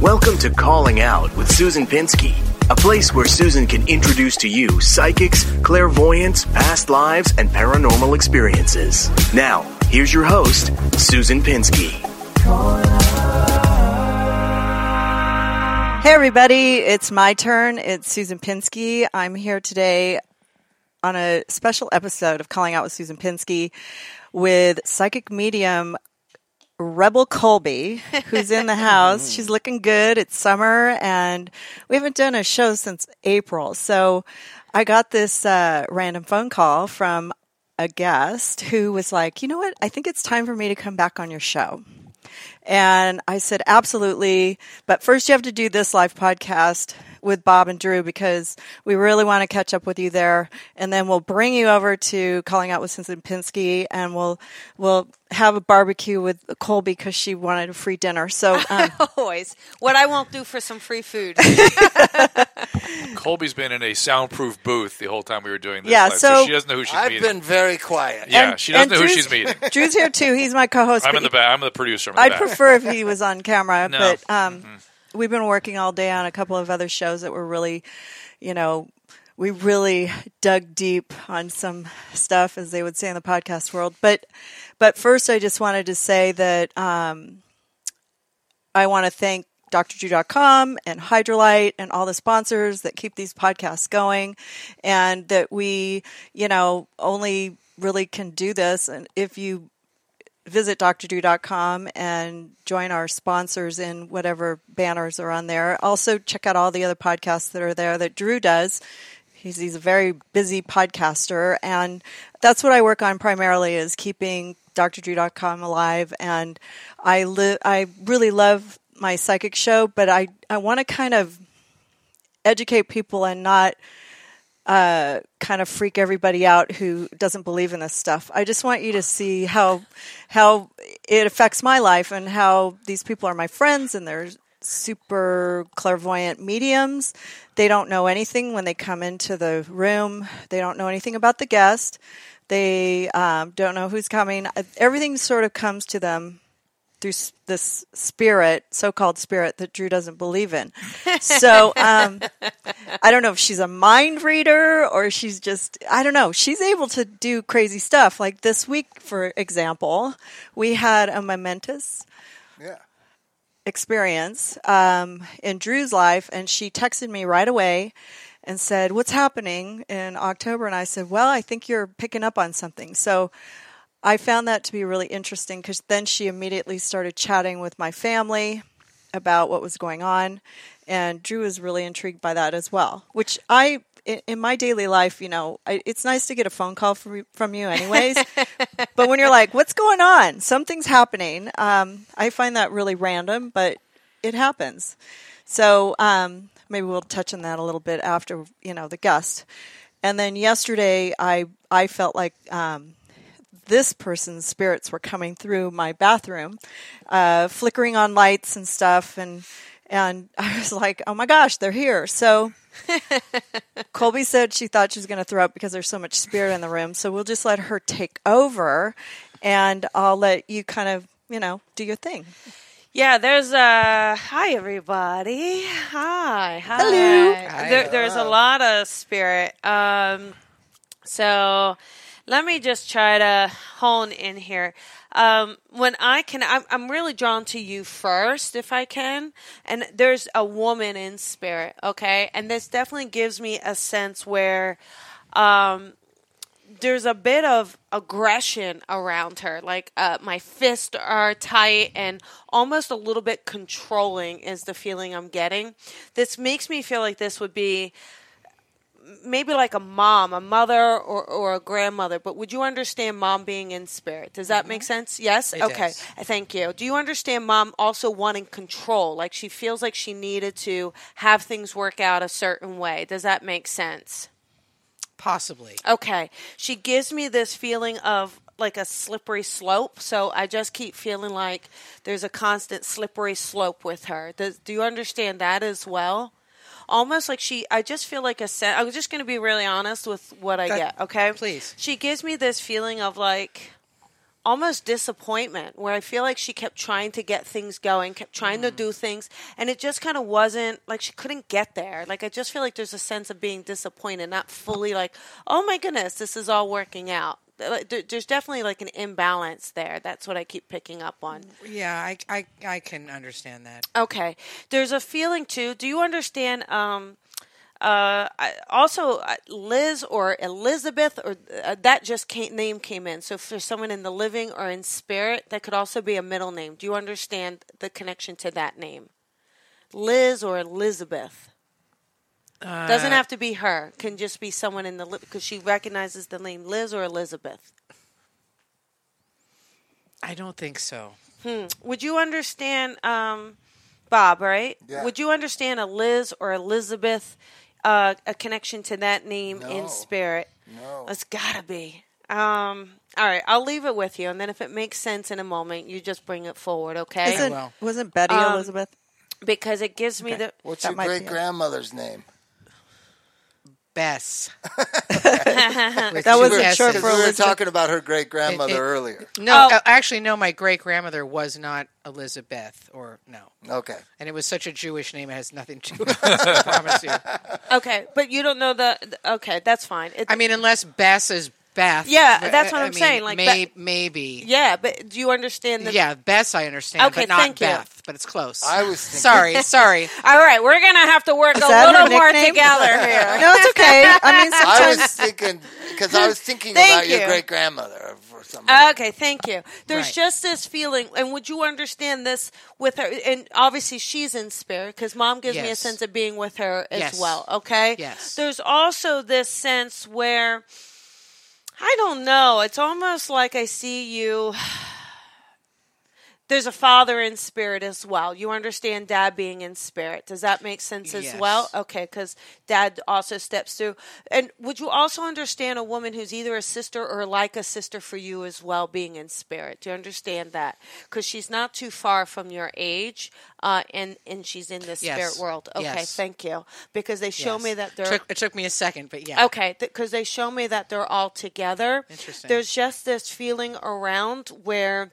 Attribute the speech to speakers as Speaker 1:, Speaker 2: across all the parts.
Speaker 1: Welcome to Calling Out with Susan Pinsky, a place where Susan can introduce to you psychics, clairvoyance, past lives, and paranormal experiences. Now, here's your host, Susan Pinsky.
Speaker 2: Hey, everybody, it's my turn. It's Susan Pinsky. I'm here today on a special episode of Calling Out with Susan Pinsky with psychic medium Rebel Colby, who's in the house. She's looking good. It's summer, and we haven't done a show since April. So I got this uh, random phone call from a guest who was like, You know what? I think it's time for me to come back on your show. And I said, absolutely. But first, you have to do this live podcast with Bob and Drew because we really want to catch up with you there. And then we'll bring you over to Calling Out with Susan Pinsky and we'll, we'll have a barbecue with Colby because she wanted a free dinner. So, um,
Speaker 3: Always. What I won't do for some free food.
Speaker 4: Colby's been in a soundproof booth the whole time we were doing this.
Speaker 2: Yeah,
Speaker 4: live, so,
Speaker 2: so-
Speaker 4: she doesn't know who she's
Speaker 5: I've
Speaker 4: meeting.
Speaker 5: been very quiet.
Speaker 4: yeah,
Speaker 2: And-
Speaker 4: she
Speaker 2: and
Speaker 4: doesn't know who
Speaker 2: Drew's-
Speaker 4: she's meeting.
Speaker 2: Drew's here too. He's my co host.
Speaker 4: I'm in the back. I'm the producer. I'm in
Speaker 2: I'd
Speaker 4: the back.
Speaker 2: prefer if he was on camera,
Speaker 4: No.
Speaker 2: but um, we've been working all day on a couple of other shows that were really, you know, we really dug deep on some stuff, as they would say in the podcast world. But, but first, I just wanted to say that um, I want to thank drdrew.com and Hydrolite and all the sponsors that keep these podcasts going and that we, you know, only really can do this and if you visit drdrew.com and join our sponsors in whatever banners are on there. Also, check out all the other podcasts that are there that Drew does. He's, he's a very busy podcaster, and that's what I work on primarily is keeping drdrew.com alive. And I li- I really love my psychic show, but I, I want to kind of educate people and not uh, kind of freak everybody out who doesn't believe in this stuff. I just want you to see how how it affects my life and how these people are my friends and they're super clairvoyant mediums. They don't know anything when they come into the room. They don't know anything about the guest. They um, don't know who's coming. Uh, Everything sort of comes to them through s- this spirit, so-called spirit that Drew doesn't believe in. So um, I don't know if she's a mind reader or she's just I don't know. She's able to do crazy stuff. Like this week, for example, we had a momentous
Speaker 5: Yeah.
Speaker 2: experience um, in Drew's life, and she texted me right away and said, "What's happening in October?" And I said, "Well, I think you're picking up on something." So I found that to be really interesting because then she immediately started chatting with my family about what was going on, and Drew was really intrigued by that as well, which I. in- In my daily life, you know, I, it's nice to get a phone call from, from you, anyways. but when you're like, what's going on? Something's happening. Um, I find that really random, but it happens. So um, maybe we'll touch on that a little bit after you know the guest. And then yesterday, I I felt like um, this person's spirits were coming through my bathroom, uh, flickering on lights and stuff, and and I was like, oh my gosh, they're here. So. Colby said she thought she was going to throw up because there's so much spirit in the room. So we'll just let her take over, and I'll let you kind of, you know, do your thing.
Speaker 3: yeah, there's uh hi everybody. Hi. Hi.
Speaker 2: Hello.
Speaker 3: There, there's a lot of spirit. Um so let me just try to hone in here. Um, when I can, I'm, I'm really drawn to you first, if I can. And there's a woman in spirit, okay? And this definitely gives me a sense where, um, there's a bit of aggression around her. Like uh, my fists are tight and almost a little bit controlling is the feeling I'm getting. This makes me feel like this would be maybe like a mom, a mother, or, or a grandmother. But would you understand mom being in spirit? Does that make sense? Yes. okay.
Speaker 5: does.
Speaker 3: Uh, Thank you. Do you understand mom also wanting control? Like she feels like she needed to have things work out a certain way. Does that make sense?
Speaker 5: Possibly.
Speaker 3: Okay. She gives me this feeling of like a slippery slope. So I just keep feeling like there's a constant slippery slope with her. Does, do you understand that as well? almost like she. I just feel like a sense. I'm just going to be really honest with what I
Speaker 5: That-
Speaker 3: get. Okay,
Speaker 5: please.
Speaker 3: She gives me this feeling of like almost disappointment where I feel like she kept trying to get things going, kept trying to do things, and it just kind of wasn't like she couldn't get there. Like I just feel like there's a sense of being disappointed, not fully like, oh my goodness, this is all working out. Like, there- There's definitely like an imbalance there. That's what I keep picking up on.
Speaker 5: Yeah, I, I, I can understand that.
Speaker 3: Okay. There's a feeling too. Do you understand? Um, uh, I, also, uh, Liz or Elizabeth or uh, that just came, name came in. So for someone in the living or in spirit, that could also be a middle name. Do you understand the connection to that name, Liz or Elizabeth? Doesn't have to be her. Can just be someone in the because she recognizes the name Liz or Elizabeth.
Speaker 5: I don't think so.
Speaker 3: Would you understand, um, Bob? Right?
Speaker 6: Yeah.
Speaker 3: Would you understand a Liz or Elizabeth, uh, a connection to that name
Speaker 6: No.
Speaker 3: in spirit?
Speaker 6: No.
Speaker 3: It's gotta be. Um, all right, I'll leave it with you, and then if it makes sense in a moment, you just bring it forward, okay?
Speaker 2: Isn't,
Speaker 5: well.
Speaker 2: wasn't Betty Elizabeth?
Speaker 3: because it gives me the.
Speaker 6: What's
Speaker 2: That
Speaker 6: your
Speaker 2: might be it.
Speaker 6: great grandmother's name?
Speaker 5: Bess.
Speaker 2: That wasn't
Speaker 5: Yes,
Speaker 2: short
Speaker 5: it-
Speaker 6: Because
Speaker 2: for
Speaker 6: we were
Speaker 2: Elizabeth.
Speaker 6: talking about her great grandmother
Speaker 5: It- it-
Speaker 6: earlier.
Speaker 5: No,
Speaker 3: Oh.
Speaker 5: uh, actually, no. My great grandmother was not Elizabeth, or no,
Speaker 6: Okay.
Speaker 5: and it was such a Jewish name; it has nothing to do with it. I promise you.
Speaker 3: Okay, but you don't know the. the- Okay, that's fine. It,
Speaker 5: I mean, unless Bess is Beth.
Speaker 3: Yeah,
Speaker 5: but,
Speaker 3: that's what
Speaker 5: I
Speaker 3: I'm
Speaker 5: mean,
Speaker 3: saying, like,
Speaker 5: may,
Speaker 3: that-
Speaker 5: maybe.
Speaker 3: yeah, but do you understand the?
Speaker 5: Yeah, Bess, I understand,
Speaker 3: Okay,
Speaker 5: but not
Speaker 3: thank you.
Speaker 5: Beth. But it's close.
Speaker 6: I was thinking-
Speaker 5: sorry, sorry.
Speaker 3: All right, we're gonna have to work a
Speaker 2: that her
Speaker 3: little more
Speaker 2: nickname?
Speaker 3: together here.
Speaker 2: No, it's okay. I mean,
Speaker 6: I
Speaker 2: sometimes
Speaker 6: was thinking because I was thinking
Speaker 3: Thank
Speaker 6: about
Speaker 3: you.
Speaker 6: your great grandmother or something.
Speaker 3: Okay, thank you. There's
Speaker 5: Right.
Speaker 3: just this feeling, and would you understand this with her? And obviously, she's in spirit because mom gives me a
Speaker 5: Yes.
Speaker 3: sense of being with her as
Speaker 5: Yes.
Speaker 3: well. Okay.
Speaker 5: Yes.
Speaker 3: There's also this sense where I don't know. It's almost like I see you. There's a father in spirit as well. You understand dad being in spirit. Does that make sense as
Speaker 5: Yes.
Speaker 3: well? Okay, because dad also steps through. And would you also understand a woman who's either a sister or like a sister for you as well being in spirit? Do you understand that? Because she's not too far from your age, uh, and and she's in the
Speaker 5: Yes.
Speaker 3: spirit world. Okay,
Speaker 5: Yes.
Speaker 3: thank you. Because they show
Speaker 5: Yes.
Speaker 3: me that they're
Speaker 5: Took, it took me a second, but yeah.
Speaker 3: Okay, because they show me that they're all together.
Speaker 5: Interesting.
Speaker 3: There's just this feeling around where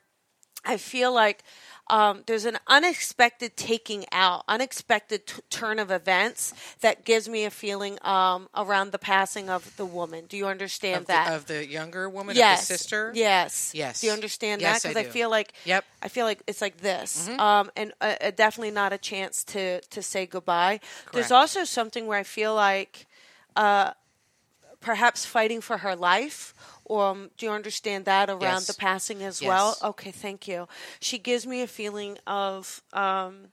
Speaker 3: I feel like um, there's an unexpected taking out, unexpected t- turn of events that gives me a feeling um, around the passing of the woman. Do you understand
Speaker 5: Of the,
Speaker 3: that?
Speaker 5: of the younger woman,
Speaker 3: yes.
Speaker 5: of the sister.
Speaker 3: Yes.
Speaker 5: Yes.
Speaker 3: Do you understand
Speaker 5: Yes,
Speaker 3: that?
Speaker 5: I
Speaker 3: Because I,
Speaker 5: do.
Speaker 3: feel like
Speaker 5: Yep. Mm-hmm.
Speaker 3: I feel like it's like this, um, and uh, uh, definitely not a chance to to say goodbye. There's
Speaker 5: Correct.
Speaker 3: also something where I feel like uh, perhaps fighting for her life. Or um, do you understand that around
Speaker 5: Yes.
Speaker 3: the passing as
Speaker 5: Yes.
Speaker 3: well? Okay, thank you. She gives me a feeling of. Um,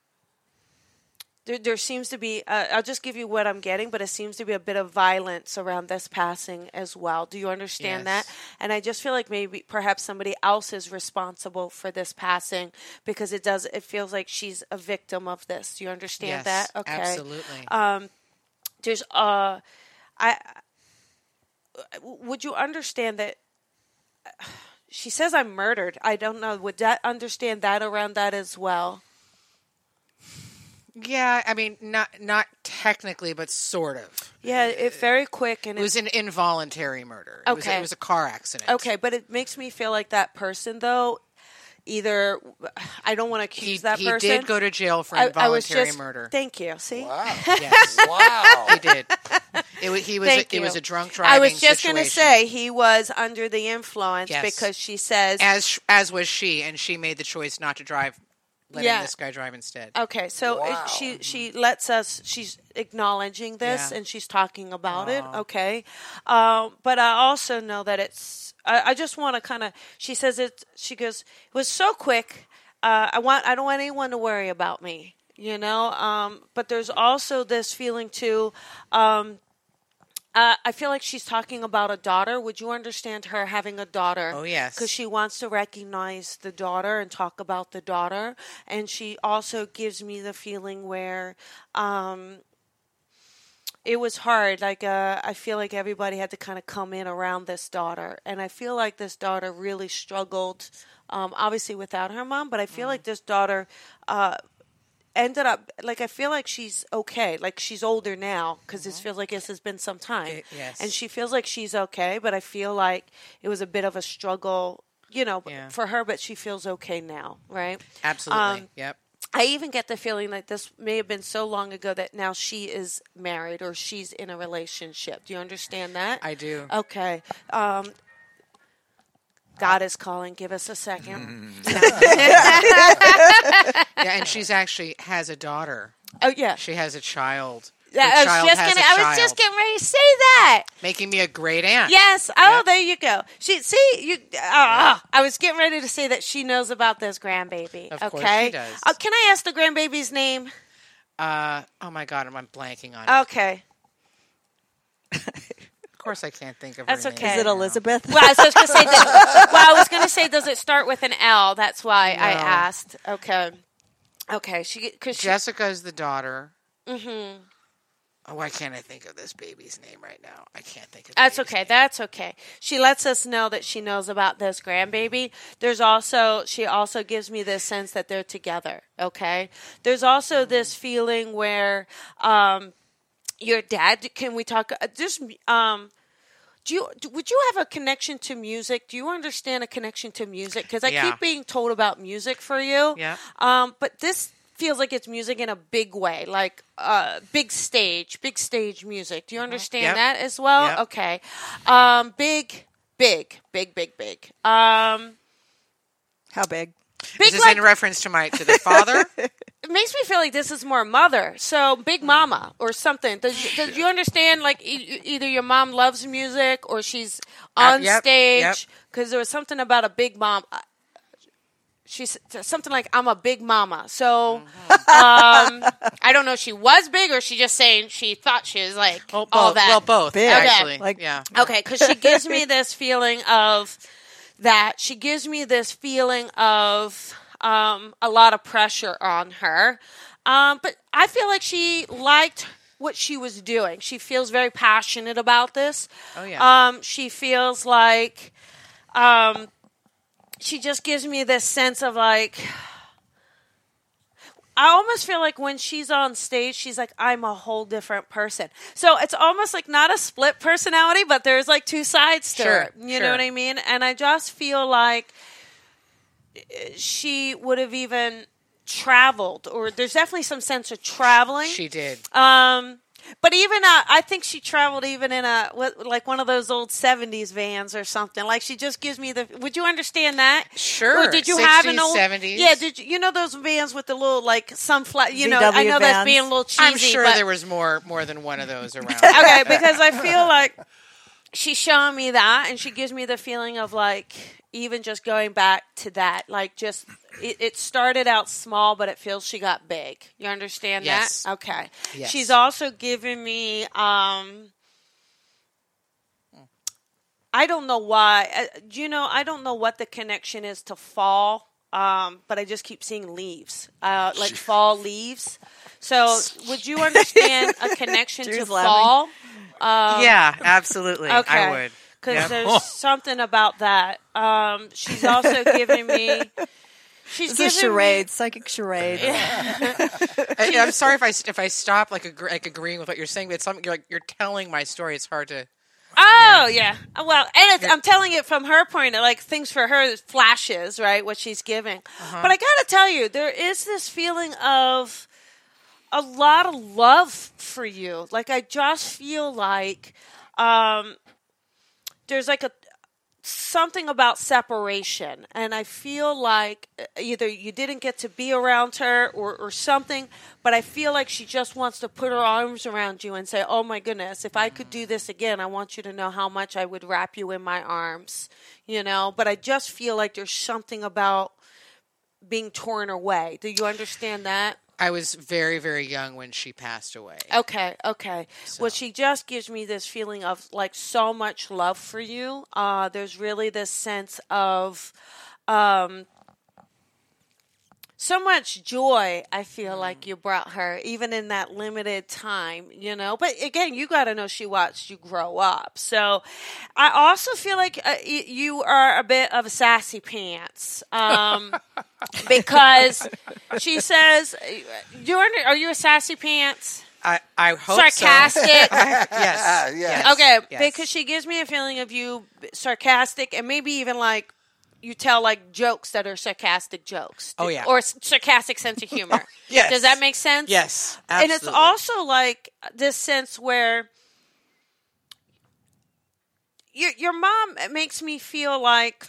Speaker 3: there, there seems to be. Uh, I'll just give you what I'm getting, but it seems to be a bit of violence around this passing as well. Do you understand
Speaker 5: Yes.
Speaker 3: that? And I just feel like maybe perhaps somebody else is responsible for this passing because it does. It feels like she's a victim of this. Do you understand
Speaker 5: yes,
Speaker 3: that? Okay Uh,
Speaker 5: absolutely.
Speaker 3: there's uh i would you understand that she says i'm murdered i don't know would that understand that around that as well
Speaker 5: yeah, I mean, not not technically, but sort of.
Speaker 3: yeah it's very quick and
Speaker 5: It was
Speaker 3: it's
Speaker 5: an involuntary murder. It was,
Speaker 3: Okay.
Speaker 5: it was a car accident.
Speaker 3: okay but it makes me feel like that person though either i don't want to accuse
Speaker 5: He,
Speaker 3: that
Speaker 5: he
Speaker 3: person
Speaker 5: did go to jail for
Speaker 3: I,
Speaker 5: involuntary
Speaker 3: I was just
Speaker 5: murder.
Speaker 3: thank you see
Speaker 6: Wow.
Speaker 5: yes,
Speaker 6: wow.
Speaker 5: he did. It, wa- he was. A,
Speaker 3: Thank
Speaker 5: it
Speaker 3: you.
Speaker 5: was a drunk driving.
Speaker 3: I was just
Speaker 5: situation,
Speaker 3: to say he was under the influence
Speaker 5: Yes.
Speaker 3: because she says
Speaker 5: as sh- as was she, and she made the choice not to drive, letting
Speaker 3: Yeah. Oh,
Speaker 5: this guy drive instead.
Speaker 3: Okay, so it-
Speaker 6: Wow.
Speaker 3: she she lets us. She's acknowledging this
Speaker 5: Yeah.
Speaker 3: and she's talking about it. Okay, um, but I also know that it's. I, I just want to kind of. She says it. She goes. It was so quick. Uh, I want. I don't want anyone to worry about me. You know. Um, but there's also this feeling too. Um, uh, I feel like she's talking about a daughter. Would you understand her having a daughter?
Speaker 5: Oh, yes.
Speaker 3: because she wants to recognize the daughter and talk about the daughter, and she also gives me the feeling where um, it was hard. Like uh, I feel like everybody had to kind of come in around this daughter, and I feel like this daughter really
Speaker 5: Mm-hmm.
Speaker 3: struggled, um, obviously without her mom. But I feel like this daughter uh, ended up like I feel like she's okay. Like she's older now because this feels like this has been some time.
Speaker 5: Mm-hmm. It- yes.
Speaker 3: and she feels like she's okay, but I feel like it was a bit of a struggle, you know,
Speaker 5: Yeah.
Speaker 3: for her. But she feels okay now, right?
Speaker 5: Absolutely.
Speaker 3: Um,
Speaker 5: yep.
Speaker 3: I even get the feeling that this may have been so long ago that now she is married or she's in a relationship. Do you understand that?
Speaker 5: I do.
Speaker 3: Okay. Um, God is calling. Give us a
Speaker 5: Mm-hmm.
Speaker 3: second.
Speaker 5: Yeah, and she's actually has a daughter.
Speaker 3: Oh yeah.
Speaker 5: She has a child. Her
Speaker 3: Yeah, I
Speaker 5: child
Speaker 3: was just
Speaker 5: has
Speaker 3: gonna.
Speaker 5: a
Speaker 3: I was just
Speaker 5: child.
Speaker 3: getting ready to say that.
Speaker 5: making me a great aunt.
Speaker 3: Yes. Oh, there you go. She see you. ah, I was getting ready to say that she knows about this grandbaby.
Speaker 5: Of
Speaker 3: okay.
Speaker 5: course she does.
Speaker 3: Oh, can I ask the grandbaby's name?
Speaker 5: Uh, oh my God, I'm, I'm blanking
Speaker 3: Oh.
Speaker 5: on. it.
Speaker 3: Okay.
Speaker 5: Of course, I can't think of.
Speaker 3: That's
Speaker 5: her name
Speaker 3: okay.
Speaker 2: Is it
Speaker 5: now.
Speaker 2: Elizabeth?
Speaker 3: Well, I was just gonna say. Does, well, I was gonna say, does it start with an L? That's why I
Speaker 5: No.
Speaker 3: asked. Okay. Okay. She because she.
Speaker 5: Jessica's the daughter. Mm-hmm. Oh, why can't I think of this baby's name right now? I can't think of. the
Speaker 3: That's
Speaker 5: baby's
Speaker 3: okay. That's okay. She lets us know that she knows about this grandbaby. There's also she also gives me this sense that they're together. Okay. There's also this feeling where um, your dad. Can we talk? uh, Just um, do you do, would you have a connection to music? Do you understand a connection to music? Because I
Speaker 5: Yeah.
Speaker 3: keep being told about music for you.
Speaker 5: Yeah.
Speaker 3: Um, but this feels like it's music in a big way, like uh, big stage, big stage music. Do you understand
Speaker 5: Mm-hmm. Yep.
Speaker 3: that as well?
Speaker 5: Yep.
Speaker 3: Okay. Um, big, big, big, big, big. Um,
Speaker 2: How big?
Speaker 3: big
Speaker 5: Is this
Speaker 3: like Oh,
Speaker 5: in reference to my to the father?
Speaker 3: it makes me feel like this is more mother. So Big
Speaker 5: Hmm.
Speaker 3: Mama or something.
Speaker 5: Oh,
Speaker 3: Does does you understand? Like e- either your mom loves music or she's on
Speaker 5: Uh, yep, yep.
Speaker 3: stage because there was something about a big mom. uh, She's something like I'm a big mama. So
Speaker 5: Mm-hmm.
Speaker 3: um, I don't know. if She was big or she just saying she thought she was like
Speaker 5: well, Oh, both.
Speaker 3: all that.
Speaker 5: Well, both
Speaker 2: Big.
Speaker 5: actually.
Speaker 2: Like-
Speaker 5: yeah.
Speaker 3: Okay, because she gives me this feeling of that. She gives me this feeling of um, a lot of pressure on her. Um, but I feel like she liked what she was doing. She feels very passionate about this.
Speaker 5: Oh, yeah.
Speaker 3: Um, she feels like um, she just gives me this sense of like. I almost feel like when she's on stage, she's like, I'm a whole different person. So it's almost like not a split personality, but there's like two sides to
Speaker 5: Sure,
Speaker 3: it. You know
Speaker 5: sure.
Speaker 3: what I mean? And I just feel like eh, she would have even traveled, or there's definitely some sense of traveling.
Speaker 5: She did.
Speaker 3: Um, but even uh, I think she traveled even in a what, like one of those old '70s vans or something. Like she just gives me the. Would you understand that?
Speaker 5: Sure.
Speaker 3: Or did you have an
Speaker 5: 60s,
Speaker 3: old
Speaker 5: 70s?
Speaker 3: Yeah. Did you, you know those vans with the little like sunflower? You know, I
Speaker 2: VW
Speaker 3: know that's
Speaker 2: vans.
Speaker 3: being a little cheesy.
Speaker 5: I'm sure
Speaker 3: but,
Speaker 5: there was more more than one of those around.
Speaker 3: okay, because I feel like she's showing me that, and she gives me the feeling of like even just going back to that, like just it, it started out small, but it feels she got big. You understand
Speaker 5: Yes.
Speaker 3: that? Okay.
Speaker 5: Yes.
Speaker 3: She's also giving me. um I don't know why. Uh, You know, I don't know what the connection is to fall, um, but I just keep seeing leaves, uh, like fall leaves. So, would you understand a connection to
Speaker 2: Drew's
Speaker 3: fall? Um,
Speaker 2: laughing.
Speaker 5: yeah, absolutely.
Speaker 3: Okay.
Speaker 5: I would.
Speaker 3: Because
Speaker 5: Yep.
Speaker 3: there's something about that. Um, she's also giving me. She's
Speaker 2: It's
Speaker 3: giving
Speaker 2: a charade,
Speaker 3: Me,
Speaker 2: psychic charade.
Speaker 5: I, am sorry if I if I stop like agree, like agreeing with what you're saying, but it's something you're, like you're telling my story. It's hard to.
Speaker 3: oh yeah. Well, and it's, I'm telling it from her point. of, Like things for her is flashes, right? What she's giving. But I gotta tell you, there is this feeling of a lot of love for you. Like I just feel like um, there's like a something about separation and i feel like uh, either you didn't get to be around her or, or something but i feel like she just wants to put her arms around you and say oh my goodness if i could do this again i want you to know how much i would wrap you in my arms you know but i just feel like there's something about being torn away do you understand that
Speaker 5: I was very very young when she passed away.
Speaker 3: Okay, okay. Well, she just gives me this feeling of like so much love for you. Uh, there's really this sense of um, so much joy I feel like you brought her, even in that limited time, you know. But again, you got to know she watched you grow up. So I also feel like uh, y- you are a bit of a sassy pants um, because she says, "You're are you a sassy pants?"
Speaker 5: I, I hope so.
Speaker 3: Sarcastic.
Speaker 5: Oh, Yes.
Speaker 6: yeah.
Speaker 5: yes.
Speaker 3: Okay,
Speaker 5: yes.
Speaker 3: because she gives me a feeling of you b- sarcastic and maybe even like you tell like jokes that are sarcastic jokes.
Speaker 5: Oh, yeah.
Speaker 3: Or s- sarcastic sense of humor.
Speaker 5: Yes.
Speaker 3: Does that make sense?
Speaker 5: Yes.
Speaker 3: And it's
Speaker 5: absolutely.
Speaker 3: also like this sense where your your mom makes me feel like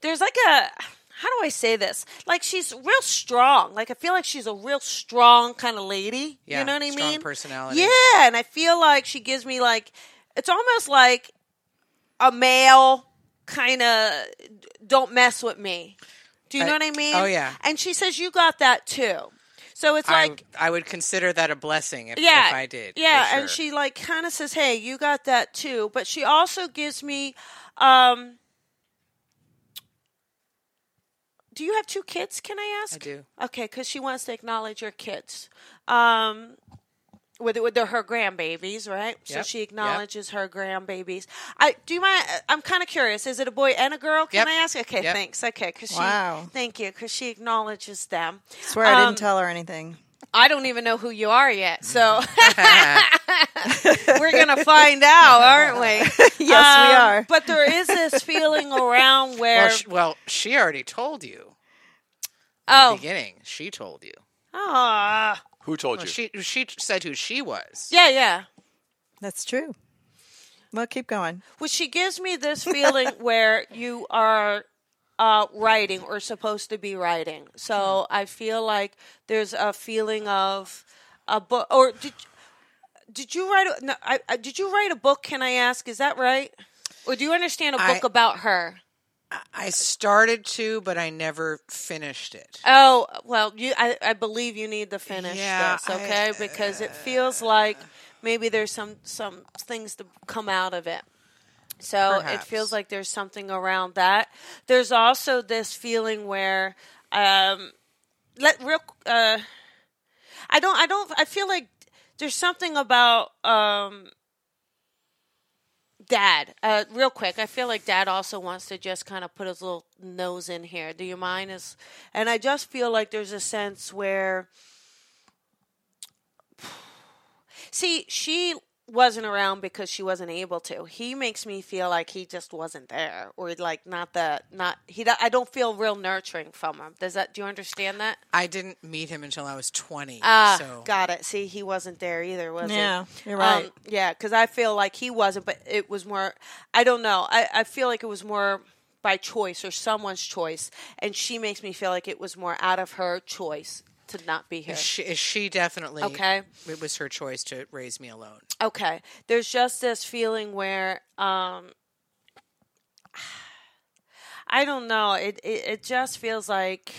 Speaker 3: there's like a how do I say this? Like she's real strong. Like I feel like she's a real strong kind of lady.
Speaker 5: Yeah,
Speaker 3: you know what I
Speaker 5: strong
Speaker 3: mean?
Speaker 5: personality.
Speaker 3: Yeah, and I feel like she gives me like it's almost like a male kind of don't mess with me. Do you
Speaker 5: I-
Speaker 3: know what I mean?
Speaker 5: oh, yeah.
Speaker 3: And she says you got that too. So it's
Speaker 5: I-
Speaker 3: like
Speaker 5: I, would consider that a blessing if,
Speaker 3: yeah,
Speaker 5: if I did. for
Speaker 3: Yeah, and
Speaker 5: sure.
Speaker 3: she like kind of says, "Hey, you got that too," but she also gives me. um Do you have two kids? Can I ask?
Speaker 5: I do.
Speaker 3: Okay, because she wants to acknowledge your kids. Um, with with their, her grandbabies, right? So
Speaker 5: Yep,
Speaker 3: she
Speaker 5: yep.
Speaker 3: acknowledges her grandbabies. I do you mind? uh, I'm kind of curious. Is it a boy and a girl? Can
Speaker 5: Yep,
Speaker 3: I ask? Okay,
Speaker 5: yep.
Speaker 3: thanks. Okay, because
Speaker 2: Wow.
Speaker 3: she thank you because she acknowledges them.
Speaker 2: Swear I
Speaker 3: Um,
Speaker 2: didn't tell her anything.
Speaker 3: I don't even know who you are yet, so we're gonna find out, aren't we?
Speaker 2: Yes, we
Speaker 3: Um,
Speaker 2: are.
Speaker 3: But there is this feeling around where
Speaker 5: Well, she, well, she already told you.
Speaker 3: oh,
Speaker 5: Beginning, she told you.
Speaker 3: aw.
Speaker 4: Who told
Speaker 5: Well,
Speaker 4: you?
Speaker 5: she she said who she was.
Speaker 3: yeah, yeah.
Speaker 2: That's true. Well, keep going.
Speaker 3: Well, she gives me this feeling where you are uh, writing or supposed to be writing. So I feel like there's a feeling of a book. Or did did you write? A, no, I, I, did you write a book? Can I ask? Is that right? Or do you understand a
Speaker 5: I-
Speaker 3: book about her?
Speaker 5: I started to, but I never finished it.
Speaker 3: Oh well, you. I, I believe you need to finish
Speaker 5: Yeah,
Speaker 3: this, okay?
Speaker 5: I-
Speaker 3: because it feels like maybe there's some some things to come out of it. So it
Speaker 5: Perhaps.
Speaker 3: feels like there's something around that. There's also this feeling where, um, let real. Uh, I don't. I don't. I feel like there's something about. Um, Dad, uh, real quick, I feel like Dad also wants to just kind of put his little nose in here. Do you mind? Is and I just feel like there's a sense where, see, she wasn't around because she wasn't able to. He makes me feel like he just wasn't there, or like not the not he. do- I don't feel real nurturing from him. Does that? Do you understand that?
Speaker 5: I didn't meet him until I was twenty.
Speaker 3: Ah,
Speaker 5: so
Speaker 3: got it. See, he wasn't there either, was
Speaker 2: Yeah,
Speaker 3: he?
Speaker 2: you're right.
Speaker 3: Um, yeah, because I feel like he wasn't, but it was more. I don't know. I, I feel like it was more by choice or someone's choice, and she makes me feel like it was more out of her choice to not be here.
Speaker 5: she, she definitely
Speaker 3: Okay.
Speaker 5: It was her choice to raise me alone.
Speaker 3: Okay, there's just this feeling where um, I don't know. It, it it just feels like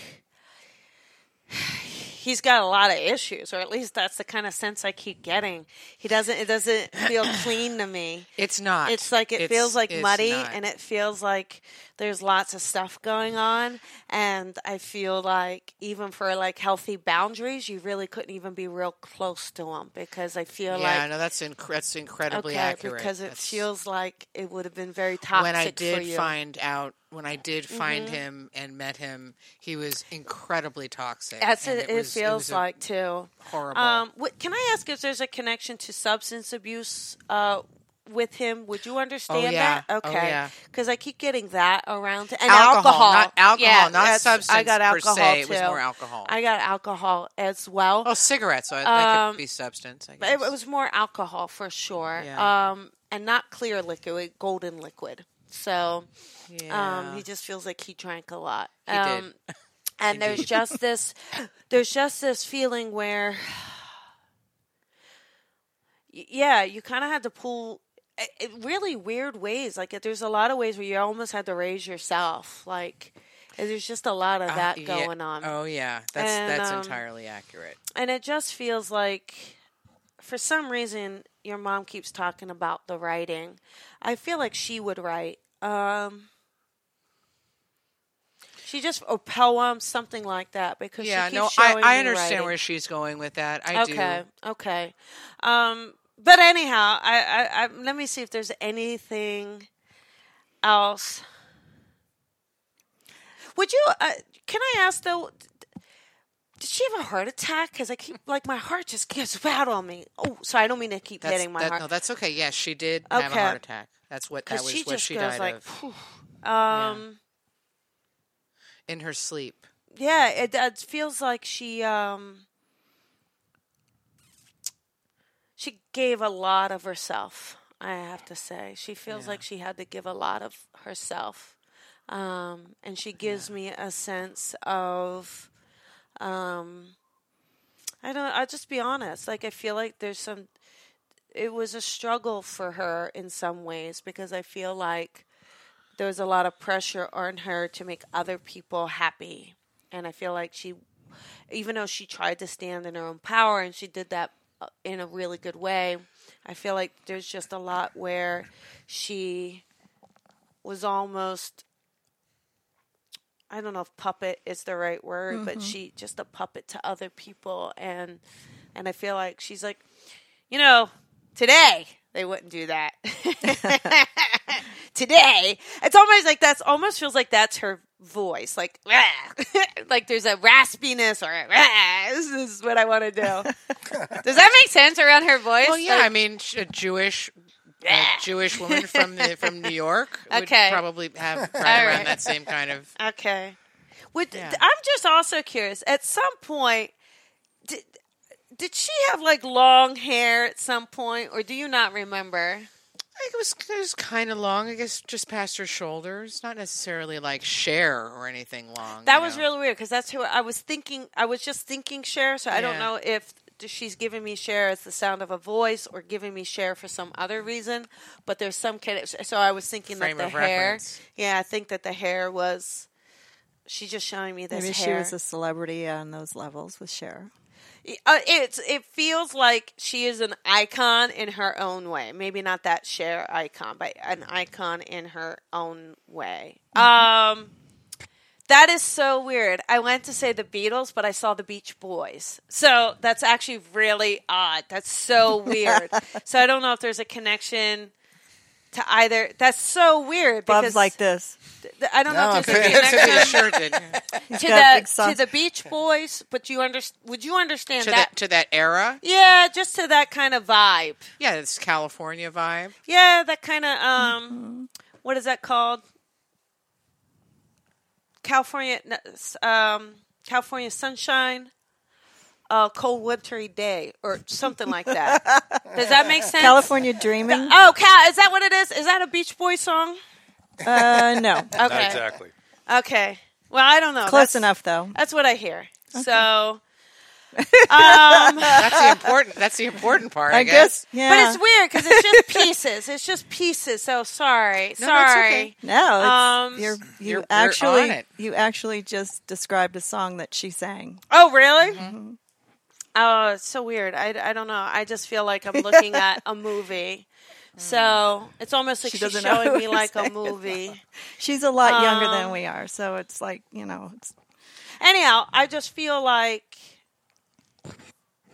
Speaker 3: he's got a lot of issues, or at least that's the kind of sense I keep getting. He doesn't. It doesn't feel clean to me.
Speaker 5: It's not.
Speaker 3: It's like it
Speaker 5: It's-
Speaker 3: feels like
Speaker 5: it's
Speaker 3: muddy,
Speaker 5: not.
Speaker 3: and it feels like there's lots of stuff going on. And I feel like even for like healthy boundaries, you really couldn't even be real close to him because I feel
Speaker 5: yeah,
Speaker 3: like
Speaker 5: no, that's inc- that's incredibly
Speaker 3: okay,
Speaker 5: accurate
Speaker 3: because it
Speaker 5: That's-
Speaker 3: feels like it would have been very toxic
Speaker 5: when I
Speaker 3: for
Speaker 5: did
Speaker 3: you. Mm-hmm.
Speaker 5: find out when I did find him and met him, he was incredibly toxic.
Speaker 3: That's
Speaker 5: and
Speaker 3: it. It,
Speaker 5: was-
Speaker 3: feels
Speaker 5: was a-
Speaker 3: like too
Speaker 5: horrible.
Speaker 3: Um, what, can I ask if there's a connection to substance abuse uh, with him? Would you understand
Speaker 5: yeah.
Speaker 3: that?
Speaker 5: Oh,
Speaker 3: Okay,
Speaker 5: yeah.
Speaker 3: because I keep getting that around and
Speaker 5: Alcohol,
Speaker 3: alcohol,
Speaker 5: not alcohol,
Speaker 3: Yeah,
Speaker 5: not
Speaker 3: that's- I
Speaker 5: substance
Speaker 3: got
Speaker 5: per
Speaker 3: alcohol
Speaker 5: se.
Speaker 3: Too.
Speaker 5: It was more alcohol.
Speaker 3: I got alcohol as well.
Speaker 5: oh, cigarettes. So that
Speaker 3: Um,
Speaker 5: could be substance. I guess.
Speaker 3: It, it was more alcohol for sure,
Speaker 5: Yeah.
Speaker 3: um, and not clear liquid, golden liquid. So um,
Speaker 5: Yeah.
Speaker 3: he just feels like he drank a lot.
Speaker 5: He did. Uh,
Speaker 3: um, and there's just this, there's just this feeling where, y- yeah, you kind of had to pull. i- i really weird ways. Like there's a lot of ways where you almost had to raise yourself. Like and there's just a lot of
Speaker 5: Uh,
Speaker 3: that
Speaker 5: yeah.
Speaker 3: going on
Speaker 5: Oh yeah, that's
Speaker 3: And,
Speaker 5: that's
Speaker 3: um,
Speaker 5: entirely accurate.
Speaker 3: and it just feels like for some reason your mom keeps talking about the writing i feel like she would write um She just or poem something like that because
Speaker 5: yeah,
Speaker 3: she
Speaker 5: no,
Speaker 3: keeps
Speaker 5: I,
Speaker 3: showing
Speaker 5: I
Speaker 3: me
Speaker 5: understand
Speaker 3: writing.
Speaker 5: where she's going with that. I
Speaker 3: okay,
Speaker 5: do.
Speaker 3: okay. Um, but anyhow, I, I, I let me see if there's anything else. Would you? Uh, can I ask though? Did she have a heart attack? Because I keep like my heart just gives out on me. Oh, sorry, I don't mean to keep
Speaker 5: That's,
Speaker 3: hitting my
Speaker 5: that-
Speaker 3: heart.
Speaker 5: No, that's okay. Yes, she did have a
Speaker 3: Okay.
Speaker 5: heart attack. That's what that
Speaker 3: Because
Speaker 5: was
Speaker 3: she
Speaker 5: what
Speaker 3: just
Speaker 5: she
Speaker 3: goes
Speaker 5: died
Speaker 3: like,
Speaker 5: of
Speaker 3: "Phew." um,
Speaker 5: in her sleep.
Speaker 3: yeah. it, it feels like she um, she gave a lot of herself. I have to say, she feels like she had to give a lot of herself, um, and she gives me a sense of, um, I don't. I'll just be honest. Like I feel like there's some. It was a struggle for her in some ways because I feel like there was a lot of pressure on her to make other people happy. And I feel like she, even though she tried to stand in her own power and she did that uh, in a really good way, I feel like there's just a lot where she was almost, I don't know if puppet is the right word,
Speaker 5: Mm-hmm.
Speaker 3: but she just a puppet to other people. And, and I feel like she's like, you know, today they wouldn't do that. today, it's almost like that's almost feels like that's her voice, like like there's a raspiness or "Ah, this is what I want to do. Does that make sense around her voice?
Speaker 5: Well, yeah,
Speaker 3: Like,
Speaker 5: I mean, sh- a Jewish a Jewish woman from the, from New York would
Speaker 3: Okay.
Speaker 5: probably have right
Speaker 3: All
Speaker 5: around
Speaker 3: right.
Speaker 5: that same kind of.
Speaker 3: Okay. Would
Speaker 5: Yeah.
Speaker 3: I'm just also curious. At some point, did did she have like long hair at some point, or do you not remember?
Speaker 5: I think it was it was kind of long. I guess just past her shoulders, not necessarily like Cher or anything long.
Speaker 3: That
Speaker 5: you
Speaker 3: was
Speaker 5: know?
Speaker 3: really weird because that's who I was thinking. I was just thinking Cher, so I don't
Speaker 5: Yeah.
Speaker 3: know if th- she's giving me Cher as the sound of a voice or giving me Cher for some other reason. But there's some kind of so I was thinking
Speaker 5: Frame
Speaker 3: that
Speaker 5: of
Speaker 3: the hair.
Speaker 5: reference.
Speaker 3: Yeah, I think that the hair was. She's just showing me this
Speaker 2: Maybe she
Speaker 3: hair.
Speaker 2: was a celebrity on those levels with Cher.
Speaker 3: Uh, it's it feels like she is an icon in her own way. Maybe not that share icon, but an icon in her own way.
Speaker 2: Mm-hmm.
Speaker 3: Um, that is so weird. I went to say the Beatles, but I saw the Beach Boys. So that's actually really odd. That's so weird. so I don't know if there's a connection to either. That's so weird.
Speaker 2: Bob's
Speaker 3: because
Speaker 2: like this.
Speaker 3: th- I don't know if
Speaker 6: No,
Speaker 3: there's a
Speaker 6: okay.
Speaker 5: Could be-
Speaker 3: connection
Speaker 5: sure did.
Speaker 3: to
Speaker 2: got a
Speaker 3: the
Speaker 2: big song.
Speaker 3: to the Beach Boys. But you under, would you understand
Speaker 5: to
Speaker 3: that?
Speaker 5: that to that era.
Speaker 3: Yeah, just to that kind of vibe.
Speaker 5: Yeah, it's California vibe.
Speaker 3: Yeah, that kind of um, what is that called? California, n- s- um, California sunshine, uh, cold wintry day, or something like that. Does that make sense?
Speaker 2: California Dreaming?
Speaker 3: Oh, Cal, is that what it is? Is that a Beach Boy song?
Speaker 2: Uh, no.
Speaker 3: Okay,
Speaker 4: Not exactly.
Speaker 3: okay. Well, I don't know.
Speaker 2: Close
Speaker 3: That's-
Speaker 2: enough, though.
Speaker 3: That's what I hear. So. um,
Speaker 5: That's the important. That's the important part. I,
Speaker 2: I guess. Yeah.
Speaker 3: But it's weird because it's just pieces. It's just pieces. So sorry,
Speaker 5: No, that's
Speaker 3: sorry.
Speaker 5: okay.
Speaker 2: No, it's,
Speaker 3: Um,
Speaker 2: you're, you
Speaker 5: You're- you're
Speaker 2: actually
Speaker 5: on it.
Speaker 2: you actually just described a song that she sang.
Speaker 3: Oh, really?
Speaker 2: Mm-hmm.
Speaker 3: Oh, it's so weird. I, I don't know. I just feel like I'm looking at a movie. So it's almost like
Speaker 2: Mm. She
Speaker 3: she's
Speaker 2: doesn't know
Speaker 3: showing
Speaker 2: what
Speaker 3: me
Speaker 2: we're
Speaker 3: like a
Speaker 2: saying.
Speaker 3: movie.
Speaker 2: She's a lot younger
Speaker 3: Um,
Speaker 2: than we are, so it's like you know, it's,
Speaker 3: Anyhow, I just feel like.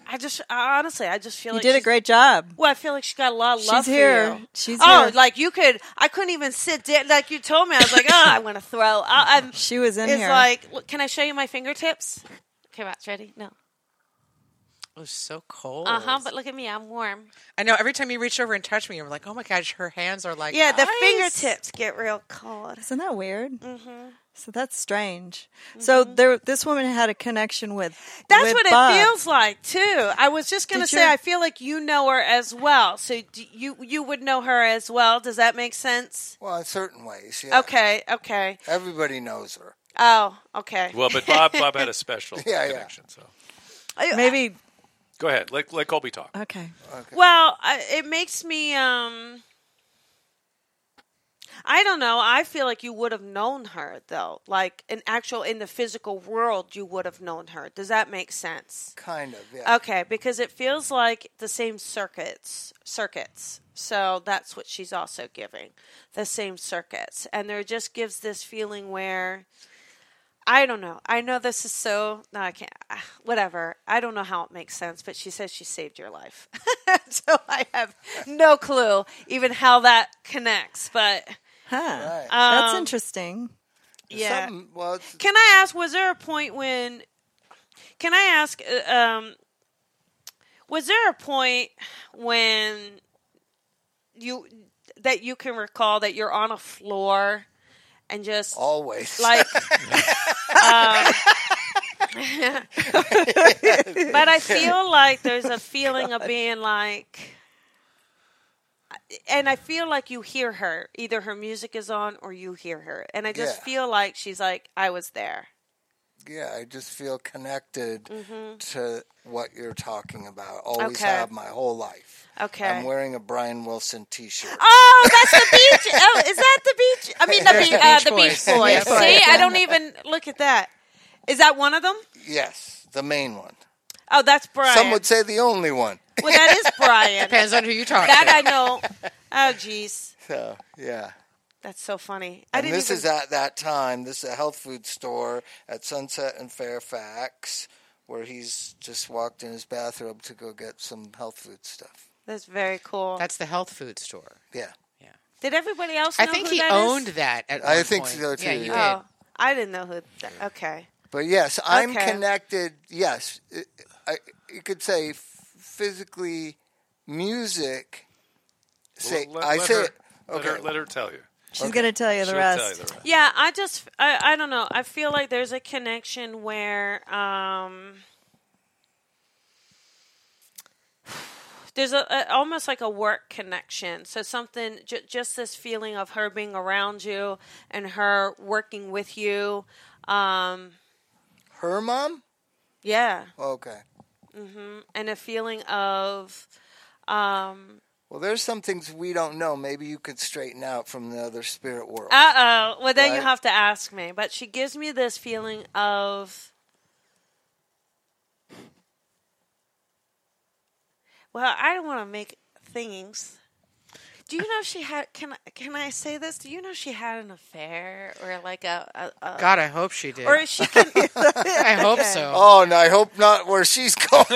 Speaker 3: I just honestly, I just
Speaker 2: you
Speaker 3: feel like
Speaker 2: did a
Speaker 3: she's-
Speaker 2: great job.
Speaker 3: Well, I feel like she got a lot of love
Speaker 2: She's here.
Speaker 3: for you.
Speaker 2: She's
Speaker 3: oh,
Speaker 2: here.
Speaker 3: like you could. I couldn't even sit down. Like you told me, I was like, oh, I want to throw. I, I'm.
Speaker 2: She was in
Speaker 3: It's
Speaker 2: here.
Speaker 3: like, look, can I show you my fingertips? Okay, Rats, ready? No.
Speaker 5: It was so cold.
Speaker 3: Uh huh. But look at me, I'm warm.
Speaker 5: I know. Every time you reach over and touch me, you're like, oh my gosh, her hands are like
Speaker 3: Yeah, the
Speaker 5: ice.
Speaker 3: fingertips get real cold.
Speaker 2: Isn't that weird? Mm-hmm. So that's strange. So there, this woman had a connection with.
Speaker 3: Mm-hmm. That's
Speaker 2: with
Speaker 3: what
Speaker 2: Bob.
Speaker 3: it feels like too. I was just going to
Speaker 2: Did
Speaker 3: say,
Speaker 2: you-
Speaker 3: I feel like you know her as well, so do you you would know her as well. Does that make sense?
Speaker 6: Well, in certain ways, yeah.
Speaker 3: Okay, okay.
Speaker 6: Everybody knows her.
Speaker 3: Oh, okay.
Speaker 4: Well, but Bob Bob had a special
Speaker 6: Yeah, yeah.
Speaker 4: connection. So
Speaker 2: Maybe
Speaker 4: go ahead. Let let Colby talk.
Speaker 2: okay.
Speaker 3: Well, I, it makes me. um I don't know. I feel like you would have known her though, like in actual in the physical world, you would have known her. Does that make sense?
Speaker 6: Kind of, yeah.
Speaker 3: Okay, because it feels like the same circuits, circuits. So that's what she's also giving, the same circuits, and there just gives this feeling where I don't know. I know this is so. No, I can't. ah, Whatever. I don't know how it makes sense, but she says she saved your life. so I have no clue even how that connects. But
Speaker 2: Huh.
Speaker 6: Right.
Speaker 2: That's
Speaker 3: Um,
Speaker 2: interesting.
Speaker 3: yeah.
Speaker 6: Something, well, it's-
Speaker 3: Can I ask? Was there a point when? Can I ask? uh, Um, was there a point when you that you can recall that you're on a floor and just
Speaker 6: always.
Speaker 3: like? um, but I feel like there's a feeling of being like. And I feel like you hear her. Either her music is on or you hear her. And I just
Speaker 6: Yeah.
Speaker 3: feel like she's like, I was there.
Speaker 6: yeah, I just feel connected to what you're talking about. Always
Speaker 3: Mm-hmm. Okay.
Speaker 6: have my whole life.
Speaker 3: Okay.
Speaker 6: I'm wearing a Brian Wilson T-shirt.
Speaker 3: Oh, that's the beach. Oh, is that the beach? I mean, the, be- uh,
Speaker 5: Beach
Speaker 3: the Beach
Speaker 5: Boys.
Speaker 3: Boys.
Speaker 5: Yeah.
Speaker 3: See, I don't even look at that. Is that one of them?
Speaker 6: Yes, the main one.
Speaker 3: Oh, that's Brian.
Speaker 6: Some would say the only one.
Speaker 3: well, that is Brian.
Speaker 5: Depends on who you talk
Speaker 3: that
Speaker 5: to.
Speaker 3: I know. Oh, jeez,
Speaker 6: So yeah.
Speaker 3: that's so funny. I
Speaker 6: And
Speaker 3: didn't.
Speaker 6: this
Speaker 3: even-
Speaker 6: is at that time. This is a health food store at Sunset and Fairfax, where he's just walked in his bathrobe to go get some health food stuff.
Speaker 3: that's very cool.
Speaker 5: That's the health food store.
Speaker 6: Yeah,
Speaker 3: Did everybody else? Know
Speaker 5: I think
Speaker 3: who
Speaker 5: he
Speaker 3: that is?
Speaker 5: owned that. At
Speaker 6: I
Speaker 5: one
Speaker 6: think
Speaker 5: point.
Speaker 6: so,
Speaker 5: Yeah,
Speaker 6: too,
Speaker 5: he
Speaker 6: yeah.
Speaker 5: did.
Speaker 3: Oh, I didn't know who. That, okay.
Speaker 6: but yes, I'm
Speaker 3: Okay.
Speaker 6: connected. Yes, it, I, you could say f- physically, music. Say
Speaker 4: Let-
Speaker 6: I
Speaker 4: let
Speaker 6: say
Speaker 4: her-
Speaker 6: it.
Speaker 4: Let
Speaker 6: Okay,
Speaker 4: her, let her tell you.
Speaker 2: She's going to tell you the
Speaker 4: She'll
Speaker 2: rest.
Speaker 4: tell you the rest.
Speaker 3: Yeah, I just I, I don't know. I feel like there's a connection where um there's a, a almost like a work connection. So something j- just this feeling of her being around you and her working with you. Um
Speaker 6: her mom.
Speaker 3: yeah,
Speaker 6: Okay.
Speaker 3: and a feeling of um
Speaker 6: Well, there's some things we don't know. Maybe you could straighten out from the other spirit world.
Speaker 3: Uh oh. Well, then you
Speaker 6: Right.
Speaker 3: have to ask me. But she gives me this feeling of. Well, I don't want to make things. Do you know she had? Can I- can I say this? Do you know she had an affair or like a, a, a
Speaker 5: God, I hope she did.
Speaker 3: Oh. or is she? Con-
Speaker 5: I hope so.
Speaker 6: oh no, I hope not. Where she's going.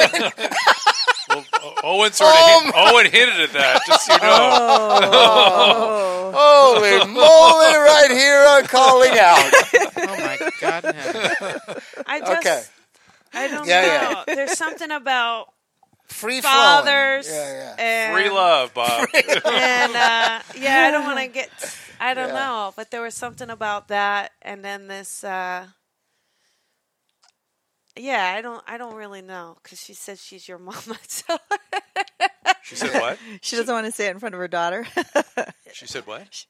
Speaker 4: Well, O- Owen sort of hit, Owen hinted at that. Just so you know,
Speaker 2: Oh.
Speaker 6: Holy moly, right here on Calling Out.
Speaker 5: Oh my God, no.
Speaker 3: I just.
Speaker 6: Okay.
Speaker 3: I don't
Speaker 6: Yeah, yeah.
Speaker 3: know. There's something about
Speaker 6: Free flowing.
Speaker 3: fathers
Speaker 6: Yeah, yeah.
Speaker 3: and
Speaker 4: free love, Bob.
Speaker 3: and uh, yeah, I don't want to get. I don't
Speaker 6: Yeah.
Speaker 3: know, but there was something about that, and then this. Uh, yeah, I don't. I don't really know because she says she's your mama. So
Speaker 4: She said what?
Speaker 2: She doesn't want to say it in front of her daughter.
Speaker 4: She said what?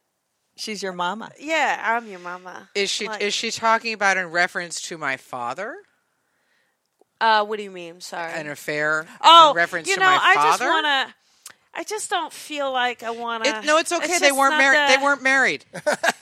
Speaker 2: She's your mama.
Speaker 3: yeah, I'm your mama.
Speaker 5: Is she
Speaker 3: Like-
Speaker 5: is she talking about in reference to my father?
Speaker 3: Uh, what do you mean? Sorry.
Speaker 5: An affair?
Speaker 3: oh,
Speaker 5: in reference
Speaker 3: you
Speaker 5: to
Speaker 3: know,
Speaker 5: my
Speaker 3: I
Speaker 5: father?
Speaker 3: just want to. I just don't feel like I want to.
Speaker 5: It, no, it's okay. they weren't married. They weren't married.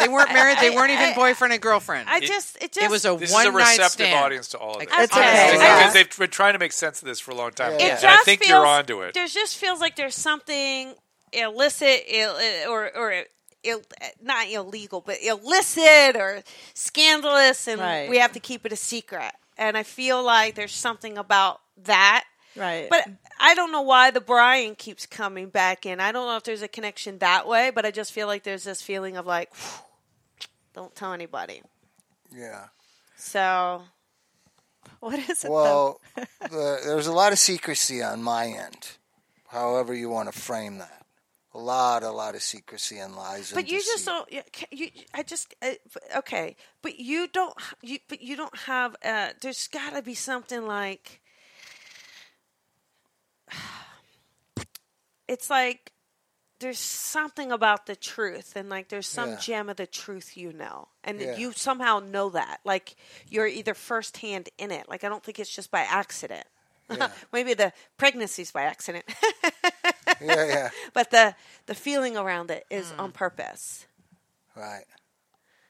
Speaker 5: They weren't married. They
Speaker 3: I-
Speaker 5: weren't even
Speaker 3: I-
Speaker 5: boyfriend and girlfriend.
Speaker 3: I just. It just.
Speaker 5: it was a
Speaker 4: This
Speaker 5: one
Speaker 4: is a
Speaker 5: night
Speaker 4: receptive
Speaker 5: stand.
Speaker 4: audience to all of
Speaker 5: Like,
Speaker 4: it.
Speaker 5: It's
Speaker 3: okay.
Speaker 4: Because
Speaker 3: Yeah.
Speaker 4: they've been trying to make sense of this for a long time.
Speaker 6: It
Speaker 3: It
Speaker 4: And
Speaker 3: just
Speaker 4: I think
Speaker 3: feels,
Speaker 4: you're onto it.
Speaker 3: There just feels like there's something illicit Ill, or or Ill, not illegal, but illicit or scandalous, and
Speaker 2: Right.
Speaker 3: we have to keep it a secret. And I feel like there's something about that.
Speaker 2: Right.
Speaker 3: But I don't know why the Brian keeps coming back in. I don't know if there's a connection that way, but I just feel like there's this feeling of like, don't tell anybody.
Speaker 6: Yeah.
Speaker 3: So
Speaker 2: what is it though?
Speaker 6: Well, the, there's a lot of secrecy on my end, however you want to frame that. A lot, a lot of secrecy and lies. and
Speaker 3: But you just
Speaker 6: deceit.
Speaker 3: don't. You, ca- you, I just uh, f- okay. But you don't. h- You but you don't have. Uh, there's got to be something like. It's like there's something about the truth, and like there's some
Speaker 6: Yeah.
Speaker 3: gem of the truth you know, and
Speaker 6: Yeah.
Speaker 3: you somehow know that. Like you're either firsthand in it. Like I don't think it's just by accident. Maybe the pregnancy's by accident,
Speaker 6: Yeah, yeah.
Speaker 3: but the the feeling around it is
Speaker 6: Mm.
Speaker 3: on purpose.
Speaker 6: Right.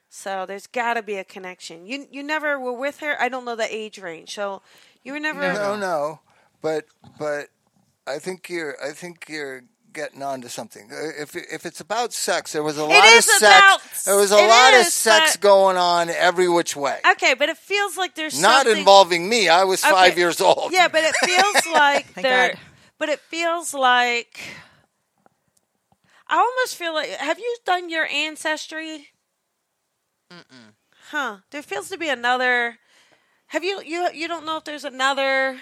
Speaker 3: So there's got to be a connection. You you never were with her. I don't know the age range, so you were never.
Speaker 6: No, no. But, but I think you're, I think you're getting on to something. Uh, If if it's about sex, there was a lot of
Speaker 3: is
Speaker 6: sex.
Speaker 3: about s-
Speaker 6: there was a
Speaker 3: it
Speaker 6: lot of
Speaker 3: is,
Speaker 6: sex
Speaker 3: but-
Speaker 6: going on every which way.
Speaker 3: Okay, but it feels like there's
Speaker 6: Not
Speaker 3: something-
Speaker 6: involving me. I was five
Speaker 3: Okay.
Speaker 6: years
Speaker 5: Oh,
Speaker 6: old.
Speaker 3: Yeah, but it feels like
Speaker 2: Thank
Speaker 3: there.
Speaker 2: God.
Speaker 3: But it feels like I almost feel like. Have you done your ancestry? Mm-mm. Huh? There feels to be another. Have you you you don't know if there's another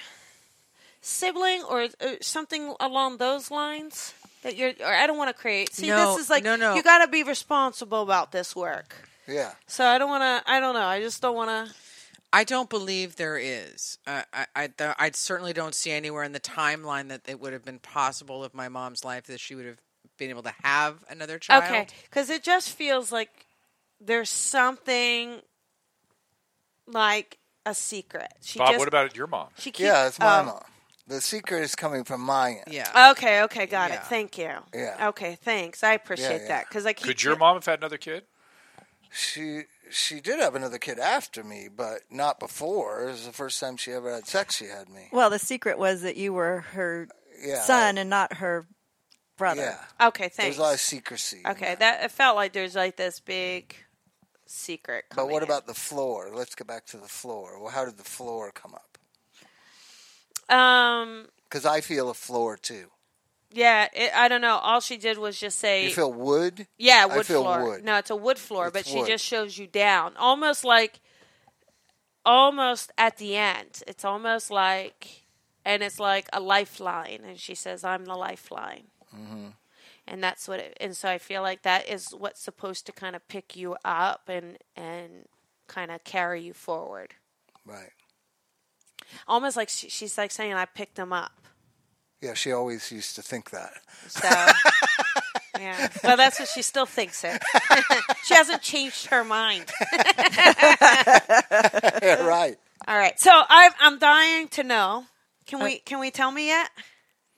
Speaker 3: sibling or uh, something along those lines that you're. Or I don't want to create. See,
Speaker 5: No,
Speaker 3: this is like
Speaker 5: no, no.
Speaker 3: you got to be responsible about this work.
Speaker 6: Yeah.
Speaker 3: So I don't want to. I don't know. I just don't want to.
Speaker 5: I don't believe there is. Uh, I, I, th- I certainly don't see anywhere in the timeline that it would have been possible of my mom's life that she would have been able to have another child.
Speaker 3: Okay, because it just feels like there's something like a secret. She
Speaker 4: Bob,
Speaker 3: just,
Speaker 4: what about your mom?
Speaker 3: She keep,
Speaker 6: Yeah, it's my
Speaker 3: oh.
Speaker 6: mom. The secret is coming from my end.
Speaker 5: Yeah.
Speaker 3: Okay, okay, got
Speaker 5: Yeah.
Speaker 3: it. Thank you.
Speaker 6: Yeah.
Speaker 3: Okay, thanks. I appreciate
Speaker 6: yeah.
Speaker 3: that because I keep.
Speaker 4: Could your mom have had another kid?
Speaker 6: She she did have another kid after me, but not before. It was the first time she ever had sex. She had me.
Speaker 2: Well, the secret was that you were her
Speaker 6: Yeah.
Speaker 2: son and not her brother.
Speaker 6: Yeah.
Speaker 3: Okay,
Speaker 6: There's
Speaker 3: thanks.
Speaker 6: a lot of secrecy. in
Speaker 3: okay,
Speaker 6: that.
Speaker 3: that it felt like there's like this big secret.
Speaker 6: But what
Speaker 3: coming
Speaker 6: about the floor? Let's get back to the floor. Well, how did the floor come up?
Speaker 3: in. Um.
Speaker 6: Because I feel a floor too.
Speaker 3: Yeah, it, I don't know. All she did was just say,
Speaker 6: You feel wood?
Speaker 3: "Yeah,
Speaker 6: I
Speaker 3: wood
Speaker 6: feel
Speaker 3: floor."
Speaker 6: wood.
Speaker 3: No, it's a wood floor, but she
Speaker 6: wood.
Speaker 3: just shows you down, almost like, almost at the end. It's almost like, and it's like a lifeline, and she says, "I'm the lifeline,"
Speaker 6: Mm-hmm.
Speaker 3: and that's what. It, and so I feel like that is what's supposed to kind of pick you up and and kind of carry you forward,
Speaker 6: Right.
Speaker 3: almost like she, she's like saying, "I picked him up."
Speaker 6: Yeah, she always used to think that.
Speaker 3: So, yeah. Well, that's what she still thinks it. she hasn't changed her mind.
Speaker 6: Yeah, right.
Speaker 3: All right. So I'm I'm dying to know. Can
Speaker 6: Uh,
Speaker 3: we can we tell me yet?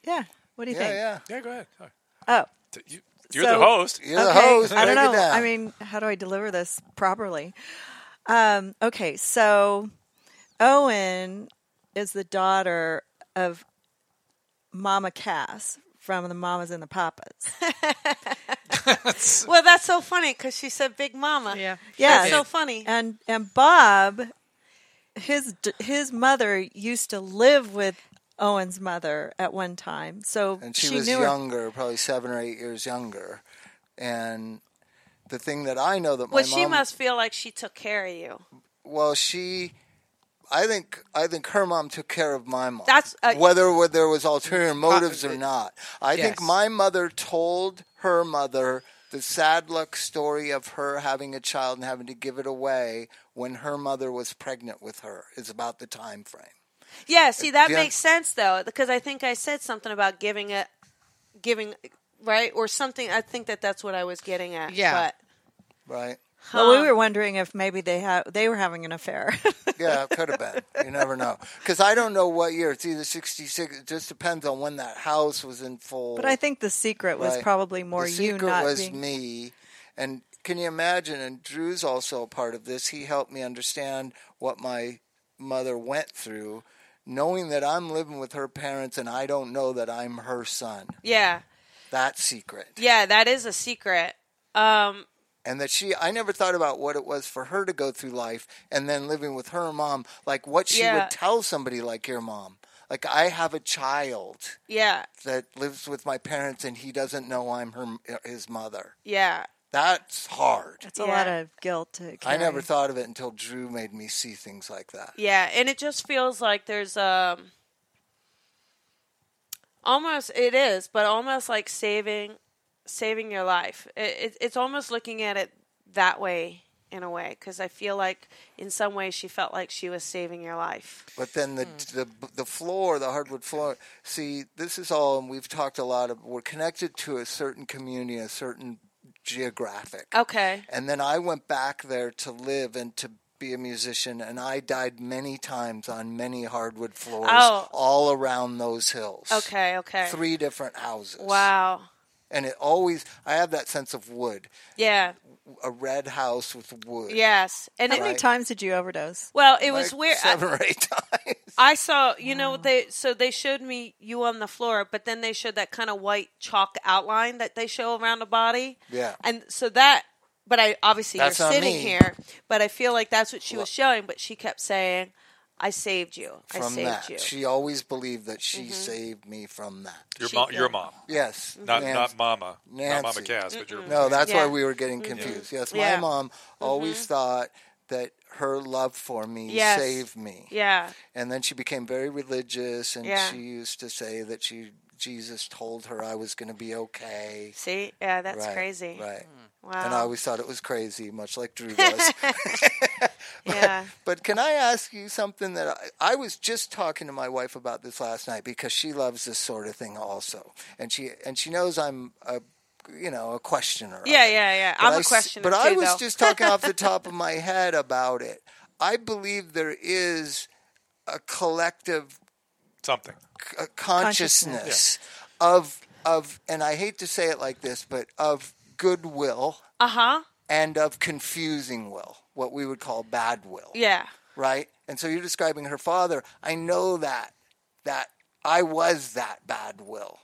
Speaker 2: Yeah. What do you
Speaker 6: Yeah,
Speaker 2: think?
Speaker 6: yeah.
Speaker 4: Yeah, go ahead. All
Speaker 2: Oh.
Speaker 4: right. You- You're
Speaker 2: So-
Speaker 4: the host.
Speaker 6: You're the host.
Speaker 2: I don't
Speaker 6: break
Speaker 2: know.
Speaker 6: it down.
Speaker 2: I mean, how do I deliver this properly? Um, okay, so Owen is the daughter of Mama Cass from the Mamas and the Papas.
Speaker 3: Well, that's so funny because she said Big Mama.
Speaker 5: Yeah.
Speaker 2: Yeah,
Speaker 3: That's so funny.
Speaker 2: and and Bob, his d- his mother used to live with Owen's mother at one time, so
Speaker 6: and she, was
Speaker 2: knew her.
Speaker 6: younger, probably seven or eight years younger. And the thing that I know that my
Speaker 3: Well, she
Speaker 6: mom,
Speaker 3: must feel like she took care of you.
Speaker 6: well, she, I think, I think her mom took care of my mom.
Speaker 3: That's- uh,
Speaker 6: whether whether there was ulterior motives or not. I think
Speaker 5: yes.
Speaker 6: my mother told her mother the sad luck story of her having a child and having to give it away when her mother was pregnant with her. Is about the time frame.
Speaker 3: Yeah. See, that
Speaker 6: Yeah.
Speaker 3: makes sense though, because I think I said something about giving it, giving right or something. I think that that's what I was getting at.
Speaker 5: Yeah.
Speaker 3: But,
Speaker 6: Right?
Speaker 2: Well, we were wondering if maybe they ha- they were having an affair.
Speaker 6: Yeah, it could have been. You never know. Because I don't know what year. It's either 66. It just depends on when that house was in full.
Speaker 2: But I think the secret was
Speaker 6: Right.
Speaker 2: probably more
Speaker 6: the secret
Speaker 2: you not
Speaker 6: was
Speaker 2: being.
Speaker 6: me. And can you imagine? And Drew's also a part of this. He helped me understand what my mother went through, knowing that I'm living with her parents and I don't know that I'm her son.
Speaker 3: yeah.
Speaker 6: That secret.
Speaker 3: Yeah. That is a secret. Um.
Speaker 6: And that she, I never thought about what it was for her to go through life and then living with her mom, like what she
Speaker 3: Yeah.
Speaker 6: would tell somebody like your mom. Like, I have a child.
Speaker 3: Yeah.
Speaker 6: that lives with my parents and he doesn't know I'm her his mother.
Speaker 3: Yeah.
Speaker 6: That's hard.
Speaker 2: It's a lot
Speaker 3: Yeah.
Speaker 2: of guilt. To
Speaker 6: I
Speaker 2: carry.
Speaker 6: never thought of it until Drew made me see things like that.
Speaker 3: Yeah, and it just feels like there's um almost it is, but almost like saving saving your life. It, it, it's almost looking at it that way in a way because I feel like in some way she felt like she was saving your life.
Speaker 6: But then the,
Speaker 3: Hmm.
Speaker 6: the the floor, the hardwood floor. See, this is all, and we've talked a lot of. We're connected to a certain community, a certain geographic.
Speaker 3: Okay.
Speaker 6: And then I went back there to live and to be a musician, and I died many times on many hardwood floors
Speaker 3: Oh.
Speaker 6: all around those hills.
Speaker 3: Okay. Okay.
Speaker 6: Three different houses.
Speaker 3: Wow.
Speaker 6: And it always, I have that sense of wood,
Speaker 3: Yeah.
Speaker 6: a red house with wood.
Speaker 3: Yes. And
Speaker 2: How
Speaker 3: it,
Speaker 2: many times did you overdose?
Speaker 3: well, it was
Speaker 6: Like
Speaker 3: weird. I-
Speaker 6: Seven or eight times.
Speaker 3: I saw, you know, they so they showed me you on the floor, but then they showed that kind of white chalk outline that they show around the body.
Speaker 6: Yeah.
Speaker 3: and so that, but I obviously
Speaker 6: That's
Speaker 3: you're
Speaker 6: on
Speaker 3: sitting
Speaker 6: me.
Speaker 3: here, but I feel like that's what she was showing. But she kept saying, "I saved you. I
Speaker 6: From
Speaker 3: saved
Speaker 6: that.
Speaker 3: you." Mm-hmm.
Speaker 6: She always believed that she saved me from that.
Speaker 4: Your
Speaker 3: She
Speaker 4: mom,
Speaker 3: did.
Speaker 4: your mom,
Speaker 6: Yes.
Speaker 4: not
Speaker 6: Nancy.
Speaker 4: not mama, not mama
Speaker 6: Nancy.
Speaker 4: Cass, but your
Speaker 6: No, that's
Speaker 3: Yeah. Mm-hmm.
Speaker 6: why we were getting confused. Yes, my
Speaker 3: Yeah. Mm-hmm.
Speaker 6: mom always thought that her love for me
Speaker 3: Yes.
Speaker 6: saved me.
Speaker 3: yeah,
Speaker 6: And then she became very religious and
Speaker 3: Yeah.
Speaker 6: she used to say that she Jesus told her I was going to be okay.
Speaker 3: see, yeah, that's
Speaker 6: Right,
Speaker 3: crazy.
Speaker 6: Right.
Speaker 4: Hmm.
Speaker 3: Wow.
Speaker 6: And I always thought it was crazy, much like Drew does.
Speaker 3: yeah.
Speaker 6: But can I ask you something that I, I was just talking to my wife about this last night because she loves this sort of thing also, and she and she knows I'm a you know a questioner.
Speaker 3: yeah, yeah, yeah.
Speaker 6: But
Speaker 3: I'm
Speaker 6: I
Speaker 3: a
Speaker 6: s-
Speaker 3: questioner
Speaker 6: But I
Speaker 3: too,
Speaker 6: was
Speaker 3: though.
Speaker 6: just talking off the top of my head about it. I believe there is a collective
Speaker 4: something.
Speaker 6: c- consciousness of of, and I hate to say it like this, but of goodwill
Speaker 3: Uh huh.
Speaker 6: and of confusing will, what we would call bad will
Speaker 3: Yeah.
Speaker 6: right? And so you're describing her father. I know that that I was that bad will.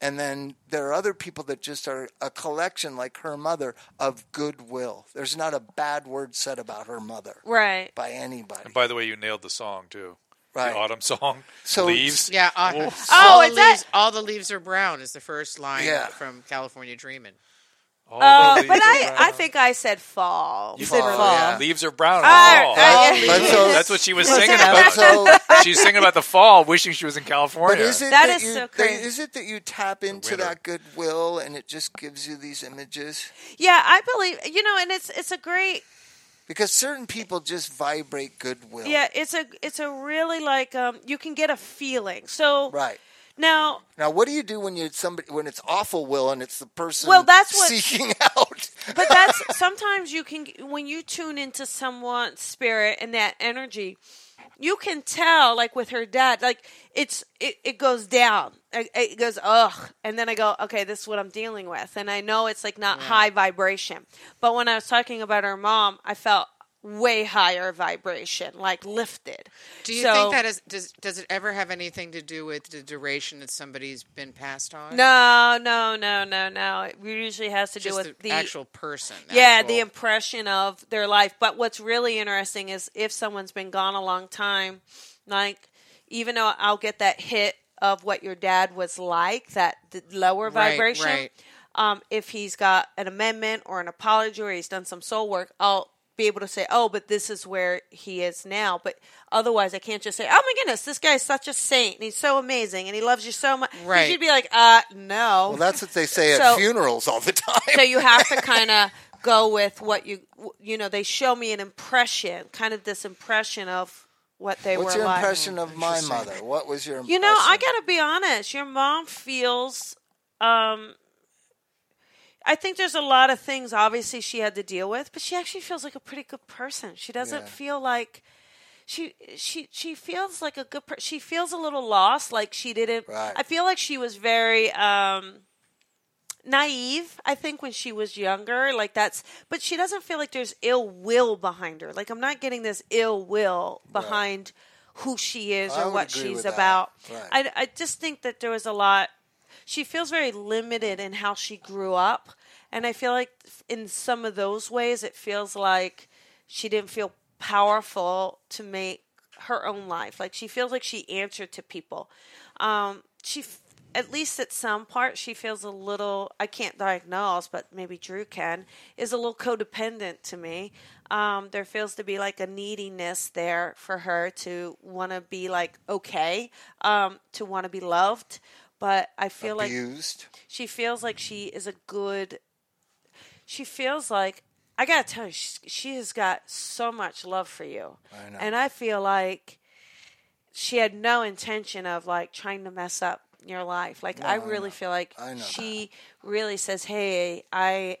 Speaker 6: And then there are other people that just are a collection, like her mother, of goodwill. There's not a bad word said about her mother
Speaker 3: Right.
Speaker 6: by anybody.
Speaker 4: And by the way, you nailed the song too.
Speaker 6: Right.
Speaker 4: The autumn song.
Speaker 6: So-
Speaker 4: leaves.
Speaker 5: Yeah. Uh,
Speaker 4: Oh.
Speaker 5: all,
Speaker 3: is
Speaker 5: the
Speaker 3: that-
Speaker 5: leaves, all the leaves are brown is the first line
Speaker 6: Yeah.
Speaker 5: from California Dreamin'.
Speaker 4: All
Speaker 3: Oh,
Speaker 4: the leaves
Speaker 3: but
Speaker 4: are
Speaker 3: I,
Speaker 4: brown.
Speaker 3: I think I said fall.
Speaker 4: You
Speaker 6: said
Speaker 4: fall.
Speaker 6: fall.
Speaker 4: Yeah. Leaves are brown.
Speaker 3: Ah,
Speaker 4: fall.
Speaker 3: ah, yeah.
Speaker 6: But so-
Speaker 4: That's what she was
Speaker 2: Listen
Speaker 4: singing
Speaker 2: up.
Speaker 6: But
Speaker 4: about.
Speaker 6: so,
Speaker 4: She's singing about the fall, wishing she was in California.
Speaker 6: but is it
Speaker 3: That
Speaker 6: that,
Speaker 3: is
Speaker 6: you,
Speaker 3: so
Speaker 6: that-
Speaker 3: crazy.
Speaker 6: is it that you tap into
Speaker 4: winter.
Speaker 6: that goodwill and it just gives you these images?
Speaker 3: Yeah, I believe you know, and it's it's a great
Speaker 6: Because certain people just vibrate goodwill.
Speaker 3: yeah, it's a it's a really like um you can get a feeling. So
Speaker 6: Right.
Speaker 3: now
Speaker 6: Now, what do you do when you somebody when it's awful will and it's the person
Speaker 3: Well, that's what-
Speaker 6: seeking out?
Speaker 3: but that's sometimes you can when you tune into someone's spirit and that energy, you can tell like with her dad, like it's it, it goes down. It, it goes ugh, and then I go, okay, this is what I'm dealing with, and I know it's like not high vibration. But when I was talking about her mom, I felt way higher vibration, like lifted.
Speaker 5: Do you
Speaker 3: So-
Speaker 5: think that is does does it ever have anything to do with the duration that somebody's been passed on?
Speaker 3: No, no, no, no, no. It usually has to do
Speaker 5: just
Speaker 3: with the,
Speaker 5: the, actual person.
Speaker 3: yeah,
Speaker 5: actual-
Speaker 3: the impression of their life. But what's really interesting is if someone's been gone a long time, like even though I'll get that hit of what your dad was like, that the lower
Speaker 5: Right,
Speaker 3: vibration.
Speaker 5: right.
Speaker 3: Um, if he's got an amendment or an apology or he's done some soul work, I'll be able to say, "Oh, but this is where he is now." But otherwise, I can't just say, "Oh my goodness, this guy's such a saint and he's so amazing and he loves you so much." 'Cause
Speaker 5: Right.
Speaker 3: You'd be like, "Uh, no."
Speaker 6: Well, that's what they say at
Speaker 3: So-
Speaker 6: funerals all the time.
Speaker 3: so you have to kind of go with what you you know they show me an impression kind of this impression of what they
Speaker 6: What's
Speaker 3: were
Speaker 6: your
Speaker 3: like
Speaker 6: impression of my mother? What was your impression?
Speaker 3: you know i gotta be honest your mom feels um i think there's a lot of things obviously she had to deal with but she actually feels like a pretty good person she doesn't
Speaker 6: Yeah.
Speaker 3: feel like she she she feels like a good per- she feels a little lost like she didn't
Speaker 6: Right.
Speaker 3: i feel like she was very um naive i think when she was younger like that's but she doesn't feel like there's ill will behind her like i'm not getting this ill will behind who she is
Speaker 6: I
Speaker 3: or
Speaker 6: would
Speaker 3: what
Speaker 6: agree
Speaker 3: she's
Speaker 6: with that.
Speaker 3: about
Speaker 6: Right.
Speaker 3: I, I just think that there was a lot she feels very limited in how she grew up and i feel like in some of those ways it feels like she didn't feel powerful to make her own life like she feels like she answered to people um she f- at least at some part she feels a little i can't diagnose but maybe drew can is a little codependent to me um, there feels to be like a neediness there for her to want to be like okay um, to want to be loved but i feel like
Speaker 6: abused.
Speaker 3: she feels like she is a good she feels like i gotta tell you she, she has got so much love for you
Speaker 6: I know.
Speaker 3: and i feel like she had no intention of like trying to mess up your life like i really feel like
Speaker 6: I know
Speaker 3: she really says hey i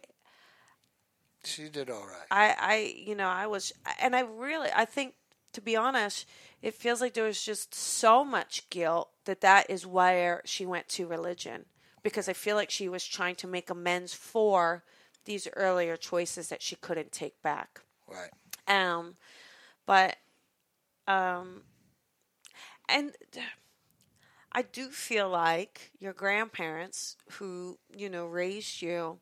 Speaker 6: she did all right.
Speaker 3: I, I, you know, I was, and I really, I think, to be honest, it feels like there was just so much guilt that that is where she went to religion because I feel like she was trying to make amends for these earlier choices that she couldn't take back.
Speaker 6: Right.
Speaker 3: Um, but um, and I do feel like your grandparents who you know raised you.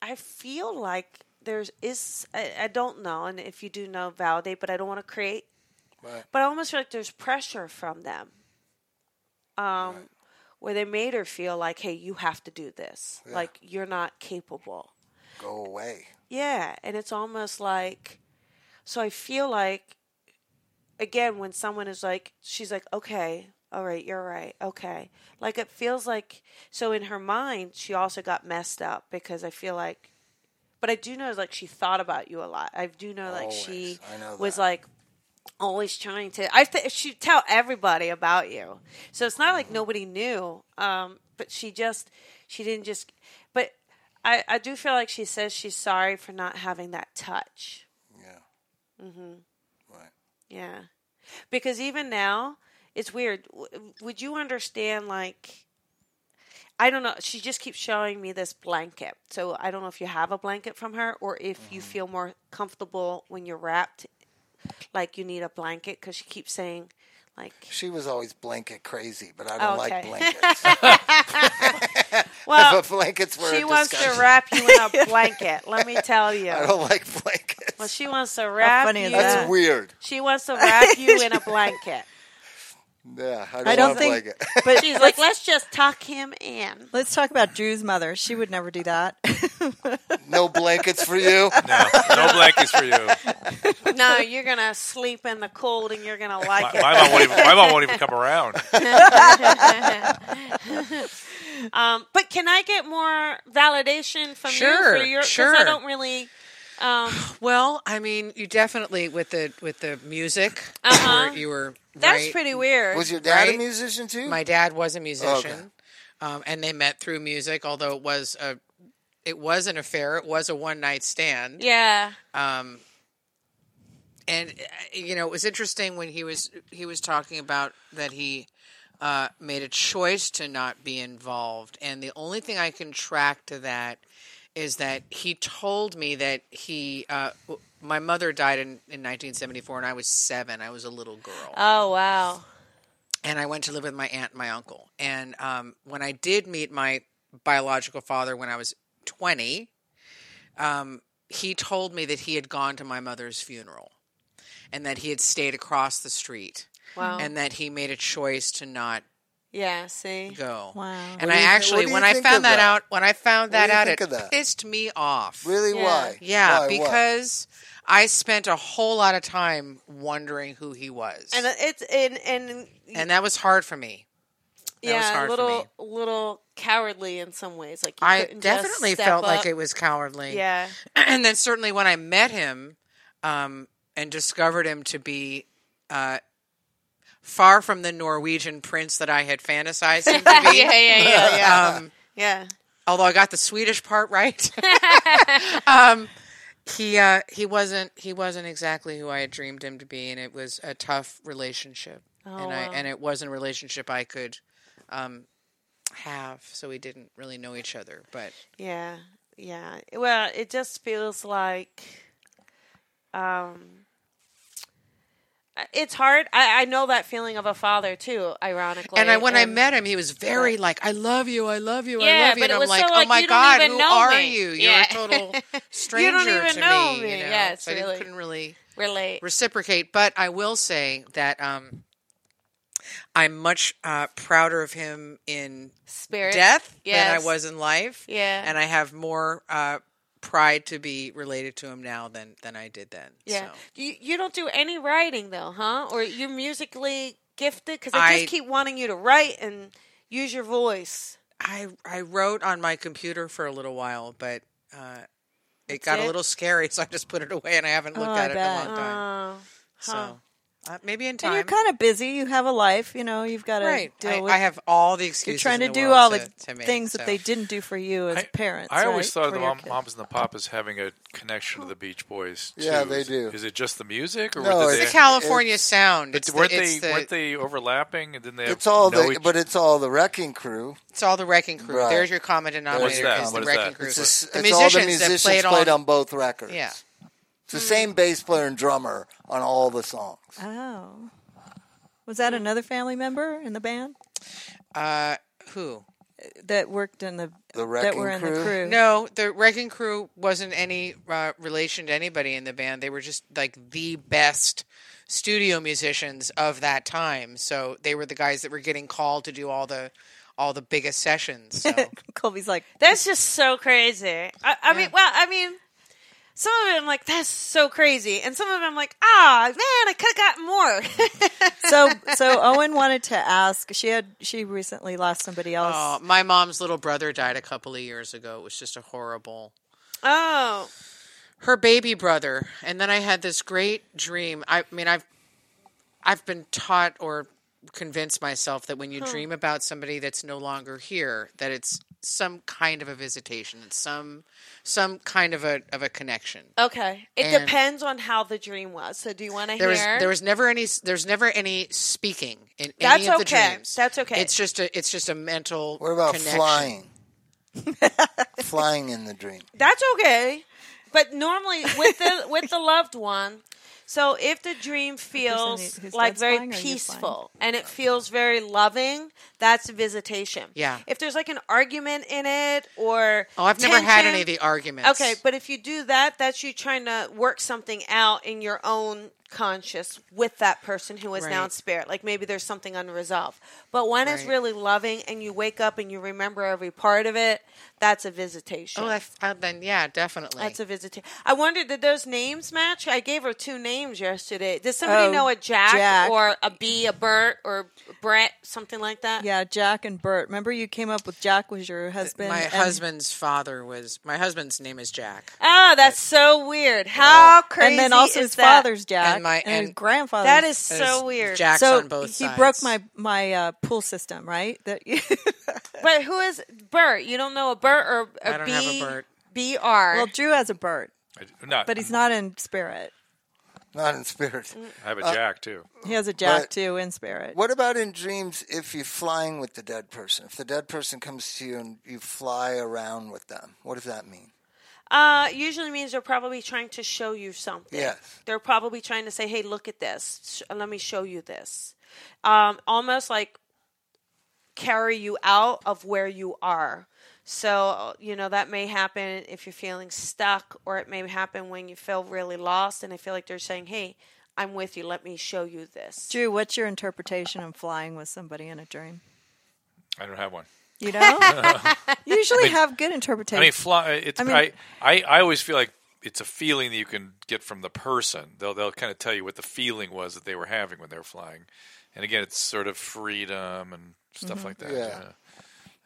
Speaker 3: I feel like there's is I, I don't know, and if you do know, validate. But I don't want to create.
Speaker 6: Right.
Speaker 3: But I almost feel like there's pressure from them. Um. Where they made her feel like, hey, you have to do this. Like, you're not capable.
Speaker 6: Go away.
Speaker 3: Yeah, and it's almost like so I feel like again when someone is like she's like okay, all right, you're right. Okay. Like it feels like so in her mind she also got messed up because I feel like but I do know like she thought about you a lot. I do know like she
Speaker 6: Always. I know
Speaker 3: was
Speaker 6: that.
Speaker 3: like always trying to I th- she tell everybody about you. So it's not
Speaker 6: Mm-hmm.
Speaker 3: like nobody knew. Um but she just she didn't just but I I do feel like she says she's sorry for not having that touch.
Speaker 6: Yeah. Mm-hmm. Right.
Speaker 3: Yeah. Because even now, it's weird. W- Would you understand, like, I don't know. She just keeps showing me this blanket. So I don't know if you have a blanket from her or if you
Speaker 6: Mm-hmm.
Speaker 3: feel more comfortable when you're wrapped, like you need a blanket, because she keeps saying, like,
Speaker 6: She was always blanket crazy, but I don't like
Speaker 3: Okay.
Speaker 6: blankets.
Speaker 3: well,
Speaker 6: but blankets were
Speaker 3: she
Speaker 6: a
Speaker 3: wants to
Speaker 6: discussion.
Speaker 3: wrap you in a blanket. Let me tell you.
Speaker 6: I don't like blankets.
Speaker 3: Well, she wants to wrap
Speaker 2: funny
Speaker 3: you.
Speaker 2: is
Speaker 6: That's
Speaker 2: that?
Speaker 6: weird.
Speaker 3: She wants to wrap you in a blanket.
Speaker 6: Yeah, I don't,
Speaker 2: I don't
Speaker 6: want
Speaker 2: think-
Speaker 6: a blanket.
Speaker 2: But
Speaker 3: She's like, let's just tuck him in.
Speaker 2: let's talk about Drew's mother. She would never do that.
Speaker 6: no blankets for you.
Speaker 4: No, no blankets for you.
Speaker 3: No, you're gonna sleep in the cold and you're gonna like
Speaker 4: My, my mom won't even. My mom won't even come around.
Speaker 3: it. Um, but can I get more validation from
Speaker 5: Sure,
Speaker 3: you for your? 'cause I
Speaker 5: sure.
Speaker 3: don't really. Um,
Speaker 5: Well, I mean, you definitely with the with the music,
Speaker 3: Uh-huh.
Speaker 5: you were, you were
Speaker 3: that's
Speaker 5: right.
Speaker 3: pretty weird.
Speaker 6: Was your dad a
Speaker 5: Right?
Speaker 6: musician too?
Speaker 5: My dad was a musician, um, and they met through music. Although it was a, it was an affair. It was a one night stand.
Speaker 3: yeah.
Speaker 5: Um, and uh, you know, it was interesting when he was he was talking about that he uh, made a choice to not be involved, and the only thing I can track to that is that he told me that he uh, w- my mother died in, in 1974 and i was seven i was a little girl
Speaker 3: Oh wow.
Speaker 5: and I went to live with my aunt and my uncle. And um, when I did meet my biological father when I was 20, um, he told me that he had gone to my mother's funeral and that he had stayed across the street
Speaker 3: Wow.
Speaker 5: and that he made a choice to not
Speaker 3: yeah. See.
Speaker 5: go.
Speaker 2: Wow. What
Speaker 5: And
Speaker 6: do
Speaker 5: I
Speaker 6: you thi- what
Speaker 5: actually,
Speaker 6: do you
Speaker 5: when I
Speaker 6: think of
Speaker 5: found that,
Speaker 6: that?
Speaker 5: out, when I found
Speaker 6: What do
Speaker 5: that
Speaker 6: you
Speaker 5: out,
Speaker 6: think
Speaker 5: it
Speaker 6: of that?
Speaker 5: pissed me off.
Speaker 6: really?
Speaker 3: Yeah.
Speaker 6: Why?
Speaker 5: Yeah,
Speaker 6: Why, why?
Speaker 5: because I spent a whole lot of time wondering who he was.
Speaker 3: And it's and and
Speaker 5: and that was hard for me. That was
Speaker 3: yeah, a
Speaker 5: hard for
Speaker 3: little
Speaker 5: me.
Speaker 3: little cowardly in some ways. Like you
Speaker 5: I
Speaker 3: couldn't just
Speaker 5: definitely
Speaker 3: step
Speaker 5: felt
Speaker 3: up.
Speaker 5: like it was cowardly.
Speaker 3: Yeah.
Speaker 5: And then certainly when I met him um, and discovered him to be uh, far from the Norwegian prince that I had fantasized him to be.
Speaker 3: Yeah. Yeah. Yeah. Yeah.
Speaker 5: Um,
Speaker 3: yeah.
Speaker 5: although I got the Swedish part right. um, he uh, he wasn't he wasn't exactly who I had dreamed him to be, and it was a tough relationship.
Speaker 3: Oh,
Speaker 5: and I and it wasn't a relationship I could um, have, so we didn't really know each other. But
Speaker 3: Yeah, yeah. Well, it just feels like um it's hard. I, I know that feeling of a father too, ironically.
Speaker 5: and I when I met him, he was very like, "I love you, I love you,
Speaker 3: Yeah,
Speaker 5: I love you,"
Speaker 3: but
Speaker 5: and
Speaker 3: it
Speaker 5: I'm
Speaker 3: was
Speaker 5: like,
Speaker 3: so,
Speaker 5: "Oh
Speaker 3: like,
Speaker 5: my
Speaker 3: you don't
Speaker 5: god,
Speaker 3: even
Speaker 5: who
Speaker 3: know
Speaker 5: are
Speaker 3: me."
Speaker 5: you? You're
Speaker 3: Yeah.
Speaker 5: a total stranger
Speaker 3: even
Speaker 5: to
Speaker 3: know
Speaker 5: me."
Speaker 3: me.
Speaker 5: You know?
Speaker 3: Yeah, it's
Speaker 5: so I
Speaker 3: really-
Speaker 5: didn't, couldn't really
Speaker 3: relate.
Speaker 5: reciprocate. But I will say that um, I'm much uh, prouder of him in
Speaker 3: Spirit.
Speaker 5: death than
Speaker 3: Yes.
Speaker 5: I was in life.
Speaker 3: Yeah.
Speaker 5: and I have more uh, pride to be related to him now than than I did then.
Speaker 3: Yeah.
Speaker 5: So.
Speaker 3: You you don't do any writing though, huh? Or you're musically gifted because I,
Speaker 5: I-
Speaker 3: just keep wanting you to write and use your voice.
Speaker 5: I I wrote on my computer for a little while, but uh, it got
Speaker 3: it?
Speaker 5: a little scary, so I just put it away and I haven't looked
Speaker 2: Oh, I
Speaker 5: at it in a
Speaker 2: bet.
Speaker 5: long time.
Speaker 3: Oh,
Speaker 5: so Uh, maybe in
Speaker 2: And
Speaker 5: time.
Speaker 2: you're kind of busy. You have a life. You know, you've got to
Speaker 5: right.
Speaker 2: deal
Speaker 5: I,
Speaker 2: with.
Speaker 5: I have all the
Speaker 2: you're
Speaker 5: excuses.
Speaker 2: trying to
Speaker 5: in the
Speaker 2: do
Speaker 5: world
Speaker 2: all
Speaker 5: to,
Speaker 2: the
Speaker 5: to make,
Speaker 2: things that
Speaker 5: so.
Speaker 2: they didn't do for you as
Speaker 4: I,
Speaker 2: parents.
Speaker 4: I always
Speaker 2: right?
Speaker 4: thought of
Speaker 2: For
Speaker 4: the
Speaker 2: your
Speaker 4: mom,
Speaker 2: kids.
Speaker 4: moms and the papas having a connection to the Beach Boys. Too.
Speaker 6: Yeah, they
Speaker 4: Is it-
Speaker 6: do.
Speaker 4: Is it just the music, or
Speaker 6: No,
Speaker 4: were
Speaker 6: it's
Speaker 4: they,
Speaker 5: The California sound.
Speaker 4: but
Speaker 5: It's,
Speaker 4: weren't
Speaker 5: the,
Speaker 4: they
Speaker 5: it's, the,
Speaker 4: weren't they overlapping? And then they
Speaker 6: It's all
Speaker 4: know
Speaker 6: the,
Speaker 4: each-
Speaker 6: but it's all the wrecking crew.
Speaker 5: it's all the Wrecking Crew.
Speaker 6: Right.
Speaker 5: There's your common denominator.
Speaker 4: What's that?
Speaker 5: Is the
Speaker 4: What is
Speaker 5: Wrecking
Speaker 4: that?
Speaker 5: Crew.
Speaker 6: It's, just-
Speaker 5: the
Speaker 6: it's all
Speaker 5: musicians
Speaker 6: the
Speaker 5: that
Speaker 6: musicians
Speaker 5: played on.
Speaker 6: on both records.
Speaker 5: Yeah. Hmm.
Speaker 6: It's the same bass player and drummer on all the songs.
Speaker 2: Oh, was that another family member in the band
Speaker 5: Uh, who?
Speaker 2: that worked in the,
Speaker 6: The
Speaker 2: that
Speaker 6: Wrecking
Speaker 2: were in the
Speaker 6: Crew?
Speaker 2: crew?
Speaker 5: No, the Wrecking Crew wasn't any uh, relation to anybody in the band. They were just like the best studio musicians of that time. So they were the guys that were getting called to do all the all the biggest sessions. So.
Speaker 2: Colby's like
Speaker 3: That's just so crazy. I, I mean, well, I mean, some of it I'm like, that's so crazy, and some of it I'm like, ah, man, I could have gotten more.
Speaker 2: so. So Owen wanted to ask. She had she recently lost somebody else.
Speaker 5: Uh, my mom's little brother died a couple of years ago. It was just a horrible.
Speaker 3: oh,
Speaker 5: her baby brother and then i had this great dream i mean i've i've been taught or convinced myself that when you dream about somebody that's no longer here that it's some kind of a visitation it's some some kind of a of a connection
Speaker 3: okay. It
Speaker 5: And-
Speaker 3: depends on how the dream was. So, do you want to hear?
Speaker 5: there was there was never any there's never any speaking in
Speaker 3: That's
Speaker 5: any of the
Speaker 3: okay.
Speaker 5: dreams
Speaker 3: That's okay.
Speaker 5: it's just a it's just a mental
Speaker 6: What about
Speaker 5: connection.
Speaker 6: flying? flying in the dream.
Speaker 3: That's okay. But normally with the with the loved one, so if the dream feels
Speaker 2: who- who's
Speaker 3: like
Speaker 2: that's
Speaker 3: very
Speaker 2: flying or you're
Speaker 3: peaceful and it feels very loving, that's a visitation.
Speaker 5: Yeah.
Speaker 3: If there's like an argument in it or
Speaker 5: oh i've never had
Speaker 3: tension-
Speaker 5: any of the arguments
Speaker 3: Okay, but if you do that, that's you trying to work something out in your own conscious with that person who is now in
Speaker 5: Right.
Speaker 3: spirit. Like maybe there's something unresolved. But when it's
Speaker 5: Right.
Speaker 3: really loving and you wake up and you remember every part of it, that's a visitation.
Speaker 5: oh that's, uh, then yeah definitely
Speaker 3: That's a visitation. I wonder did those names match? I gave her two names yesterday. Does somebody
Speaker 2: Oh,
Speaker 3: know a Jack,
Speaker 2: Jack.
Speaker 3: or a B, a Bert, or Brett, something like that?
Speaker 2: yeah, Jack and Bert. Remember you came up with Jack was your husband.
Speaker 5: my
Speaker 2: and-
Speaker 5: husband's father was my husband's name is Jack.
Speaker 3: Oh, that's so weird. How crazy!
Speaker 2: And then also
Speaker 3: is
Speaker 2: his
Speaker 3: that?
Speaker 2: father's Jack
Speaker 5: And my-
Speaker 2: his
Speaker 5: and-
Speaker 2: grandfather's.
Speaker 3: That is
Speaker 5: It
Speaker 3: so
Speaker 5: is
Speaker 3: weird.
Speaker 5: Jack's
Speaker 2: so
Speaker 5: on both
Speaker 2: he
Speaker 5: sides.
Speaker 2: broke my my uh, pool system, right? That
Speaker 3: But who is Bert? You don't know a Bert or a
Speaker 5: I don't have a Bert.
Speaker 3: B-R.
Speaker 2: well, Drew has a Bert,
Speaker 4: I- not,
Speaker 2: but he's not in spirit.
Speaker 6: Not in spirit.
Speaker 5: Mm.
Speaker 4: I
Speaker 2: uh,
Speaker 4: have a Jack too.
Speaker 2: He has a Jack
Speaker 6: But-
Speaker 2: too in spirit.
Speaker 6: What about in dreams if you're flying with the dead person? If the dead person comes to you and you fly around with them, what does that mean?
Speaker 3: uh, usually means they're probably trying to show you something.
Speaker 6: Yes.
Speaker 3: They're probably trying to say, hey, look at this. Sh- Let me show you this. Um, almost like carry you out of where you are. So, you know, that may happen if you're feeling stuck, or it may happen when you feel really lost and I feel like they're saying, hey, I'm with you. Let me show you this.
Speaker 2: Drew, what's your interpretation of flying with somebody in a dream?
Speaker 4: I don't have one.
Speaker 2: You know, you usually have good
Speaker 4: I mean,
Speaker 2: interpretations.
Speaker 4: fly. uh, It's, I,
Speaker 2: I mean-
Speaker 4: I, I, always feel like it's a feeling that you can get from the person. They'll they'll kind of tell you what the feeling was that they were having when they were flying, and again, it's sort of freedom and
Speaker 2: Mm-hmm.
Speaker 4: stuff like that.
Speaker 6: Yeah.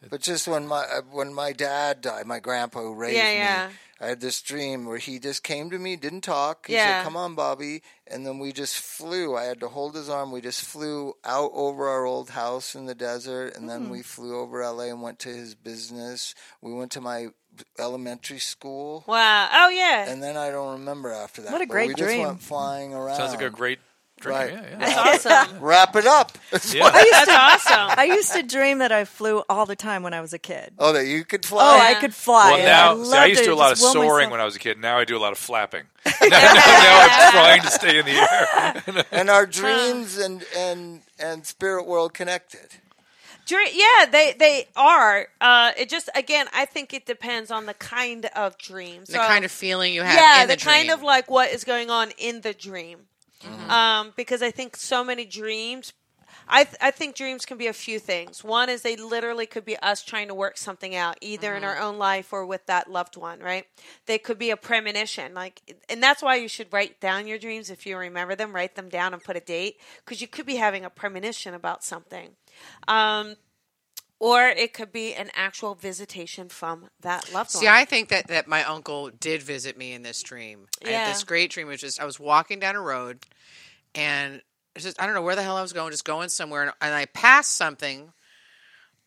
Speaker 6: But just when my uh, when my dad died, my grandpa who raised
Speaker 3: Yeah,
Speaker 6: me,
Speaker 3: yeah.
Speaker 6: I had this dream where he just came to me, didn't talk. He
Speaker 3: Yeah.
Speaker 6: said, "Come on, Bobby," and then we just flew. I had to hold his arm. We just flew out over our old house in the desert, and
Speaker 2: Hmm.
Speaker 6: then we flew over L.A. and went to his business. We went to my elementary school,
Speaker 3: Wow. Oh, yeah.
Speaker 6: and then I don't remember after that.
Speaker 2: What a
Speaker 6: but
Speaker 2: great
Speaker 6: we
Speaker 2: dream.
Speaker 6: just went flying around.
Speaker 4: Sounds like a great dream.
Speaker 6: Um, Right.
Speaker 4: Yeah, yeah.
Speaker 3: That's awesome.
Speaker 6: Wrap it up.
Speaker 4: Yeah.
Speaker 3: That's awesome.
Speaker 2: I used to dream that I flew all the time when I was a kid.
Speaker 6: oh, that you could
Speaker 2: Oh,
Speaker 6: fly.
Speaker 2: I could fly.
Speaker 4: Well,
Speaker 2: and
Speaker 4: now
Speaker 2: I,
Speaker 4: see, I used to do a lot of soaring when I was a kid. Now I do a lot of flapping. now, now I'm trying to stay in the air.
Speaker 6: and our dreams and and and spirit world connected.
Speaker 3: Dre- yeah, they they are. Uh, it just again, I think it depends on the kind of dream.
Speaker 5: the
Speaker 3: So-
Speaker 5: kind of feeling you have.
Speaker 3: yeah,
Speaker 5: in the,
Speaker 3: kind
Speaker 5: dream. Mm-hmm.
Speaker 3: of like what is going on in the dream. Um, because I think so many dreams. I, th- I think dreams can be a few things. One is they literally could be us trying to work something out, either in
Speaker 5: Mm-hmm.
Speaker 3: our own life or with that loved one, right? They could be a premonition, like, and that's why you should write down your dreams if you remember them. Write them down and put a date, because you could be having a premonition about something, um, or it could be an actual visitation from that loved
Speaker 5: See,
Speaker 3: one.
Speaker 5: I think that, that my uncle did visit me in this dream. I
Speaker 3: Yeah.
Speaker 5: had this great dream, which is I was walking down a road, and it's just I don't know where the hell I was going, just going somewhere, and, and I passed something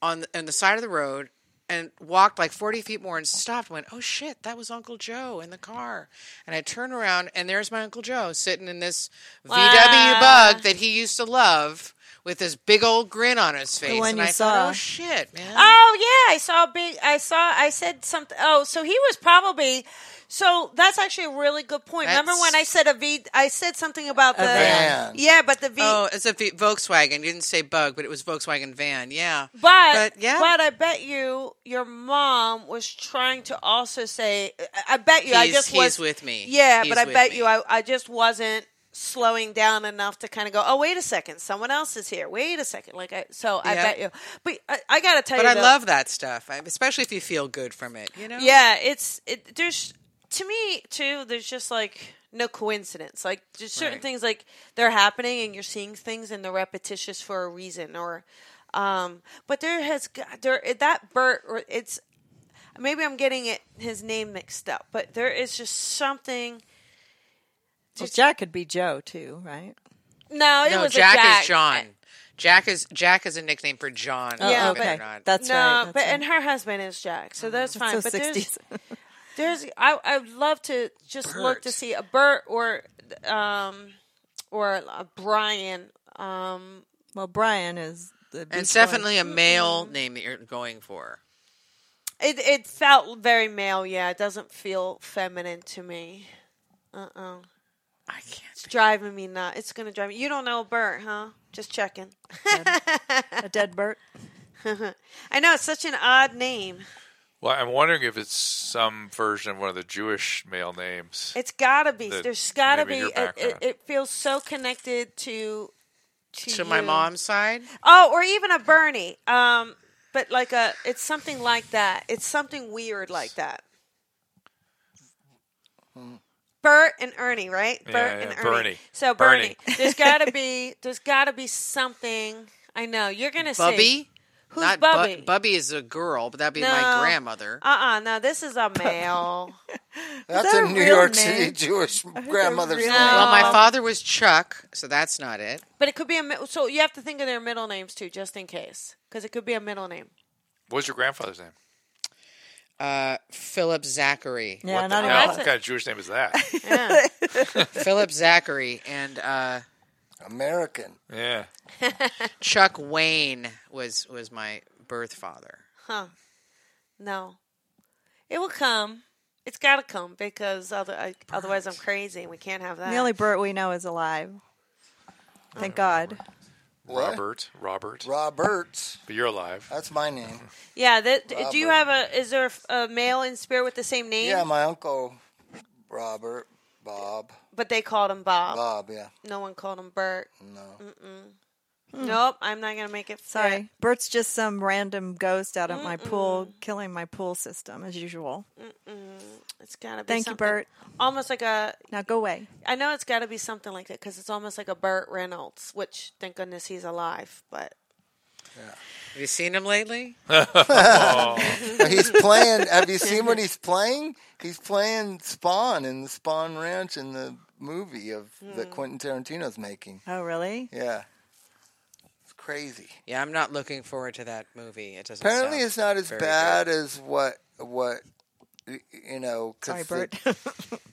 Speaker 5: on the, on the side of the road and walked like 40 feet more and stopped. Went, oh shit, that was Uncle Joe in the car. And I turned around and there's my Uncle Joe sitting in this VW
Speaker 3: Wow.
Speaker 5: bug that he used to love with this big old grin on his face.
Speaker 2: one
Speaker 5: and
Speaker 2: you
Speaker 5: I thought,
Speaker 2: saw.
Speaker 5: oh shit, man.
Speaker 3: Oh yeah, I saw a big. I saw. I said something. Oh, so he was probably. So that's actually a really good point. Remember when I
Speaker 5: That's-
Speaker 3: said a V? I said something about the
Speaker 6: van.
Speaker 3: Yeah, but the V.
Speaker 5: Oh, it's a v- Volkswagen. You didn't say bug, but it was Volkswagen van. Yeah.
Speaker 3: But,
Speaker 5: But, yeah.
Speaker 3: but I bet you your mom was trying to also say I- I bet you I
Speaker 5: He's-
Speaker 3: just
Speaker 5: he's
Speaker 3: was
Speaker 5: with me.
Speaker 3: Yeah,
Speaker 5: He's
Speaker 3: but I
Speaker 5: with
Speaker 3: bet
Speaker 5: me.
Speaker 3: you I, I just wasn't slowing down enough to kind of go, "Oh, wait a second, someone else is here. Wait a second. Like I so I
Speaker 5: Yeah.
Speaker 3: bet you. But I, I got to tell
Speaker 5: But
Speaker 3: you
Speaker 5: I
Speaker 3: though,
Speaker 5: love that stuff, I- especially if you feel good from it. You know.
Speaker 3: Yeah, it's it, there's to me too. There's just like no coincidence. Like there's certain
Speaker 5: Right.
Speaker 3: things like they're happening, and you're seeing things, and they're repetitious for a reason. Or, um, but there has got- there that Bert. Or it's maybe I'm getting it his name mixed up, but there is just something.
Speaker 2: Well, Jack could be Joe too, right?
Speaker 3: No, it
Speaker 5: No,
Speaker 3: was a
Speaker 5: Jack,
Speaker 3: Jack Oh,
Speaker 5: is John. Jack is Jack is a nickname for John.
Speaker 3: Yeah,
Speaker 5: believe it or
Speaker 2: okay,
Speaker 5: not.
Speaker 2: that's
Speaker 3: no,
Speaker 2: right. Mm-hmm.
Speaker 3: but and her husband is Jack, so that's fine.
Speaker 2: so
Speaker 3: Uh, but there's
Speaker 2: sixties.
Speaker 3: There's I I would love to just look
Speaker 5: Bert.
Speaker 3: to see a Bert or um or a Brian. Um
Speaker 2: well, Brian is the Beach
Speaker 5: it's
Speaker 2: Boy.
Speaker 5: definitely a
Speaker 3: Mm-hmm.
Speaker 5: male name that you're going for.
Speaker 3: it it felt very male, yeah. It doesn't feel feminine to me. Uh uh
Speaker 5: I can't.
Speaker 3: It's driving me nuts. It's gonna drive me you don't know Bert, huh? Just checking.
Speaker 2: a dead Bert.
Speaker 3: I know it's such an odd name.
Speaker 4: Well, I'm wondering if it's some version of one of the Jewish male names.
Speaker 3: It's gotta be.
Speaker 4: That
Speaker 3: There's gotta
Speaker 4: maybe
Speaker 3: be
Speaker 4: your
Speaker 3: it, it,
Speaker 4: background.
Speaker 3: it feels so connected to to,
Speaker 5: To my
Speaker 3: you.
Speaker 5: mom's side,
Speaker 3: Oh, or even a Bernie. Um, but like a, it's something like that. It's something weird like that. Bert and Ernie, right?
Speaker 4: Yeah,
Speaker 3: Bert
Speaker 4: yeah,
Speaker 3: and Ernie.
Speaker 4: Bernie.
Speaker 3: So Bernie,
Speaker 4: Bernie.
Speaker 3: there's gotta be, there's gotta be something. I know you're gonna say
Speaker 5: Bubby.
Speaker 3: Who's
Speaker 5: not Bu-
Speaker 3: Bubby?
Speaker 5: Bubby is a girl, but that'd be
Speaker 3: No.
Speaker 5: my grandmother.
Speaker 3: Uh uh no, this is a male.
Speaker 6: That's
Speaker 2: that
Speaker 6: a
Speaker 2: a
Speaker 6: New
Speaker 2: real
Speaker 6: York
Speaker 2: name?
Speaker 6: City Jewish grandmother's
Speaker 2: real-
Speaker 6: name.
Speaker 3: No.
Speaker 5: well, my
Speaker 3: Um,
Speaker 5: father was Chuck, so that's not it.
Speaker 3: but it could be a mi- so you have to think of their middle names too, just in case, because it could be a middle name.
Speaker 4: What was your grandfather's name?
Speaker 5: Uh, Philip Zachary.
Speaker 2: Yeah,
Speaker 4: what
Speaker 2: not
Speaker 4: the
Speaker 2: at
Speaker 4: hell?
Speaker 2: all.
Speaker 4: What kind of Jewish name is that?
Speaker 3: Yeah.
Speaker 5: Philip Zachary and uh,
Speaker 6: American.
Speaker 4: yeah.
Speaker 5: Chuck Wayne was was my birth father.
Speaker 3: No, it will come. It's gotta come because other, I, otherwise I'm crazy and we can't have that.
Speaker 2: The only Bert we know is alive. Thank God.
Speaker 6: What?
Speaker 4: Robert. Robert.
Speaker 6: Roberts.
Speaker 4: But you're alive.
Speaker 6: That's my name.
Speaker 3: Yeah. That, d- do you have
Speaker 6: Robert.
Speaker 3: a? Is there a male in spirit with the same name?
Speaker 6: Yeah, my uncle Robert. Bob.
Speaker 3: but they called him Bob.
Speaker 6: Bob, yeah.
Speaker 3: No one called him Bert.
Speaker 6: No.
Speaker 3: Nope. I'm not gonna make it. fit.
Speaker 2: Hmm. Sorry, Bert's just some random ghost out at my pool, killing my pool system as usual.
Speaker 3: It's gotta be.
Speaker 2: Thank
Speaker 3: something-
Speaker 2: you, Bert.
Speaker 3: Almost like a.
Speaker 2: Now go away.
Speaker 3: I know it's gotta be something like that because it's almost like a Burt Reynolds, which thank goodness he's alive. But
Speaker 5: Have you seen him lately?
Speaker 6: he's playing. Have you seen what he's playing? He's playing Spawn in the Spawn Ranch in the movie of
Speaker 2: Hmm.
Speaker 6: that Quentin Tarantino's making.
Speaker 2: Oh, really?
Speaker 6: Yeah, it's crazy.
Speaker 5: Yeah, I'm not looking forward to that movie. It doesn't.
Speaker 6: Apparently,
Speaker 5: sound
Speaker 6: it's not as
Speaker 5: very
Speaker 6: bad
Speaker 5: good.
Speaker 6: as what what y- you know.
Speaker 2: Sorry,
Speaker 6: Cause
Speaker 2: Bert.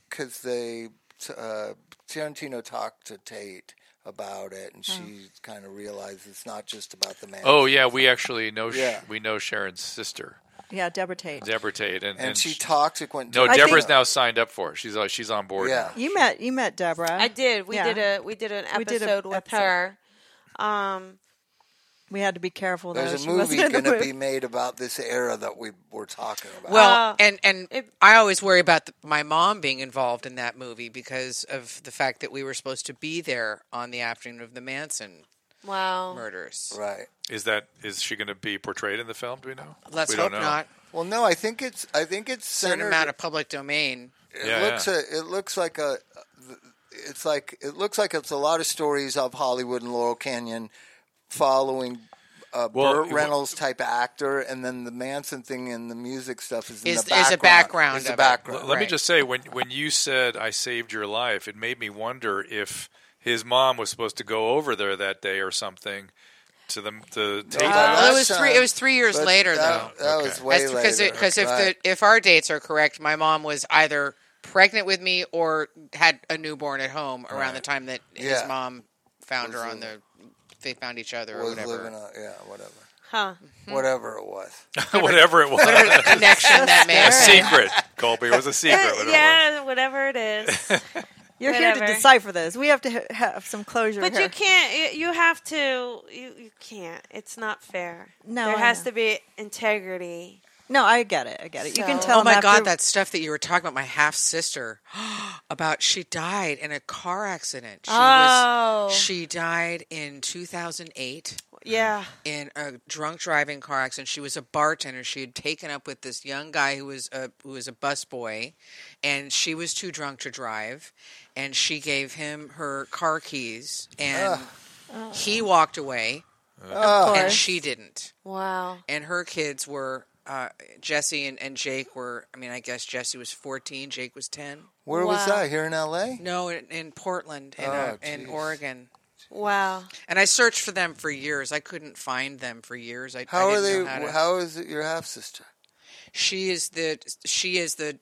Speaker 6: Because they t- uh, Tarantino talked to Tate about it,
Speaker 2: Hmm.
Speaker 6: and she kind of realized it's not just about the man.
Speaker 4: Oh yeah, we actually know.
Speaker 6: Yeah.
Speaker 4: Sh- we know Sharon's sister,
Speaker 2: yeah, Deborah Tate.
Speaker 4: Deborah Tate, and,
Speaker 6: and, she
Speaker 4: sh-
Speaker 6: talked to Quentin.
Speaker 4: no,
Speaker 2: I
Speaker 6: Tarantino.
Speaker 4: Deborah's now signed up for it. She's uh, she's on board.
Speaker 6: Yeah.
Speaker 4: now.
Speaker 2: You met you met Deborah.
Speaker 3: I did. We
Speaker 2: Yeah.
Speaker 3: did a. We did an
Speaker 2: We
Speaker 3: episode
Speaker 2: did a
Speaker 3: with
Speaker 2: episode.
Speaker 3: her. Um.
Speaker 2: We had to be careful. Though.
Speaker 6: There's
Speaker 2: she
Speaker 6: a movie
Speaker 2: wasn't in the
Speaker 6: going to
Speaker 2: movie.
Speaker 6: be made about this era that we were talking about.
Speaker 5: Well,
Speaker 3: Uh,
Speaker 5: and and
Speaker 3: it-
Speaker 5: I always worry about the, my mom being involved in that movie because of the fact that we were supposed to be there on the afternoon of the Manson
Speaker 3: Wow.
Speaker 5: murders.
Speaker 6: right.
Speaker 4: Is that is she going to be portrayed in the film? Do we know?
Speaker 5: Let's
Speaker 4: we
Speaker 5: hope
Speaker 4: don't know.
Speaker 5: not.
Speaker 6: Well, no, I think it's I think it's
Speaker 5: Certain
Speaker 6: centered.
Speaker 5: amount of public domain.
Speaker 6: it
Speaker 4: Yeah,
Speaker 6: looks
Speaker 4: yeah.
Speaker 6: A, it looks like a it's like it looks like it's a lot of stories of Hollywood and Laurel Canyon following a
Speaker 4: Well,
Speaker 6: Burt
Speaker 4: it-
Speaker 6: Reynolds type actor, and then the Manson thing and the music stuff is in
Speaker 5: Is-
Speaker 6: the
Speaker 5: is
Speaker 6: background.
Speaker 5: a background
Speaker 6: Is
Speaker 5: of
Speaker 6: a
Speaker 5: it.
Speaker 6: background.
Speaker 4: Let me
Speaker 5: Right.
Speaker 4: just say when when you said I saved your life, it made me wonder if his mom was supposed to go over there that day or something to the to tape
Speaker 6: Wow.
Speaker 4: out.
Speaker 5: Well, it was
Speaker 6: Last
Speaker 5: three. It
Speaker 6: time,
Speaker 5: was three years
Speaker 6: But
Speaker 5: later, though.
Speaker 6: that, That
Speaker 4: Okay.
Speaker 6: was way later.
Speaker 5: because because if
Speaker 6: Right.
Speaker 5: the if our dates are correct, my mom was either pregnant with me or had a newborn at home around the
Speaker 4: Right.
Speaker 5: time that his
Speaker 6: Yeah.
Speaker 5: mom found
Speaker 6: Was
Speaker 5: her on the.
Speaker 6: living-
Speaker 5: They found each other or
Speaker 6: was
Speaker 5: whatever Hmm.
Speaker 6: living, on, yeah, whatever,
Speaker 3: Huh.
Speaker 6: whatever it was.
Speaker 4: whatever it was.
Speaker 5: connection that
Speaker 4: A
Speaker 5: man.
Speaker 4: secret, Colby. It was a secret. whatever it was.
Speaker 3: yeah, whatever it is.
Speaker 2: You're here to
Speaker 3: Whatever.
Speaker 2: decipher this. We have to ha- have some closure.
Speaker 3: But
Speaker 2: here.
Speaker 3: you can't. You you have to. You, you can't. It's not fair.
Speaker 2: No,
Speaker 3: there
Speaker 2: I
Speaker 3: has
Speaker 2: know.
Speaker 3: to be integrity.
Speaker 2: No, I get it. I get it. You can
Speaker 3: So-
Speaker 2: tell.
Speaker 5: oh my
Speaker 2: them
Speaker 5: god,
Speaker 2: after-
Speaker 5: that stuff that you were talking about, my half sister, about she died in a car accident. She
Speaker 3: Oh,
Speaker 5: was, she died in 2008
Speaker 3: yeah.
Speaker 5: in a drunk driving car accident. She was a bartender. She had taken up with this young guy who was a who was a busboy, and she was too drunk to drive, and she gave him her car keys, and he walked away,
Speaker 6: Ah,
Speaker 5: and she didn't
Speaker 3: Wow.
Speaker 5: and her kids were uh, Jesse and, and Jake were. I mean, I guess Jesse was fourteen, Jake was ten.
Speaker 6: Where was
Speaker 3: Wow.
Speaker 6: that? Here in L.A.
Speaker 5: No, in, in Portland, in,
Speaker 6: Oh,
Speaker 5: uh, in
Speaker 6: geez.
Speaker 5: Oregon.
Speaker 3: Wow.
Speaker 5: And I searched for them for years. I couldn't find them for years. I,
Speaker 6: How
Speaker 5: I
Speaker 6: are
Speaker 5: didn't
Speaker 6: they?
Speaker 5: Know how, to-
Speaker 6: how is it your half sister?
Speaker 5: she is the she is the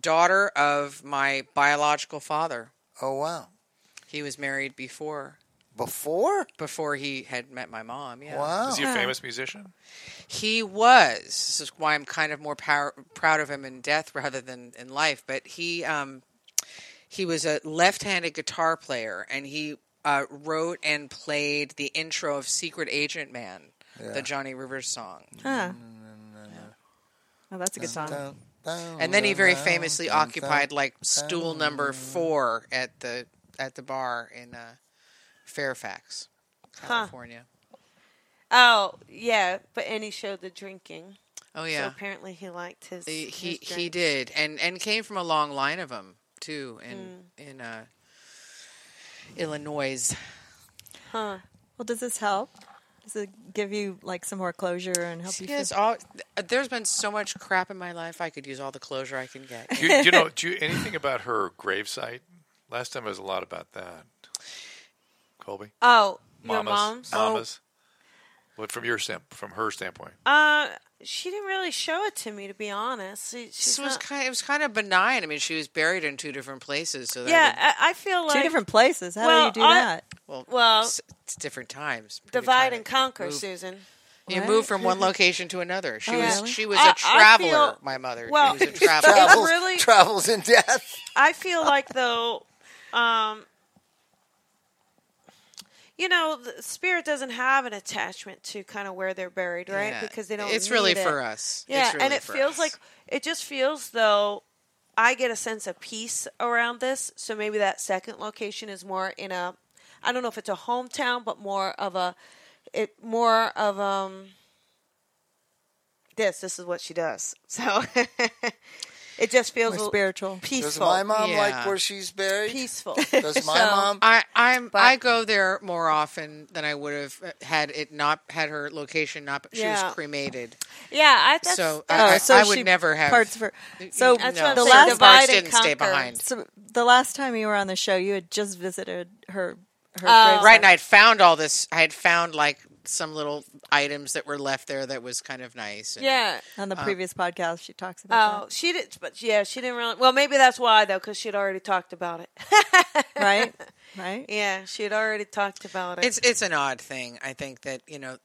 Speaker 5: daughter of my biological father.
Speaker 6: Oh wow!
Speaker 5: He was married before
Speaker 6: Before?
Speaker 5: before he had met my mom. Yeah.
Speaker 6: Wow!
Speaker 4: Is
Speaker 3: Uh-huh.
Speaker 4: he a famous musician?
Speaker 5: He was. This is why I'm kind of more power, proud of him in death rather than in life. But he um, he was a left-handed guitar player, and he uh, wrote and played the intro of "Secret Agent Man," the Johnny Rivers song.
Speaker 2: Huh. Oh, that's a good song.
Speaker 6: Dun, dun,
Speaker 5: And then he
Speaker 6: dun,
Speaker 5: very
Speaker 6: dun,
Speaker 5: famously
Speaker 6: dun, dun.
Speaker 5: occupied like stool number four at the at the bar in uh, Fairfax, California.
Speaker 3: Oh, yeah. But and he showed the drinking.
Speaker 5: Oh
Speaker 3: So
Speaker 5: yeah,
Speaker 3: apparently he liked his.
Speaker 5: he
Speaker 3: his
Speaker 5: he, he
Speaker 3: drink.
Speaker 5: did, and and came from a long line of them too in
Speaker 3: Hmm.
Speaker 5: in uh, Illinois.
Speaker 3: Huh.
Speaker 2: Well, does this help? Does it give you like some more closure and help you? feel-
Speaker 5: Yes, all there's been so much crap in my life. I could use all the closure I can get.
Speaker 4: Do you, do you know do you, anything about her gravesite? Last time there was a lot about that. Colby,
Speaker 3: Oh, your
Speaker 4: mamas,
Speaker 3: mom's. Oh.
Speaker 4: mamas. What from your stamp, from her standpoint?
Speaker 3: Uh, she didn't really show it to me, to be honest. She, she's
Speaker 5: This was
Speaker 3: not-
Speaker 5: kind. It was kind of benign. I mean, she was buried in two different places, so that
Speaker 3: yeah,
Speaker 5: would-
Speaker 3: I, I feel like
Speaker 2: Two different places. How
Speaker 3: Well,
Speaker 2: do you do
Speaker 3: I-
Speaker 2: that?
Speaker 5: well,
Speaker 3: well,
Speaker 5: s- it's different times. Maybe try
Speaker 3: divide
Speaker 5: to
Speaker 3: and conquer,
Speaker 5: move-
Speaker 3: Susan.
Speaker 5: You
Speaker 2: Right?
Speaker 5: move from one location to another. She
Speaker 2: Oh,
Speaker 5: was
Speaker 2: really?
Speaker 5: she was
Speaker 3: I-
Speaker 5: a
Speaker 3: I
Speaker 5: traveler.
Speaker 3: feel-
Speaker 5: my mother.
Speaker 3: well,
Speaker 5: she was a traveler.
Speaker 3: Travel-
Speaker 6: Travels,
Speaker 3: really-
Speaker 6: travels in death.
Speaker 3: I
Speaker 5: Uh,
Speaker 3: feel like though, um, you know, the spirit doesn't have an attachment to kind of where they're buried, right?
Speaker 5: Yeah.
Speaker 3: Because they don't.
Speaker 5: It's really
Speaker 3: need it.
Speaker 5: for us.
Speaker 3: Yeah,
Speaker 5: It's really
Speaker 3: and it
Speaker 5: for
Speaker 3: feels
Speaker 5: us.
Speaker 3: like it just feels though. I get a sense of peace around this, so maybe that second location is more in a. I don't know if it's a hometown, but more of a, it more of um. This this is what she does, so it just feels
Speaker 2: More
Speaker 3: a-
Speaker 2: spiritual.
Speaker 3: peaceful.
Speaker 6: Does my mom like
Speaker 5: Yeah.
Speaker 6: where she's buried?
Speaker 3: peaceful.
Speaker 6: Does my
Speaker 3: So-
Speaker 6: mom?
Speaker 5: I, I'm I go there more often than I would have uh, had it not had her location not. She
Speaker 3: Yeah.
Speaker 5: was cremated,
Speaker 3: yeah, I, that's,
Speaker 5: so
Speaker 3: that-
Speaker 5: I,
Speaker 2: Oh, so
Speaker 5: I would
Speaker 2: she-
Speaker 5: never have
Speaker 2: parts of her. So
Speaker 5: That's
Speaker 3: what
Speaker 2: the last
Speaker 3: I'm saying,
Speaker 5: Those parts
Speaker 3: divide and
Speaker 5: didn't stay
Speaker 3: conquer.
Speaker 5: behind.
Speaker 2: so the last time you were on the show, you had just visited her. Her
Speaker 3: Oh.
Speaker 2: gravesite.
Speaker 5: Right, and I had found all this. I had found like some little items that were left there that was kind of nice. and-
Speaker 3: yeah.
Speaker 2: on the
Speaker 5: Uh-huh.
Speaker 2: previous podcast. She talks
Speaker 3: Oh,
Speaker 2: about
Speaker 3: she did, but yeah, she didn't really. Well, maybe that's why though, because she'd already talked about it.
Speaker 2: that, right, right.
Speaker 3: yeah, she had already talked about it.
Speaker 5: It's it's an odd thing. I think that you know,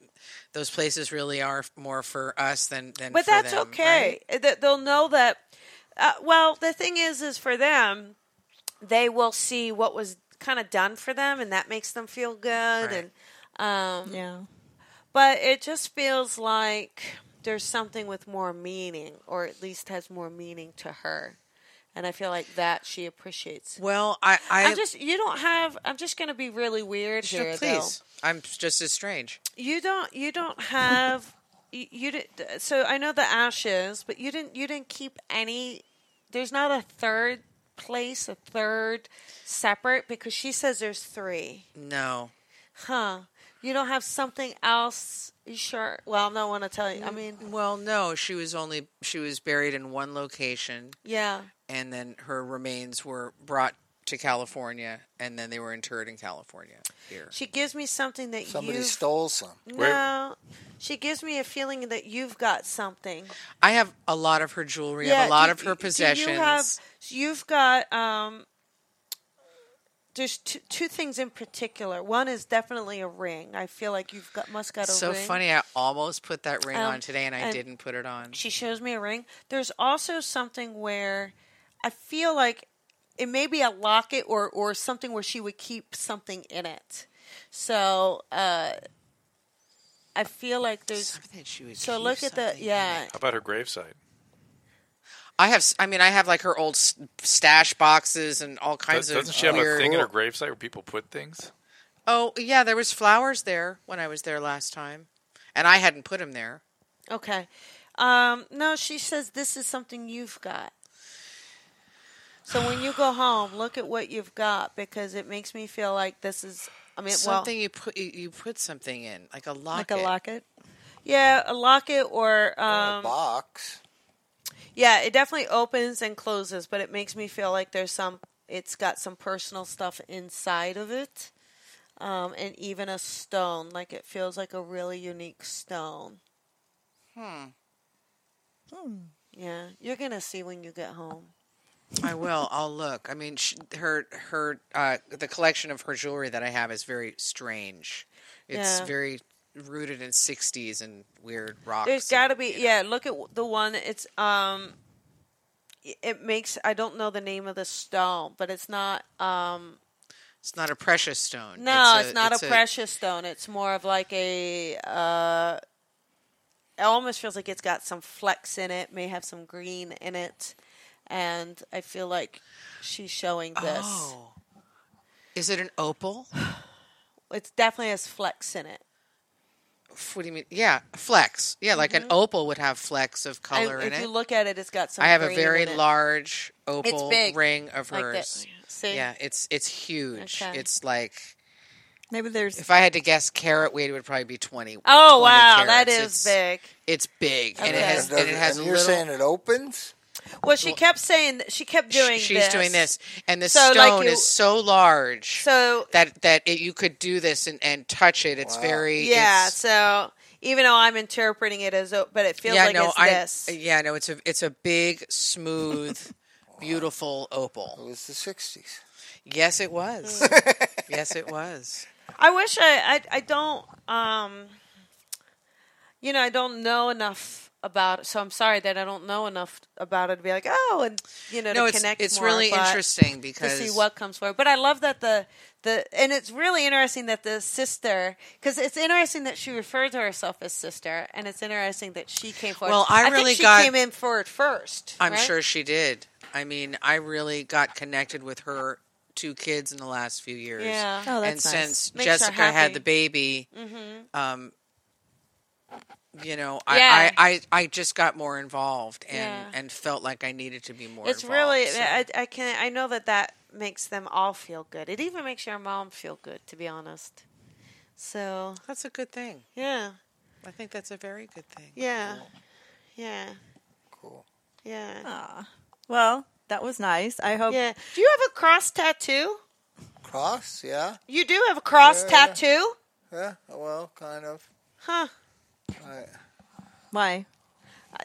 Speaker 5: those places really are more for us than than.
Speaker 3: but
Speaker 5: for
Speaker 3: that's
Speaker 5: them,
Speaker 3: okay.
Speaker 5: right?
Speaker 3: That They'll know that. Uh, well, the thing is, is for them, they will see what was kind of done for them, and that makes them feel good.
Speaker 5: Right.
Speaker 3: And um,
Speaker 2: Yeah.
Speaker 3: but it just feels like there's something with more meaning, or at least has more meaning to her, and I feel like that she appreciates.
Speaker 5: Well, I I
Speaker 3: I'm just you don't have. I'm just going to be really weird
Speaker 5: Sure,
Speaker 3: here,
Speaker 5: please. I'm just as strange.
Speaker 3: though. You don't. You don't have. you, you did. So I know the ashes, but you didn't. You didn't keep any. There's not a third place, a third separate because she says there's three.
Speaker 5: No,
Speaker 3: Huh? You don't have something else. You sure? Well, I'm not want to tell you. I mean,
Speaker 5: well, no. She was only she was buried in one location,
Speaker 3: yeah.
Speaker 5: and then her remains were brought to California, and then they were interred in California here.
Speaker 3: She gives me something that
Speaker 6: Somebody
Speaker 3: you've
Speaker 6: stole some.
Speaker 3: no. She gives me a feeling that you've got something.
Speaker 5: I have a lot of her jewelry. I have a lot
Speaker 3: do-
Speaker 5: of her
Speaker 3: do You have,
Speaker 5: possessions.
Speaker 3: you've got um, there's two, two things in particular. One is definitely a ring. I feel like you've got must got a
Speaker 5: So
Speaker 3: ring.
Speaker 5: funny. I almost put that ring
Speaker 3: Um,
Speaker 5: on today, and I
Speaker 3: and-
Speaker 5: didn't put it on.
Speaker 3: She shows me a ring. There's also something where I feel like it may be a locket or or something where she would keep something in it. So uh, I feel like there's.
Speaker 5: Something she would
Speaker 3: So
Speaker 5: keep,
Speaker 3: look at the
Speaker 5: something in
Speaker 3: yeah.
Speaker 5: it.
Speaker 4: How about her gravesite?
Speaker 5: I have. s- I mean, I have like her old s- stash boxes and all kinds
Speaker 4: Does,
Speaker 5: of.
Speaker 4: doesn't she have a
Speaker 5: weird-
Speaker 4: thing at her gravesite where people put things?
Speaker 5: Oh yeah, there was flowers there when I was there last time, and I hadn't put them there.
Speaker 3: Okay. Um, no, she says this is something you've got. So when you go home, look at what you've got because it makes me feel like this is. I mean,
Speaker 5: something you put you, you put something in, like a
Speaker 3: well, like
Speaker 5: locket.
Speaker 3: a locket. Yeah, a locket or
Speaker 6: A
Speaker 3: um,
Speaker 6: box.
Speaker 3: yeah, it definitely opens and closes, but it makes me feel like there's some. It's got some personal stuff inside of it, um, and even a stone. Like it feels like a really unique stone. Hmm. Yeah, you're gonna see when you get home.
Speaker 5: I will. I'll look. I mean, sh her her uh, the collection of her jewelry that I have is very strange. It's
Speaker 3: Yeah.
Speaker 5: very rooted in '60s and weird rock.
Speaker 3: There's got to be yeah. Look at w- the one. It's um, i- it makes I don't know the name of the stone, but it's not um.
Speaker 5: It's not a precious stone.
Speaker 3: No, it's,
Speaker 5: a-
Speaker 3: not a, precious stone. It's more of like a uh. It almost feels like it's got some flecks in it. May have some green in it, and I feel like she's showing this.
Speaker 5: Oh, is it an opal?
Speaker 3: It's definitely has flecks in it.
Speaker 5: What do you mean? Yeah, flecks. Yeah, like an opal would have flecks of
Speaker 3: And
Speaker 5: color in
Speaker 3: Mm-hmm. if
Speaker 5: it.
Speaker 3: you look at it, it's got some.
Speaker 5: I have a
Speaker 3: green
Speaker 5: very
Speaker 3: in it.
Speaker 5: large opal
Speaker 3: big,
Speaker 5: ring of
Speaker 3: like that.
Speaker 5: hers.
Speaker 3: See?
Speaker 5: Yeah, it's it's huge.
Speaker 3: Okay.
Speaker 5: It's like
Speaker 2: Maybe there's
Speaker 5: if I had to guess carat weight, it would probably be twenty.
Speaker 3: Oh
Speaker 5: 20
Speaker 3: wow, that
Speaker 5: carats.
Speaker 3: is
Speaker 5: It's-
Speaker 3: big.
Speaker 5: It's big, and it
Speaker 3: Okay.
Speaker 5: has
Speaker 6: does
Speaker 5: and it has
Speaker 6: and
Speaker 5: a
Speaker 6: you're
Speaker 5: little.
Speaker 6: saying it opens?
Speaker 3: Well, she kept saying that she kept
Speaker 5: sh-
Speaker 3: doing.
Speaker 5: she's doing this, and the
Speaker 3: So, like,
Speaker 5: stone
Speaker 3: you-
Speaker 5: is so large
Speaker 3: So
Speaker 5: that that it, you could do this and, and touch it. It's very
Speaker 3: yeah.
Speaker 5: it's-
Speaker 3: So even though I'm interpreting it as, o- but it feels like it's this.
Speaker 5: Yeah, no, it's a it's a big, smooth, beautiful
Speaker 6: It
Speaker 5: opal.
Speaker 6: was the 60s.
Speaker 5: Yes, it was. yes, it was.
Speaker 3: I wish I, I I don't um. You know, I don't know enough about it, so I'm sorry that I don't know enough about it to be like, oh, and you know,
Speaker 5: No,
Speaker 3: to
Speaker 5: it's
Speaker 3: connect.
Speaker 5: it's
Speaker 3: more,
Speaker 5: really
Speaker 3: but-
Speaker 5: interesting
Speaker 3: to
Speaker 5: because
Speaker 3: see what comes forward. But I love that the the and it's really interesting that the sister because it's interesting that she referred to herself as sister, and it's interesting that she came forward.
Speaker 5: Well, I
Speaker 3: think
Speaker 5: really
Speaker 3: she
Speaker 5: got-
Speaker 3: came in forward first.
Speaker 5: I'm
Speaker 3: right?
Speaker 5: sure she did. I mean, I really got connected with her two kids in the last few years.
Speaker 3: Yeah.
Speaker 2: Oh, that's
Speaker 5: and
Speaker 2: nice.
Speaker 5: since
Speaker 3: Makes her
Speaker 5: Jessica had
Speaker 3: happy. Mm-hmm.
Speaker 5: the baby, um, you know, I,
Speaker 3: Yeah.
Speaker 5: I, I, I just got more involved and,
Speaker 3: Yeah.
Speaker 5: and felt like I needed to be more.
Speaker 3: it's
Speaker 5: involved,
Speaker 3: really
Speaker 5: so-
Speaker 3: I, I can I know that that makes them all feel good. It even makes your mom feel good, to be honest. So
Speaker 5: that's a good thing.
Speaker 3: yeah,
Speaker 5: I think that's a very good thing.
Speaker 3: yeah, yeah,
Speaker 6: Cool.
Speaker 3: yeah.
Speaker 2: well, that was nice. I hope
Speaker 3: Yeah. Do you have a cross tattoo?
Speaker 6: Cross, yeah?
Speaker 3: You do have a cross
Speaker 6: Yeah, yeah.
Speaker 3: tattoo?
Speaker 6: Yeah, well, kind of.
Speaker 3: Huh.
Speaker 6: I,
Speaker 2: why.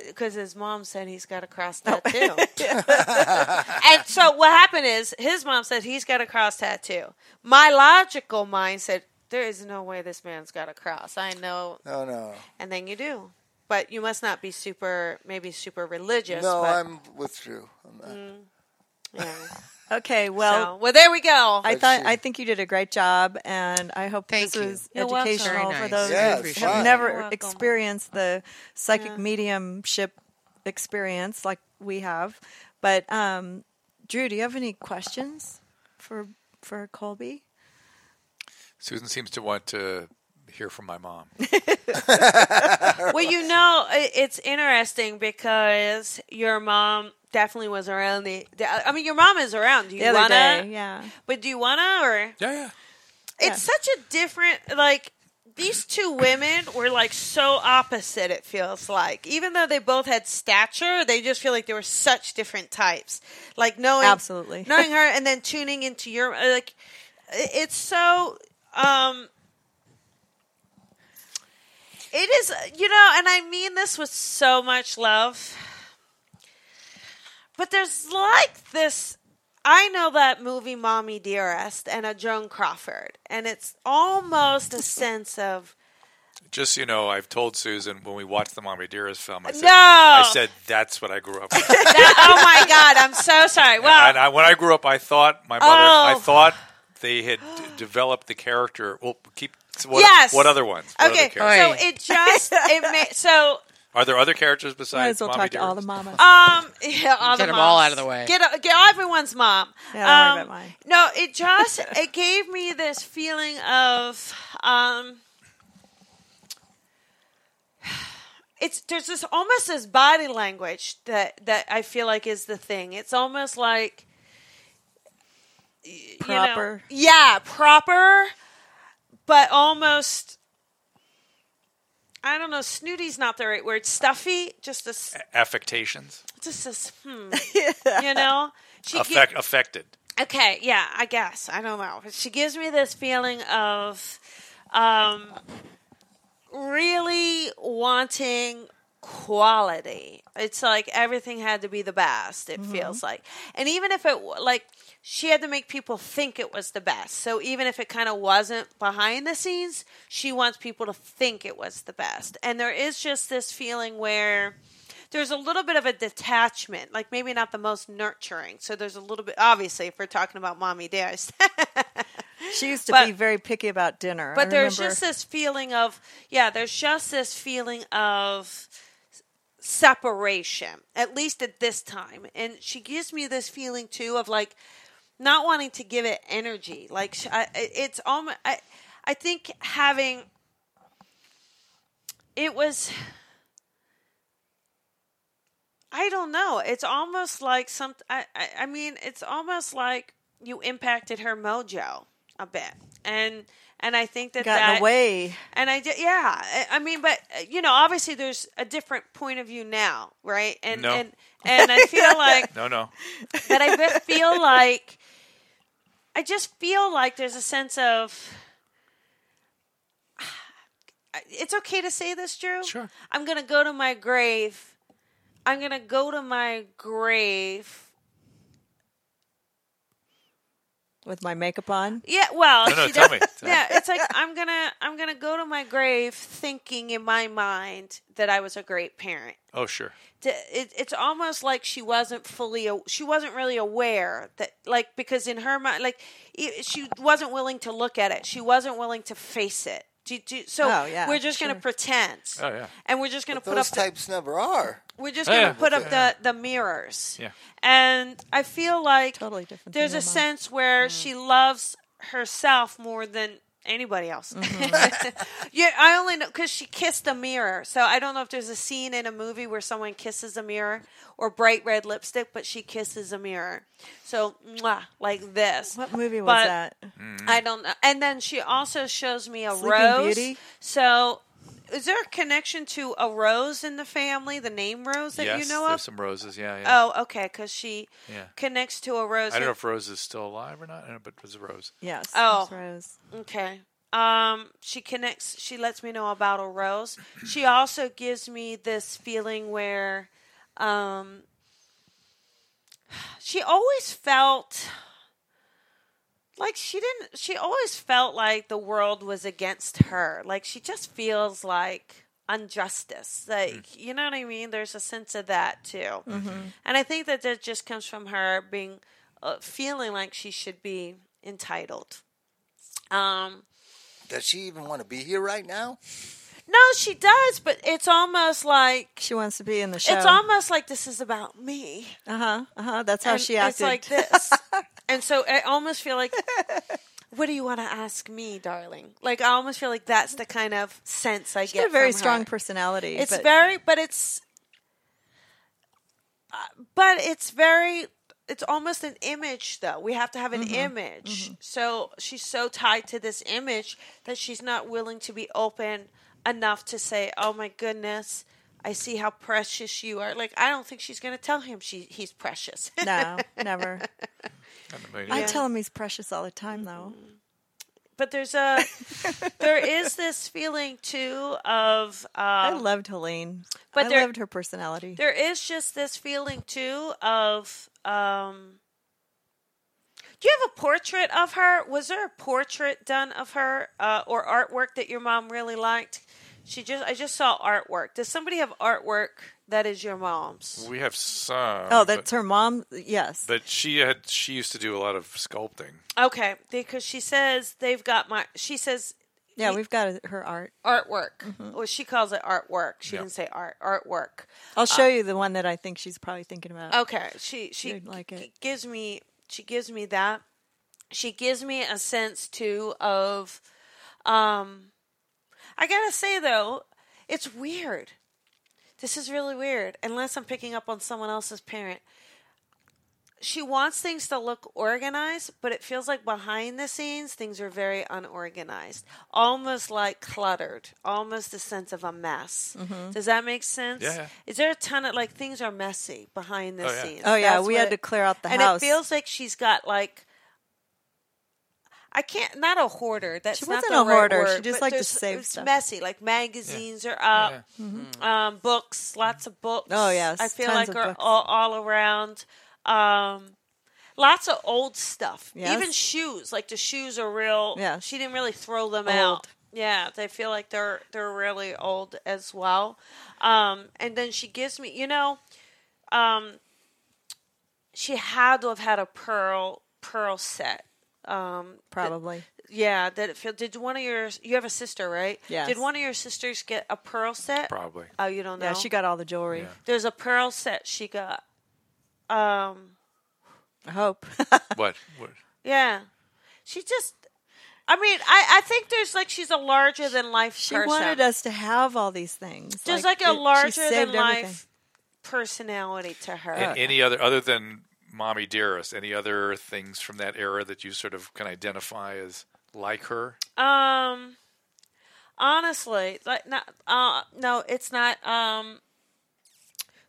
Speaker 3: because his mom said he's got a cross tattoo. and so what happened is his mom said he's got a cross tattoo. My logical mind said there is no way this man's got a cross. I know,
Speaker 6: no, no.
Speaker 3: and then you do, but you must not be super, maybe super religious.
Speaker 6: no,
Speaker 3: but, Mm,
Speaker 6: I'm with Drew. on that.
Speaker 3: Yeah.
Speaker 2: Okay, well,
Speaker 3: So, well, there we go.
Speaker 2: I
Speaker 6: Let's
Speaker 2: thought
Speaker 6: see.
Speaker 2: I think you did a great job, and I hope
Speaker 5: Thank
Speaker 2: this
Speaker 5: you.
Speaker 2: was
Speaker 3: You're welcome.
Speaker 2: educational
Speaker 5: Very
Speaker 2: for
Speaker 5: nice.
Speaker 2: those
Speaker 6: Yeah,
Speaker 2: who
Speaker 6: it's
Speaker 2: have
Speaker 6: fun.
Speaker 2: never
Speaker 3: You're welcome.
Speaker 2: experienced the psychic
Speaker 3: Yeah.
Speaker 2: mediumship experience like we have. But um, Drew, do you have any questions for for Colby?
Speaker 4: Susan seems to want to hear from my mom.
Speaker 3: well, you know, i- it's interesting because your mom definitely was around the. the- I mean, your mom is around. Do you
Speaker 2: The other
Speaker 3: wanna?
Speaker 2: day, yeah.
Speaker 3: But do you wanna or?
Speaker 4: Yeah, yeah.
Speaker 3: It's such a different like these two women were like so opposite it feels like even though they both had stature they just feel like they were such different types like knowing
Speaker 2: Absolutely.
Speaker 3: knowing her and then tuning into your like it- it's so um it is you know and i mean this with so much love but there's like this I know that movie Mommy Dearest and a Joan Crawford and it's almost a sense of
Speaker 4: Just so you know, I've told Susan when we watched the Mommy Dearest film, I said,
Speaker 3: No.
Speaker 4: I said that's what I grew up with.
Speaker 3: that, oh my god, I'm so sorry. Well,
Speaker 4: and I, when I grew up, I thought my mother, I
Speaker 3: Oh.
Speaker 4: thought they had d- developed the character. Well, keep what,
Speaker 3: Yes.
Speaker 4: what other ones? What
Speaker 3: okay,
Speaker 4: other characters?
Speaker 3: so it just it made so
Speaker 4: Are there other characters
Speaker 2: Might as
Speaker 4: besides
Speaker 2: well
Speaker 4: Mommy
Speaker 2: talk to all the
Speaker 4: Dearest?
Speaker 2: mamas.
Speaker 3: Um, yeah, all
Speaker 5: Get
Speaker 3: the
Speaker 5: 'em all
Speaker 3: moms.
Speaker 5: out of the way.
Speaker 3: Get get everyone's mom.
Speaker 2: Yeah, don't worry
Speaker 3: Um,
Speaker 2: about mine.
Speaker 3: No, it just it gave me this feeling of um. It's there's this almost this body language that that I feel like is the thing. It's almost like y- you know-
Speaker 2: Proper.
Speaker 3: yeah, proper, but almost. I don't know. Snooty's not the right word. Stuffy, just a s-
Speaker 4: Affectations,
Speaker 3: just as hmm, you know. She gi-
Speaker 4: Affect, affected.
Speaker 3: okay, yeah, I guess I don't know. But She gives me this feeling of um, really wanting quality. It's like everything had to be the best. It feels like, and even if it w- like she had to make people think it was the best. So even if it kind of wasn't behind the scenes, she wants people to think it was the best. And there is just this feeling where there's a little bit of a detachment, like maybe not the most nurturing. So there's a little bit, obviously, if we're talking about mommy dares,
Speaker 2: She used to
Speaker 3: But-
Speaker 2: be very picky about dinner. I
Speaker 3: but there's
Speaker 2: remember-
Speaker 3: just this feeling of, yeah, there's just this feeling of separation, at least at this time. And she gives me this feeling too of like not wanting to give it energy. Like sh- I, I- it's almost, I, I think having, it was, I don't know. It's almost like some. I, I, I mean, it's almost like you impacted her mojo a bit, and and I think that
Speaker 2: got in
Speaker 3: that
Speaker 2: the way.
Speaker 3: and I did, yeah. I, I mean, but uh, you know, obviously, there's a different point of view now, right? And
Speaker 4: No.
Speaker 3: and and I feel like
Speaker 4: No, no.
Speaker 3: but I be- feel like I just feel like there's a sense of it's okay to say this, Drew.
Speaker 4: Sure.
Speaker 3: I'm gonna go to my grave. I'm gonna go to my grave.
Speaker 2: with my makeup on.
Speaker 3: Yeah, well,
Speaker 4: No, no,
Speaker 3: she
Speaker 4: tell
Speaker 3: does-
Speaker 4: me, tell me.
Speaker 3: yeah, it's like I'm gonna I'm gonna go to my grave thinking in my mind that I was a great parent.
Speaker 4: Oh, sure.
Speaker 3: to- it, it's almost like she wasn't fully a- she wasn't really aware that like because in her mind like e- she wasn't willing to look at it she wasn't willing to face it do, you- do, you- so
Speaker 2: Oh, yeah,
Speaker 3: we're just gonna
Speaker 2: sure.
Speaker 3: pretend
Speaker 4: Oh, yeah.
Speaker 3: and we're just gonna put up
Speaker 6: Those
Speaker 3: the,
Speaker 6: types never are.
Speaker 3: we're just
Speaker 4: Oh,
Speaker 3: gonna
Speaker 4: yeah.
Speaker 3: put up the the mirrors
Speaker 4: Yeah.
Speaker 3: and i feel like
Speaker 2: Totally different
Speaker 3: there's a
Speaker 2: than your mom.
Speaker 3: sense where she loves herself more than anybody else.
Speaker 2: Mm-hmm.
Speaker 3: yeah, I only know because she kissed a mirror. So I don't know if there's a scene in a movie where someone kisses a mirror or bright red lipstick, but she kisses a mirror. So mwah, like this.
Speaker 2: What movie was
Speaker 3: But
Speaker 2: that?
Speaker 3: I don't know. And then she also shows me a
Speaker 2: Sleeping
Speaker 3: rose.
Speaker 2: Beauty?
Speaker 3: So. Is there a connection to a rose in the family? The name Rose that
Speaker 4: yes,
Speaker 3: you know
Speaker 4: there's
Speaker 3: of?
Speaker 4: some roses. Yeah, yeah.
Speaker 3: oh, okay, because she
Speaker 4: Yeah.
Speaker 3: connects to a rose.
Speaker 4: I don't
Speaker 3: in-
Speaker 4: know if Rose is still alive or not, I don't know, but it was a Rose.
Speaker 2: Yes.
Speaker 3: Oh.
Speaker 2: Miss Rose.
Speaker 3: Okay. Um, she connects. She lets me know about a rose. She also gives me this feeling where, um, she always felt like she didn't. She always felt like the world was against her. Like she just feels like injustice. Like you know what I mean. There's a sense of that too, and I think that that just comes from her being uh, feeling like she should be entitled. Um,
Speaker 6: Does she even want to be here right now?
Speaker 3: no, she does, but it's almost like
Speaker 2: She wants to be in the show.
Speaker 3: it's almost like this is about me.
Speaker 2: Uh huh. Uh huh. That's how
Speaker 3: And
Speaker 2: she acted.
Speaker 3: It's like this, and so I almost feel like, what do you want to ask me, darling? Like I almost feel like that's the kind of sense I
Speaker 2: She
Speaker 3: get.
Speaker 2: had a very
Speaker 3: from her.
Speaker 2: strong personality.
Speaker 3: It's
Speaker 2: but
Speaker 3: very, but it's, uh, but it's very. it's almost an image though. We have to have an image. So she's so tied to this image that she's not willing to be open enough to say, "Oh my goodness, I see how precious you are." Like I don't think she's going to tell him she he's precious.
Speaker 2: No, never.
Speaker 4: Not in a million
Speaker 2: I
Speaker 4: years.
Speaker 2: tell him he's precious all the time, though.
Speaker 3: but there's a there is this feeling too of
Speaker 2: I
Speaker 3: um,
Speaker 2: loved Helene, but
Speaker 3: But
Speaker 2: I
Speaker 3: there-
Speaker 2: loved her personality.
Speaker 3: there is just this feeling too of um do you have a portrait of her was there a portrait done of her uh, or artwork that your mom really liked she just i just saw artwork does somebody have artwork that is your mom's
Speaker 4: we have some.
Speaker 2: Oh,
Speaker 4: but-
Speaker 2: that's her mom. Yes,
Speaker 4: But she had she used to do a lot of sculpting.
Speaker 3: okay because she says they've got my she says
Speaker 2: yeah, we've got her art.
Speaker 3: artwork well she calls it artwork she
Speaker 4: Yeah.
Speaker 3: didn't say art artwork
Speaker 2: I'll show you the one that I think she's probably thinking about.
Speaker 3: Okay, she she
Speaker 2: You'd like
Speaker 3: g-
Speaker 2: it.
Speaker 3: gives me she gives me that. She gives me a sense too of um I got to say though, it's weird. This is really weird unless I'm picking up on someone else's parent. She wants things to look organized, but it feels like behind the scenes things are very unorganized, almost like cluttered, almost a sense of a mess.
Speaker 2: Mm-hmm.
Speaker 3: Does that make sense?
Speaker 4: Yeah, yeah.
Speaker 3: Is there a ton of like things are messy behind the
Speaker 4: Oh, yeah.
Speaker 3: scenes?
Speaker 2: Oh yeah,
Speaker 3: That's
Speaker 2: we
Speaker 3: what
Speaker 2: had
Speaker 3: it-
Speaker 2: to clear out the
Speaker 3: and
Speaker 2: house.
Speaker 3: it feels like she's got like I can't not a hoarder. That's
Speaker 2: She
Speaker 3: not
Speaker 2: wasn't
Speaker 3: the
Speaker 2: a
Speaker 3: right
Speaker 2: hoarder.
Speaker 3: word,
Speaker 2: She just
Speaker 3: but
Speaker 2: liked to
Speaker 3: there's-
Speaker 2: save
Speaker 3: it's
Speaker 2: stuff. Mm-hmm.
Speaker 3: messy. Like magazines are up,
Speaker 4: Mm-hmm.
Speaker 3: um, books, lots of books.
Speaker 2: Oh, yes,
Speaker 3: I feel
Speaker 2: tons
Speaker 3: like
Speaker 2: of
Speaker 3: are
Speaker 2: books.
Speaker 3: all, all around. Um, lots of old stuff.
Speaker 2: Yes.
Speaker 3: Even shoes. Like the shoes are real.
Speaker 2: Yes.
Speaker 3: she didn't really throw them
Speaker 2: Old.
Speaker 3: out. Yeah, they feel like they're they're really old as well. Um, and then she gives me, you know um, she had to have had a pearl pearl set. Um,
Speaker 2: probably.
Speaker 3: yeah, that it feel, did one of your you have a sister, right?
Speaker 2: Yes.
Speaker 3: Did one of your sisters get a pearl set?
Speaker 4: Probably.
Speaker 3: Oh, you don't know.
Speaker 2: Yeah, she got all the jewelry.
Speaker 3: There's a pearl set she got. Um,
Speaker 2: I hope.
Speaker 4: What? what?
Speaker 3: yeah, she just. I mean, I, I think there's like she's a larger than life
Speaker 2: she
Speaker 3: person.
Speaker 2: wanted us to have all these things.
Speaker 3: There's like,
Speaker 2: it-
Speaker 3: a
Speaker 2: she
Speaker 3: larger
Speaker 2: saved
Speaker 3: than
Speaker 2: everything.
Speaker 3: life personality to her.
Speaker 2: Uh.
Speaker 4: And any other other than Mommy Dearest? Any other things from that era that you sort of can identify as like her?
Speaker 3: Um, honestly, like not. Uh, no, it's not. Um,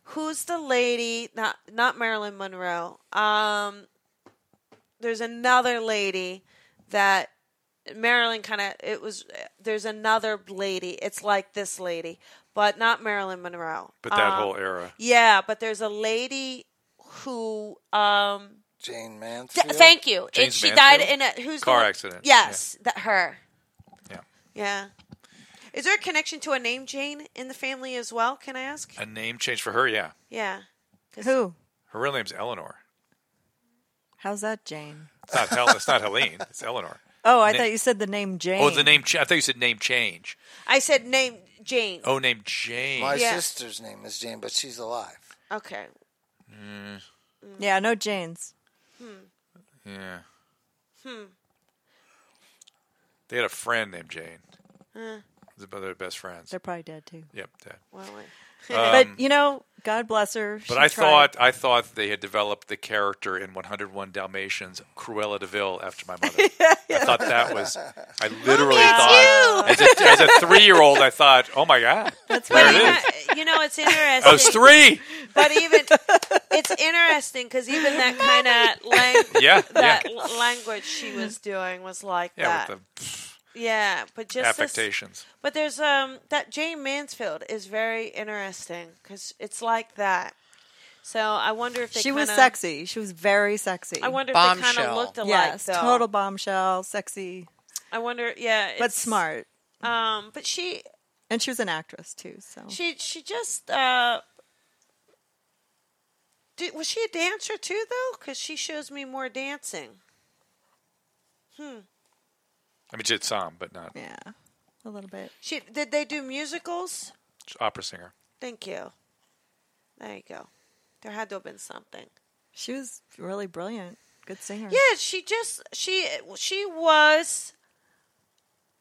Speaker 3: who's the lady? Not not Marilyn Monroe. Um, there's another lady that Marilyn kind of. It was there's another lady. It's like this lady, but not Marilyn Monroe.
Speaker 4: But that
Speaker 2: Uh.
Speaker 3: Um,
Speaker 4: whole era.
Speaker 3: yeah. But there's a lady who um
Speaker 6: Jane
Speaker 3: Th-
Speaker 6: Mansfield.
Speaker 3: Thank you.
Speaker 4: James
Speaker 3: and she
Speaker 4: Mansfield?
Speaker 3: died in a who's
Speaker 4: Car
Speaker 3: the,
Speaker 4: accident.
Speaker 3: Yes, that her.
Speaker 4: Yeah.
Speaker 3: Yeah. Is there a connection to a name Jane in the family as well? Can I ask?
Speaker 4: A name change for her, yeah.
Speaker 3: Yeah. 'Cause-
Speaker 2: Who?
Speaker 4: Her real name's Eleanor.
Speaker 2: How's that, Jane?
Speaker 4: It's not Hel- it's not Helene. It's Eleanor.
Speaker 2: Oh, I
Speaker 4: Na-
Speaker 2: thought you said the name Jane.
Speaker 4: Oh, the name. Cha- I thought you said name change.
Speaker 3: I said name Jane.
Speaker 4: Oh, name Jane.
Speaker 6: My
Speaker 3: Yeah.
Speaker 6: sister's name is Jane, but she's alive.
Speaker 3: Okay.
Speaker 2: Yeah, no Janes.
Speaker 4: Yeah. Hmm. They had a friend named Jane. It was one of their best
Speaker 2: Uh.
Speaker 4: friends.
Speaker 2: They're probably dead too.
Speaker 4: yep. Dad.
Speaker 3: Well, wait.
Speaker 2: but you know, God bless her.
Speaker 4: Um, But I thought I thought they had developed the character in 101 Dalmatians, Cruella Deville, after my mother. I thought that was. I literally
Speaker 3: Oh.
Speaker 4: thought as a, as a three-year-old, I thought, "Oh my god, that's there
Speaker 3: But
Speaker 4: it is."
Speaker 3: even- you know, it's
Speaker 4: I was
Speaker 3: interesting.
Speaker 4: three.
Speaker 3: but even it's interesting because even that kind of lang-
Speaker 4: Yeah, yeah,
Speaker 3: that l- language she was doing was like
Speaker 4: yeah.
Speaker 3: that.
Speaker 4: With the
Speaker 3: yeah, but just this,
Speaker 4: affectations.
Speaker 3: But there's um that Jane Mansfield is very interesting because it's like that. So I wonder if they
Speaker 2: she was
Speaker 3: kinda-
Speaker 2: sexy. She was very sexy.
Speaker 3: I wonder if they kind of
Speaker 5: Bombshell.
Speaker 3: looked alike.
Speaker 2: yes,
Speaker 3: though.
Speaker 2: total bombshell, sexy,
Speaker 3: I wonder. Yeah, it's,
Speaker 2: but smart.
Speaker 3: Um, but she
Speaker 2: And she was an actress too. So
Speaker 3: she she just uh. Did, was she a dancer too, though? Because she shows me more dancing.
Speaker 4: I mean, she did some, but not
Speaker 2: yeah, a little bit.
Speaker 3: She did they do musicals?
Speaker 4: opera singer.
Speaker 3: Thank you. There you go. There had to have been something.
Speaker 2: Mm. She was really brilliant, good singer.
Speaker 3: Yeah, she just she she was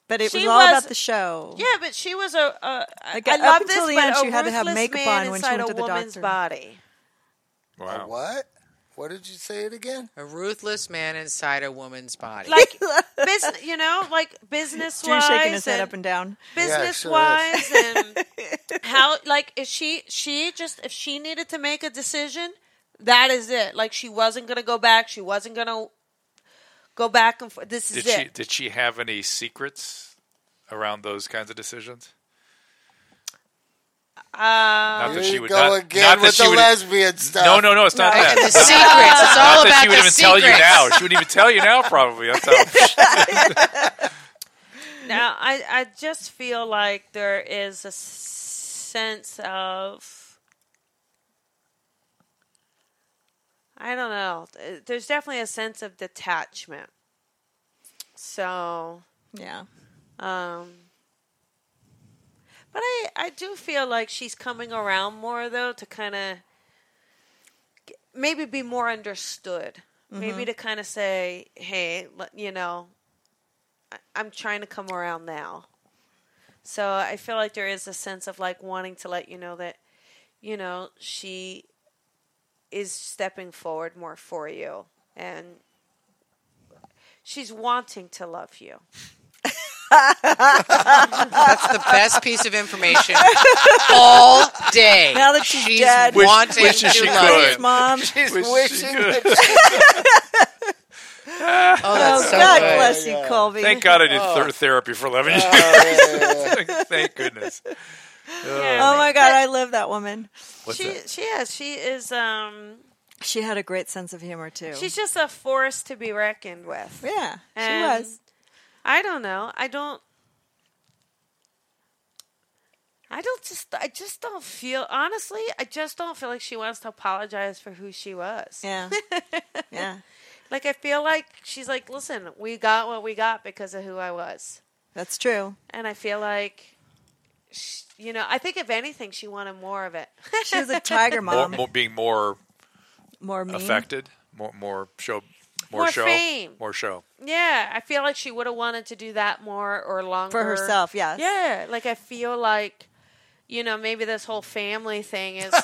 Speaker 2: but it
Speaker 3: she
Speaker 2: was all
Speaker 3: was-
Speaker 2: about the show.
Speaker 3: Yeah, but she was a. a
Speaker 2: Like,
Speaker 3: I
Speaker 2: up
Speaker 3: love
Speaker 2: until
Speaker 3: this,
Speaker 2: the
Speaker 3: but
Speaker 2: end,
Speaker 3: a
Speaker 2: she had to have
Speaker 3: ruthless
Speaker 2: makeup
Speaker 3: man
Speaker 2: on when she
Speaker 3: inside
Speaker 2: went to
Speaker 3: a
Speaker 2: the
Speaker 3: woman's
Speaker 2: doctor.
Speaker 3: body.
Speaker 6: A
Speaker 4: Wow.
Speaker 6: Oh, what? What did you say it again?
Speaker 5: A ruthless man inside a woman's body.
Speaker 3: Like business, you know, like business
Speaker 2: Drew's
Speaker 3: wise,
Speaker 2: shaking his head
Speaker 3: and
Speaker 2: up and down.
Speaker 3: business
Speaker 6: sure
Speaker 3: wise, and how like if she she just if she needed to make a decision, that is it. Like she wasn't gonna go back. She wasn't gonna go back and forth. This is
Speaker 4: Did she
Speaker 3: it.
Speaker 4: did she have any secrets around those kinds of decisions?
Speaker 3: Um,
Speaker 4: Not that
Speaker 6: Here
Speaker 4: she
Speaker 6: you
Speaker 4: would
Speaker 6: go
Speaker 4: not,
Speaker 6: again
Speaker 4: not that
Speaker 6: with
Speaker 4: she
Speaker 6: the
Speaker 4: would.
Speaker 6: lesbian stuff.
Speaker 4: No, no, no. It's not that.
Speaker 5: And the
Speaker 4: Not-
Speaker 5: secrets. It's all
Speaker 4: not
Speaker 5: about
Speaker 4: that she would
Speaker 5: the
Speaker 4: even
Speaker 5: secrets.
Speaker 4: tell you now. She wouldn't even tell you now. Probably that's how.
Speaker 3: Now, I, I just feel like there is a sense of. I don't know. There's definitely a sense of detachment. So,
Speaker 2: Yeah.
Speaker 3: um, but I, I do feel like she's coming around more, though, to kind of maybe be more understood. Maybe to kind of say, hey, let- you know, I- I'm trying to come around now. So I feel like there is a sense of like wanting to let you know that, you know, she is stepping forward more for you and she's wanting to love you.
Speaker 5: That's the best piece of information all day.
Speaker 2: Now that she's
Speaker 5: she's
Speaker 2: dead.
Speaker 4: Wish-
Speaker 5: wanting
Speaker 4: wishes
Speaker 5: to
Speaker 4: she
Speaker 5: love
Speaker 4: could.
Speaker 5: you.
Speaker 2: His mom.
Speaker 6: She's
Speaker 4: Wish she
Speaker 6: wishing
Speaker 4: could.
Speaker 6: that she
Speaker 5: Oh, that's so
Speaker 2: God
Speaker 5: good.
Speaker 2: bless you,
Speaker 6: Yeah.
Speaker 2: Colby.
Speaker 4: Thank God I did ther- therapy for eleven years. Thank goodness.
Speaker 2: Oh my God, I love that woman.
Speaker 4: What's
Speaker 3: she
Speaker 4: that?
Speaker 3: she is she is um
Speaker 2: She had a great sense of humor too.
Speaker 3: she's just a force to be reckoned with.
Speaker 2: yeah,
Speaker 3: And
Speaker 2: she was.
Speaker 3: I don't know. I don't. I don't just. I just don't feel. Honestly, I just don't feel like she wants to apologize for who she was.
Speaker 2: Yeah, yeah.
Speaker 3: Like I feel like she's like, listen, we got what we got because of who I was,
Speaker 2: That's true.
Speaker 3: and I feel like, sh you know, I think if anything, she wanted more of it.
Speaker 2: She was a tiger
Speaker 4: More,
Speaker 2: mom.
Speaker 4: more, being more
Speaker 2: More mean.
Speaker 4: affected, more more show, more,
Speaker 3: More
Speaker 4: show,
Speaker 3: fame.
Speaker 4: more show.
Speaker 3: yeah, I feel like she would have wanted to do that more or longer
Speaker 2: For herself, yes.
Speaker 3: Yeah, like I feel like, you know, maybe this whole family thing is,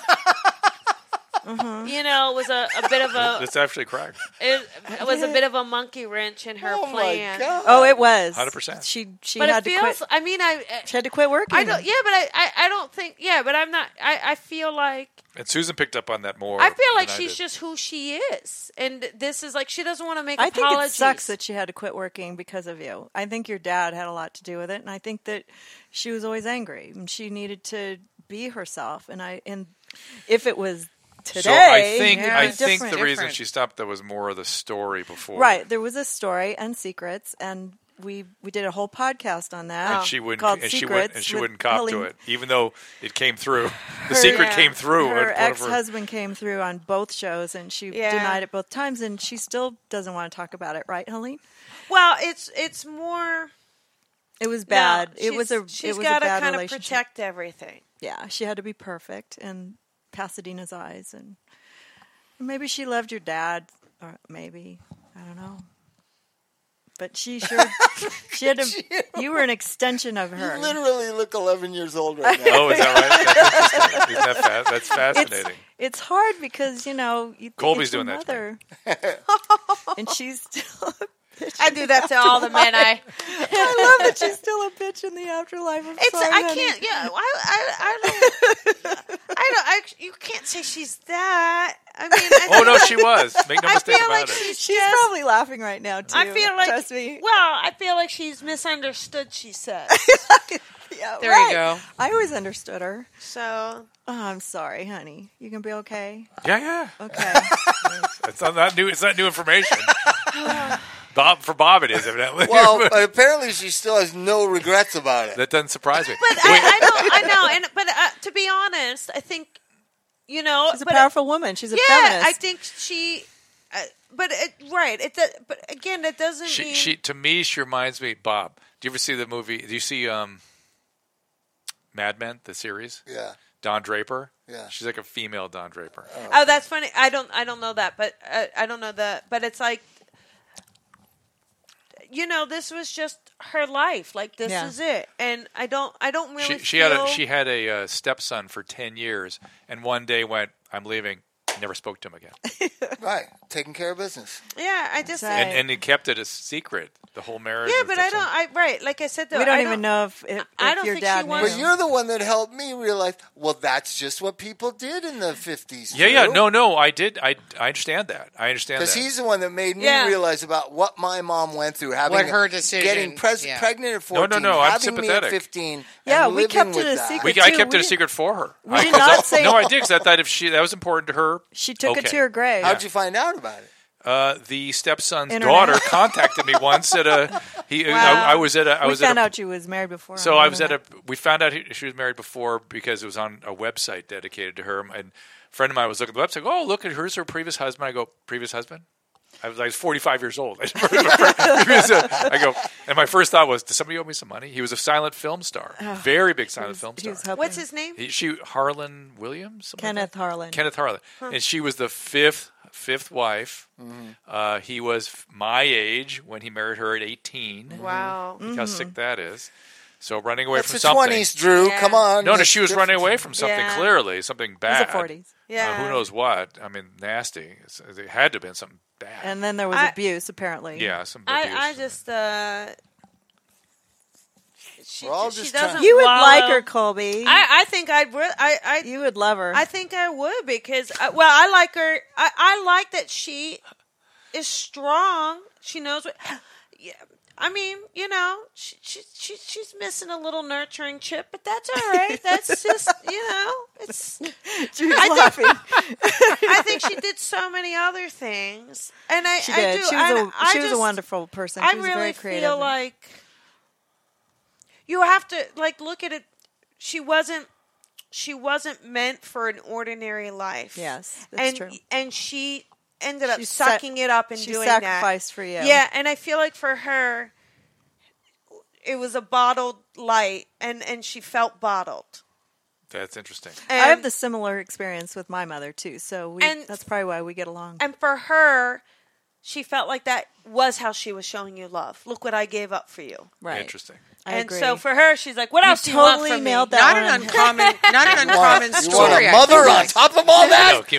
Speaker 2: Mm-hmm.
Speaker 3: you know, was a, a bit of a
Speaker 4: That's actually correct.
Speaker 3: it, it was a bit of a monkey wrench in her
Speaker 6: Oh my
Speaker 3: plan.
Speaker 6: God.
Speaker 2: Oh, it was
Speaker 4: 100%.
Speaker 2: She she
Speaker 3: But it
Speaker 2: had to
Speaker 3: feels.
Speaker 2: quit.
Speaker 3: I mean, I
Speaker 2: She had to quit working.
Speaker 3: I don't. Yeah, but I, I I don't think. Yeah, but I'm not. I I feel like
Speaker 4: And Susan picked up on that more.
Speaker 3: I feel like
Speaker 4: than I
Speaker 3: she's
Speaker 4: did.
Speaker 3: just who she is, and this is like she doesn't want to make
Speaker 2: I think it
Speaker 3: apologies.
Speaker 2: sucks that she had to quit working because of you. I think your dad had a lot to do with it, and I think that she was always angry and she needed to be herself. And I and if it was today,
Speaker 4: So I think
Speaker 2: it'd
Speaker 4: I
Speaker 2: be
Speaker 4: think the
Speaker 2: different.
Speaker 4: reason
Speaker 5: Different.
Speaker 4: she stopped that was more of the story before.
Speaker 2: right there was a story and secrets, and we we did a whole podcast on that.
Speaker 4: and she wouldn't
Speaker 2: Oh, called
Speaker 4: and she
Speaker 2: secrets
Speaker 4: wouldn't and she
Speaker 2: with
Speaker 4: wouldn't cop to
Speaker 2: Helene-
Speaker 4: it even though it came through the
Speaker 2: Her-
Speaker 4: secret
Speaker 3: yeah.
Speaker 4: came through
Speaker 2: Her
Speaker 4: at one of
Speaker 2: ex husband came through on both shows, and she
Speaker 3: Yeah.
Speaker 2: denied it both times, and she still doesn't want to talk about it, right, Helene?
Speaker 3: Well, it's it's more.
Speaker 2: It was bad.
Speaker 3: No,
Speaker 2: it was
Speaker 3: she's-
Speaker 2: a.
Speaker 3: She's
Speaker 2: it was
Speaker 3: got
Speaker 2: a bad
Speaker 3: to kind of
Speaker 2: relationship.
Speaker 3: protect everything.
Speaker 2: yeah, she had to be perfect in Pasadena's eyes, and maybe she loved your dad, or maybe I don't know. But she sure she had to. You were an extension of her.
Speaker 6: You literally look 11 years old right now.
Speaker 4: oh is that right that's interesting. Isn't that fa- that's
Speaker 2: It's
Speaker 4: fascinating
Speaker 2: it's hard because you know you think
Speaker 4: Colby's
Speaker 2: it's your
Speaker 4: doing that to
Speaker 2: mother, and she's still.
Speaker 3: I do that to all the men. I
Speaker 2: I love that she's still a bitch in the afterlife. I'm
Speaker 3: it's
Speaker 2: sorry,
Speaker 3: I
Speaker 2: honey.
Speaker 3: can't. Yeah, I I, I don't. I don't. I, you can't say she's that. I mean, I
Speaker 4: oh
Speaker 3: feel
Speaker 4: no
Speaker 3: like-
Speaker 4: she was make no
Speaker 3: I
Speaker 4: mistake
Speaker 3: feel
Speaker 4: about
Speaker 3: like
Speaker 4: it
Speaker 3: she's
Speaker 2: She's
Speaker 3: just.
Speaker 2: probably laughing right now
Speaker 4: Oh.
Speaker 2: too.
Speaker 3: I feel like.
Speaker 2: trust me.
Speaker 3: Well, I feel like she's misunderstood. She says
Speaker 2: Yeah,
Speaker 5: There
Speaker 2: right.
Speaker 5: you go.
Speaker 2: I always understood her.
Speaker 3: so.
Speaker 2: Oh, I'm sorry, honey. You can be okay.
Speaker 4: yeah yeah
Speaker 2: Okay.
Speaker 4: it's not, not new it's not new information Bob for Bob it is evidently
Speaker 6: Well, apparently she still has no regrets about it.
Speaker 4: that doesn't surprise me
Speaker 3: But I, I don't. I know. And but uh, to be honest, I think you know.
Speaker 2: She's a
Speaker 3: but-
Speaker 2: powerful woman. She's a
Speaker 3: yeah,
Speaker 2: feminist.
Speaker 3: I think she. Uh, but it, right, it. do- But again, that doesn't
Speaker 4: she,
Speaker 3: mean
Speaker 4: she to me she reminds me Bob do you ever see the movie do you see um Mad Men the series
Speaker 6: yeah.
Speaker 4: Don Draper
Speaker 6: Yeah.
Speaker 4: she's like a female Don Draper
Speaker 3: Oh, that's funny. I don't. I don't know that, but uh, I don't know that. But it's like, you know, this was just her life. Like this
Speaker 2: Yeah.
Speaker 3: is it, and I don't. I don't really.
Speaker 4: she, she
Speaker 3: feel,
Speaker 4: had a she had a uh, stepson for 10 years and one day went i'm leaving Never spoke to him again.
Speaker 6: right, taking care of business.
Speaker 3: Yeah, I just.
Speaker 2: Exactly.
Speaker 4: And, and he kept it a secret, the whole marriage.
Speaker 3: yeah,
Speaker 4: was
Speaker 3: but I
Speaker 4: just
Speaker 3: don't. I right, like I said though.
Speaker 2: we don't
Speaker 3: I
Speaker 2: even know if, if,
Speaker 3: I
Speaker 2: if
Speaker 3: don't
Speaker 2: your
Speaker 3: think she
Speaker 2: dad
Speaker 3: wants-
Speaker 2: knew.
Speaker 6: But you're the one that helped me realize. Well, that's just what people did in the fifties.
Speaker 4: Yeah, yeah, no, no, I did. I, I understand that. I understand that.
Speaker 6: Because he's the one that made me
Speaker 3: Yeah.
Speaker 6: realize about what my mom went through, having
Speaker 5: What her decision-
Speaker 6: getting pres-
Speaker 5: yeah.
Speaker 6: pregnant at
Speaker 4: No, no,
Speaker 6: fourteen,
Speaker 4: no, I'm
Speaker 6: having me at
Speaker 4: sympathetic.
Speaker 6: fifteen.
Speaker 2: Yeah,
Speaker 6: and
Speaker 2: we
Speaker 6: living
Speaker 2: kept it
Speaker 6: with
Speaker 2: a
Speaker 6: that.
Speaker 2: secret.
Speaker 4: we,
Speaker 2: But
Speaker 4: I
Speaker 2: too,
Speaker 4: kept
Speaker 2: we
Speaker 4: it a
Speaker 2: did-
Speaker 4: secret for her.
Speaker 2: we
Speaker 4: I-
Speaker 2: did
Speaker 4: 'cause I-
Speaker 2: not say-
Speaker 4: No, I did because I thought if she that was important to her.
Speaker 2: She took it
Speaker 4: Okay.
Speaker 2: to her grave.
Speaker 6: How'd you find out about it?
Speaker 4: Uh, the stepson's
Speaker 2: Internet.
Speaker 4: daughter contacted me once at a. He, I, I was at a. I
Speaker 2: we
Speaker 4: was
Speaker 2: found
Speaker 4: at a,
Speaker 2: out she was married before.
Speaker 4: So I was at
Speaker 2: remember
Speaker 4: a. We found out he- she was married before because it was on a website dedicated to her. And a friend of mine was looking at the website. Oh, look at who's her previous husband. I go previous husband. I was, I was 45 years old. I go, and my first thought was, does somebody owe me some money? He was a silent film star, very big
Speaker 2: that.
Speaker 4: silent film
Speaker 2: He
Speaker 4: star.
Speaker 2: was helping.
Speaker 3: What's his name?
Speaker 4: He, she Harlan Williams, something like
Speaker 2: Kenneth
Speaker 4: that?
Speaker 2: Harlan.
Speaker 4: Kenneth Harlan, and she was the fifth fifth wife. Uh, he was f- my age when he married her at eighteen.
Speaker 3: Wow.
Speaker 4: Look how
Speaker 2: Mm-hmm.
Speaker 4: sick that is. So running away
Speaker 6: It's
Speaker 4: from
Speaker 6: the
Speaker 4: something.
Speaker 6: twenties, Drew.
Speaker 3: Yeah.
Speaker 6: Come on.
Speaker 4: No, no,
Speaker 6: It's
Speaker 4: she was
Speaker 6: different.
Speaker 4: running away from something
Speaker 3: Yeah.
Speaker 4: clearly, something
Speaker 2: It was
Speaker 4: bad.
Speaker 2: the 40s.
Speaker 4: Uh,
Speaker 3: Yeah.
Speaker 4: who knows what? I mean, nasty. It's, it had to have been something bad.
Speaker 2: And then there was
Speaker 3: I-
Speaker 2: abuse, apparently.
Speaker 4: yeah, some abuse.
Speaker 3: I, I just. uh she,
Speaker 6: We're all
Speaker 3: she
Speaker 6: just trying-
Speaker 3: doesn't.
Speaker 2: You would like
Speaker 3: wallow.
Speaker 2: her, Colby.
Speaker 3: I, I think I'd. re- I, I
Speaker 2: you would love her.
Speaker 3: I think I would because, uh, well, I like her. I, I like that she is strong. She knows what. Yeah, I mean, you know, she, she, she she's missing a little nurturing chip, but that's all right. That's just you know, it's.
Speaker 2: She was laughing.
Speaker 3: I think she did so many other things, and I
Speaker 2: She
Speaker 3: I
Speaker 2: did.
Speaker 3: do.
Speaker 2: She
Speaker 3: I,
Speaker 2: was, a,
Speaker 3: I
Speaker 2: she was a
Speaker 3: just-
Speaker 2: wonderful person.
Speaker 3: I
Speaker 2: She was
Speaker 3: really
Speaker 2: very creative.
Speaker 3: feel like you have to like look at it. She wasn't. She wasn't meant for an ordinary life.
Speaker 2: Yes, that's
Speaker 3: and
Speaker 2: true.
Speaker 3: and she ended up
Speaker 2: She sac-
Speaker 3: sucking it up and
Speaker 2: she
Speaker 3: doing
Speaker 2: sacrificed
Speaker 3: that.
Speaker 2: for you.
Speaker 3: Yeah, and I feel like for her, it was a bottled light, and and she felt bottled.
Speaker 4: That's interesting.
Speaker 3: And,
Speaker 2: I have the similar experience with my mother too, so we,
Speaker 3: And-
Speaker 2: that's probably why we get along.
Speaker 3: and for her, she felt like that was how she was showing you love. Look what I gave up for you.
Speaker 2: right.
Speaker 4: Interesting.
Speaker 2: I
Speaker 3: and
Speaker 2: agree.
Speaker 3: so for her, she's like, "What
Speaker 2: You
Speaker 3: else do you want
Speaker 2: totally
Speaker 3: from me?"
Speaker 2: nailed that
Speaker 5: Not
Speaker 2: one.
Speaker 5: an uncommon, not an
Speaker 6: You want-
Speaker 5: uncommon
Speaker 6: you
Speaker 5: story.
Speaker 6: want
Speaker 5: I
Speaker 6: a
Speaker 5: feel
Speaker 6: mother on
Speaker 5: like.
Speaker 6: top of all
Speaker 4: I know,
Speaker 6: that.
Speaker 4: can you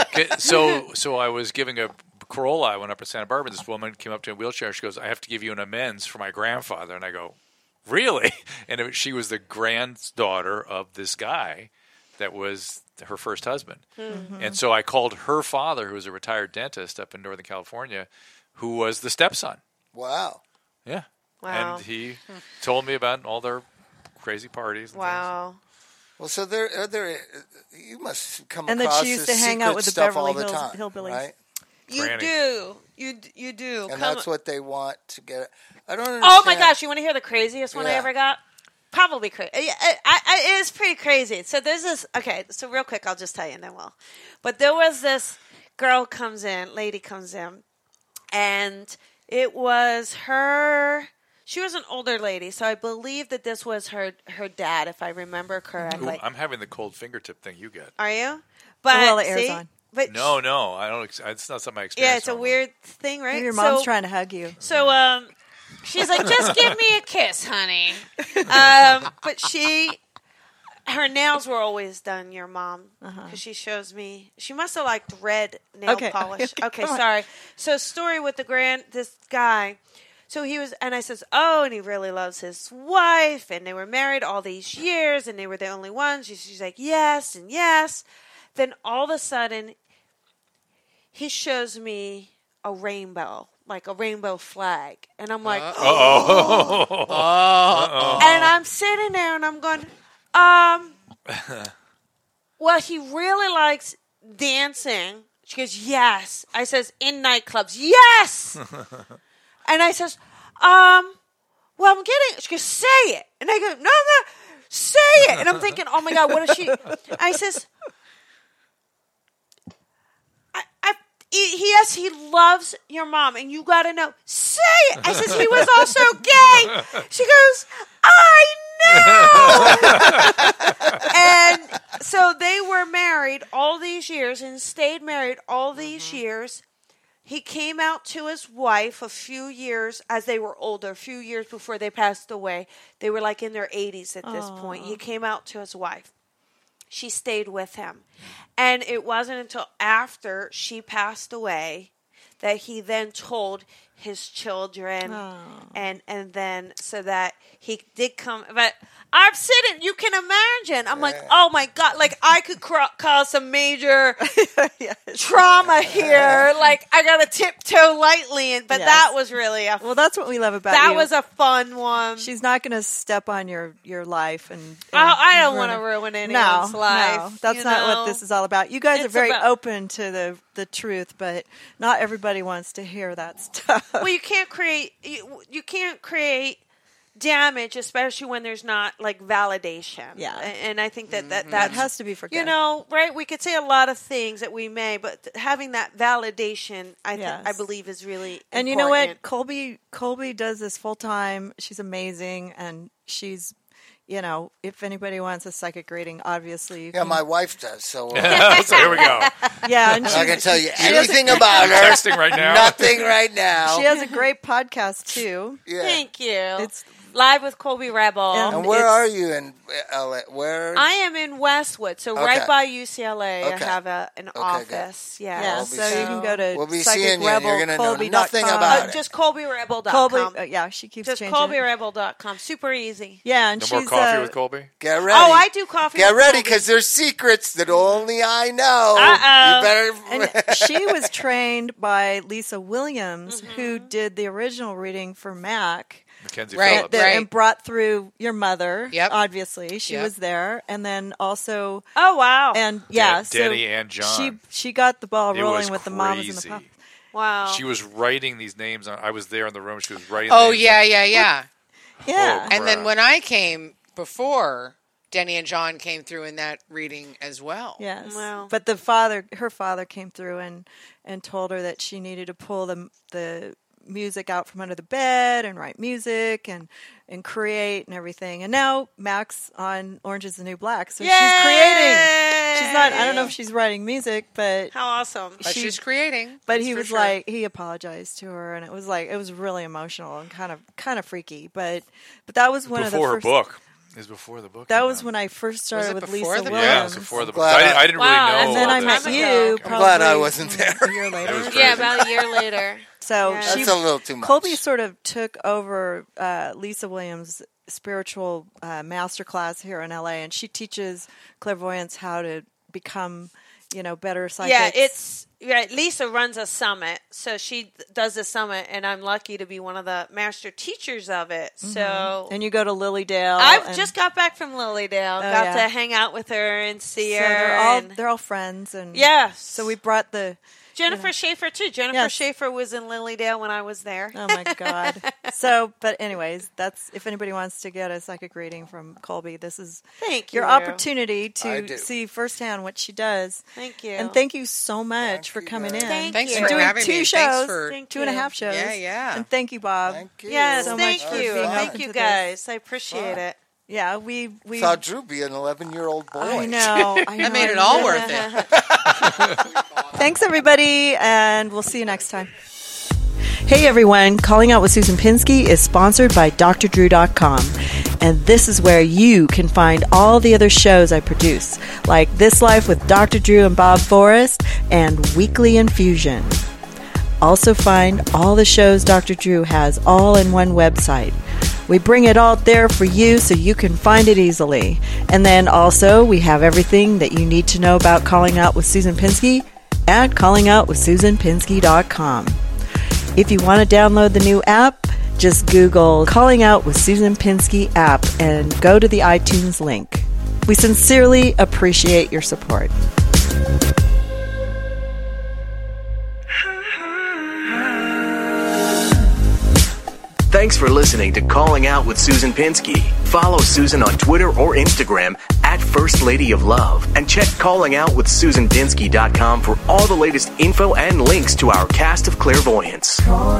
Speaker 4: Okay, so, so I was giving a Corolla. I went up to Santa Barbara. This woman came up to me in a wheelchair. She goes, "I have to give you an amends for my grandfather." And I go, "Really?" And it, she was the granddaughter of this guy that was her first husband.
Speaker 3: Mm-hmm.
Speaker 4: And so I called her father, who was a retired dentist up in Northern California, who was the stepson.
Speaker 6: Wow.
Speaker 4: Yeah.
Speaker 3: Wow.
Speaker 4: And he told me about all their crazy parties. and
Speaker 3: Wow.
Speaker 6: Well, so there, are there. uh, You must come
Speaker 2: And that
Speaker 6: across
Speaker 2: she used
Speaker 6: this
Speaker 2: to hang out
Speaker 6: secret
Speaker 2: with the
Speaker 6: stuff
Speaker 2: Beverly
Speaker 6: all the
Speaker 2: Hills-
Speaker 6: time,
Speaker 2: Hillbillies.
Speaker 6: right?
Speaker 3: You
Speaker 4: Granny.
Speaker 3: do. You d- you do.
Speaker 6: And
Speaker 3: Come-
Speaker 6: that's what they want to get. I don't. Understand.
Speaker 3: oh my gosh! You want to hear the craziest one I
Speaker 6: Yeah.
Speaker 3: ever got? Probably crazy. I, I, I, it is pretty crazy. So there's this. Okay, so real quick, I'll just tell you, and then we'll. But there was this girl comes in, lady comes in, and it was her. She was an older lady, so I believe that this was her her dad, if I remember
Speaker 4: things. Ooh,
Speaker 3: correctly.
Speaker 4: I'm having the cold fingertip thing you get.
Speaker 3: Are you? But
Speaker 2: Well, it airs
Speaker 3: see?
Speaker 2: on.
Speaker 3: But
Speaker 4: No, no, I don't. ex- It's not something I experience.
Speaker 3: yeah, it's a
Speaker 4: normally.
Speaker 3: weird thing, right?
Speaker 2: your mom's
Speaker 3: So-
Speaker 2: trying to hug you.
Speaker 3: So um, she's like, just give me a kiss, honey. Um, but she, her nails were always done. Your mom, because she shows me she must have liked red nail
Speaker 2: Uh-huh. Okay,
Speaker 3: polish.
Speaker 2: okay,
Speaker 3: Okay,
Speaker 2: come on.
Speaker 3: sorry. So story with the grand this guy. So he was, and I says, oh, and he really loves his wife, and they were married all these years, and they were the only ones. She's, she's like, yes, and yes. Then all of a sudden, he shows me a rainbow, like a rainbow flag. And I'm like, oh. And I'm sitting there and I'm going, um, well, he really likes dancing. She goes, yes. I says, in nightclubs, yes. and I says, um, well, I'm getting. She goes, say it, and I go, no, no, say it, and I'm thinking, oh my god, what is she? I says, I, I, he, he- yes, he loves your mom, and you got to know. Say it. I says he was also gay. She goes, I know. and so they were married all these years and stayed married all these years he came out to his wife a few years as they were older, a few years before they passed away. They were like in their 80s at this point. He came out to his wife. she stayed with him. And it wasn't until after she passed away that he then told his children
Speaker 2: Oh.
Speaker 3: and and then so that he did come but i'm sitting you can imagine i'm like oh my god like i could cro- cause some major trauma here like i gotta tiptoe lightly and but
Speaker 2: Yes.
Speaker 3: that was really a
Speaker 2: Well, that's what we love about
Speaker 3: that
Speaker 2: you.
Speaker 3: was a fun one
Speaker 2: She's not going to step on your your life, and, and
Speaker 3: I, I don't
Speaker 2: ruin
Speaker 3: want to
Speaker 2: it.
Speaker 3: ruin
Speaker 2: No,
Speaker 3: anyone's life.
Speaker 2: no, that's
Speaker 3: you
Speaker 2: not
Speaker 3: know?
Speaker 2: what this is all about. You guys are
Speaker 3: It's
Speaker 2: very
Speaker 3: about-
Speaker 2: open to the the truth, but not everybody wants to hear that stuff.
Speaker 3: Well, you can't create you, you can't create damage, especially when there's not like validation.
Speaker 2: Yeah.
Speaker 3: A- and I think that
Speaker 6: Mm-hmm.
Speaker 3: that
Speaker 2: that
Speaker 3: that
Speaker 2: has to be forgiven.
Speaker 3: You know, right? We could say a lot of things that we may, but th- having that validation, I
Speaker 2: Yes.
Speaker 3: think, I believe, is really
Speaker 2: and you know what,
Speaker 3: important.
Speaker 2: Colby Colby does this full time. She's amazing, and she's. You know, if anybody wants a psychic reading, obviously you
Speaker 6: Yeah,
Speaker 2: can.
Speaker 6: my wife does. So uh,
Speaker 4: so here we go.
Speaker 2: yeah, and
Speaker 6: I
Speaker 2: she's,
Speaker 6: can tell you anything about her.
Speaker 4: Texting right now.
Speaker 6: Nothing right now.
Speaker 2: she has a great podcast too.
Speaker 6: yeah.
Speaker 3: Thank you.
Speaker 2: It's-
Speaker 3: live with Colby Rebel.
Speaker 2: Yeah.
Speaker 6: And where
Speaker 2: It's-
Speaker 6: are you in LA? Where?
Speaker 3: I am in Westwood, so
Speaker 6: Okay.
Speaker 3: right by UCLA. I
Speaker 6: Okay.
Speaker 3: have a, an
Speaker 6: good.
Speaker 3: office. Yeah,
Speaker 2: Yeah,
Speaker 6: We'll be
Speaker 2: so you can go to
Speaker 6: We'll be
Speaker 2: psychic
Speaker 6: seeing you, and you're gonna know
Speaker 2: rebel,
Speaker 6: nothing
Speaker 2: Colby.com.
Speaker 6: about
Speaker 3: Uh,
Speaker 6: it.
Speaker 3: just ColbyRebel.com.
Speaker 2: Colby, uh, yeah, she keeps
Speaker 3: Just
Speaker 2: changing. it.
Speaker 3: ColbyRebel.com. Super easy.
Speaker 2: Yeah, and
Speaker 4: No
Speaker 2: she's
Speaker 4: more coffee
Speaker 2: uh,
Speaker 4: with Colby.
Speaker 6: Get ready.
Speaker 3: Oh, I do coffee.
Speaker 6: Get
Speaker 3: with
Speaker 6: ready
Speaker 3: Colby.
Speaker 6: because there's secrets that only I know.
Speaker 3: Uh-oh.
Speaker 6: You better.
Speaker 2: and she was trained by Lisa Williams, who did the original reading for Mac
Speaker 4: Mackenzie
Speaker 5: Right,
Speaker 4: Phillips.
Speaker 2: that-
Speaker 5: right.
Speaker 2: and brought through your mother.
Speaker 5: Yep.
Speaker 2: Obviously, she
Speaker 5: Yep.
Speaker 2: was there, and then also
Speaker 3: Oh wow!
Speaker 2: and yeah, so
Speaker 4: Denny and John.
Speaker 2: She she got the ball
Speaker 4: It
Speaker 2: rolling
Speaker 4: was
Speaker 2: with the mamas and the
Speaker 4: crazy.
Speaker 2: papas.
Speaker 3: wow.
Speaker 4: She was writing these names on. I was there in the room. She was writing.
Speaker 5: Oh
Speaker 4: names
Speaker 5: yeah, yeah, yeah.
Speaker 2: Yeah,
Speaker 4: Whoa.
Speaker 5: And then
Speaker 4: Bruh.
Speaker 5: when I came before, Denny and John came through in that reading as well.
Speaker 2: yes.
Speaker 3: Wow.
Speaker 2: But the father, her father, came through and and told her that she needed to pull the the music out from under the bed and write music and and create and everything. And now Max on Orange Is the New Black, so she's creating. She's not. I don't know if she's writing music, but
Speaker 3: How awesome!
Speaker 5: But
Speaker 2: She-
Speaker 5: she's creating.
Speaker 2: but
Speaker 5: that's
Speaker 2: he
Speaker 5: for
Speaker 2: was
Speaker 5: sure.
Speaker 2: like he apologized to her, and it was like it was really emotional and kind of kind of freaky. But but that was one of the
Speaker 4: before her
Speaker 2: first-
Speaker 4: book. Is before the book.
Speaker 2: That
Speaker 4: came
Speaker 2: was
Speaker 4: out.
Speaker 2: when I first started
Speaker 5: it
Speaker 2: with Lisa
Speaker 5: before the book?
Speaker 2: Williams.
Speaker 4: Yeah, it was before the book.
Speaker 6: Glad
Speaker 4: I, didn't-
Speaker 6: I-
Speaker 4: I didn't
Speaker 3: Wow,
Speaker 4: really know.
Speaker 2: and then
Speaker 4: all
Speaker 2: I
Speaker 4: this.
Speaker 2: met
Speaker 3: time
Speaker 2: you.
Speaker 3: ago.
Speaker 6: I'm glad I
Speaker 2: probably
Speaker 6: wasn't there.
Speaker 2: a year later.
Speaker 4: was
Speaker 3: yeah,
Speaker 4: crazy.
Speaker 3: about a year later.
Speaker 2: So
Speaker 3: Yeah.
Speaker 2: she
Speaker 6: That's a little too much.
Speaker 2: Colby sort of took over uh, Lisa Williams' spiritual uh, master class here in LA, and she teaches clairvoyants how to become, you know, better
Speaker 3: yeah,
Speaker 2: psychics.
Speaker 3: it's right. Lisa runs a summit, so she th- does a summit, and I'm lucky to be one of the master teachers of it. So
Speaker 2: Mm-hmm. and you go to Lilydale.
Speaker 3: I've
Speaker 2: and- Oh,
Speaker 3: just got back from Lilydale, got
Speaker 2: yeah.
Speaker 3: to hang out with her and see
Speaker 2: so
Speaker 3: her.
Speaker 2: they're all
Speaker 3: and-
Speaker 2: they're all friends, and
Speaker 3: yes.
Speaker 2: So we brought the
Speaker 3: Jennifer Schaefer too. Jennifer
Speaker 2: Yes.
Speaker 3: Schaefer was in Lilydale when I was there.
Speaker 2: oh my god. so, but anyways, that's if anybody wants to get a psychic reading from Colby, this is
Speaker 3: Thank
Speaker 2: your
Speaker 3: you.
Speaker 2: opportunity
Speaker 6: I
Speaker 2: to
Speaker 6: do.
Speaker 2: see firsthand what she does.
Speaker 3: Thank you.
Speaker 2: And thank you so much for
Speaker 6: you,
Speaker 2: coming
Speaker 6: guys.
Speaker 2: in.
Speaker 3: Thank
Speaker 5: Thanks
Speaker 3: you.
Speaker 5: for
Speaker 2: doing
Speaker 5: having
Speaker 2: two
Speaker 5: me. Thanks
Speaker 2: shows,
Speaker 5: for-
Speaker 3: Thank
Speaker 2: two and a
Speaker 3: you.
Speaker 2: half shows.
Speaker 5: Yeah, yeah.
Speaker 2: And thank you, Bob.
Speaker 6: Thank you.
Speaker 3: Yes,
Speaker 2: so
Speaker 3: thank
Speaker 2: much for
Speaker 3: you.
Speaker 2: being
Speaker 3: Thank
Speaker 2: open
Speaker 3: you
Speaker 2: to
Speaker 3: guys. I appreciate it.
Speaker 2: Yeah, we we.
Speaker 6: Saw Drew be an 11 year old boy.
Speaker 2: I know. I know,
Speaker 5: That made
Speaker 2: I
Speaker 5: it all
Speaker 2: know.
Speaker 5: worth it.
Speaker 2: Thanks, everybody, and we'll see you next time. Hey, everyone. Calling Out with Susan Pinsky is sponsored by drdrew.com. And this is where you can find all the other shows I produce, like This Life with Dr. Drew and Bob Forrest and Weekly Infusion. Also, find all the shows Dr. Drew has all in one website. We bring it all there for you so you can find it easily. And then also, we have everything that you need to know about Calling Out with Susan Pinsky at callingoutwithsusanpinsky.com. If you want to download the new app, just Google Calling Out with Susan Pinsky app and go to the iTunes link. We sincerely appreciate your support.
Speaker 1: Thanks for listening to Calling Out with Susan Pinsky. Follow Susan on Twitter or Instagram at First Lady of Love and check callingoutwithsusanpinsky.com for all the latest info and links to our cast of clairvoyants. Calling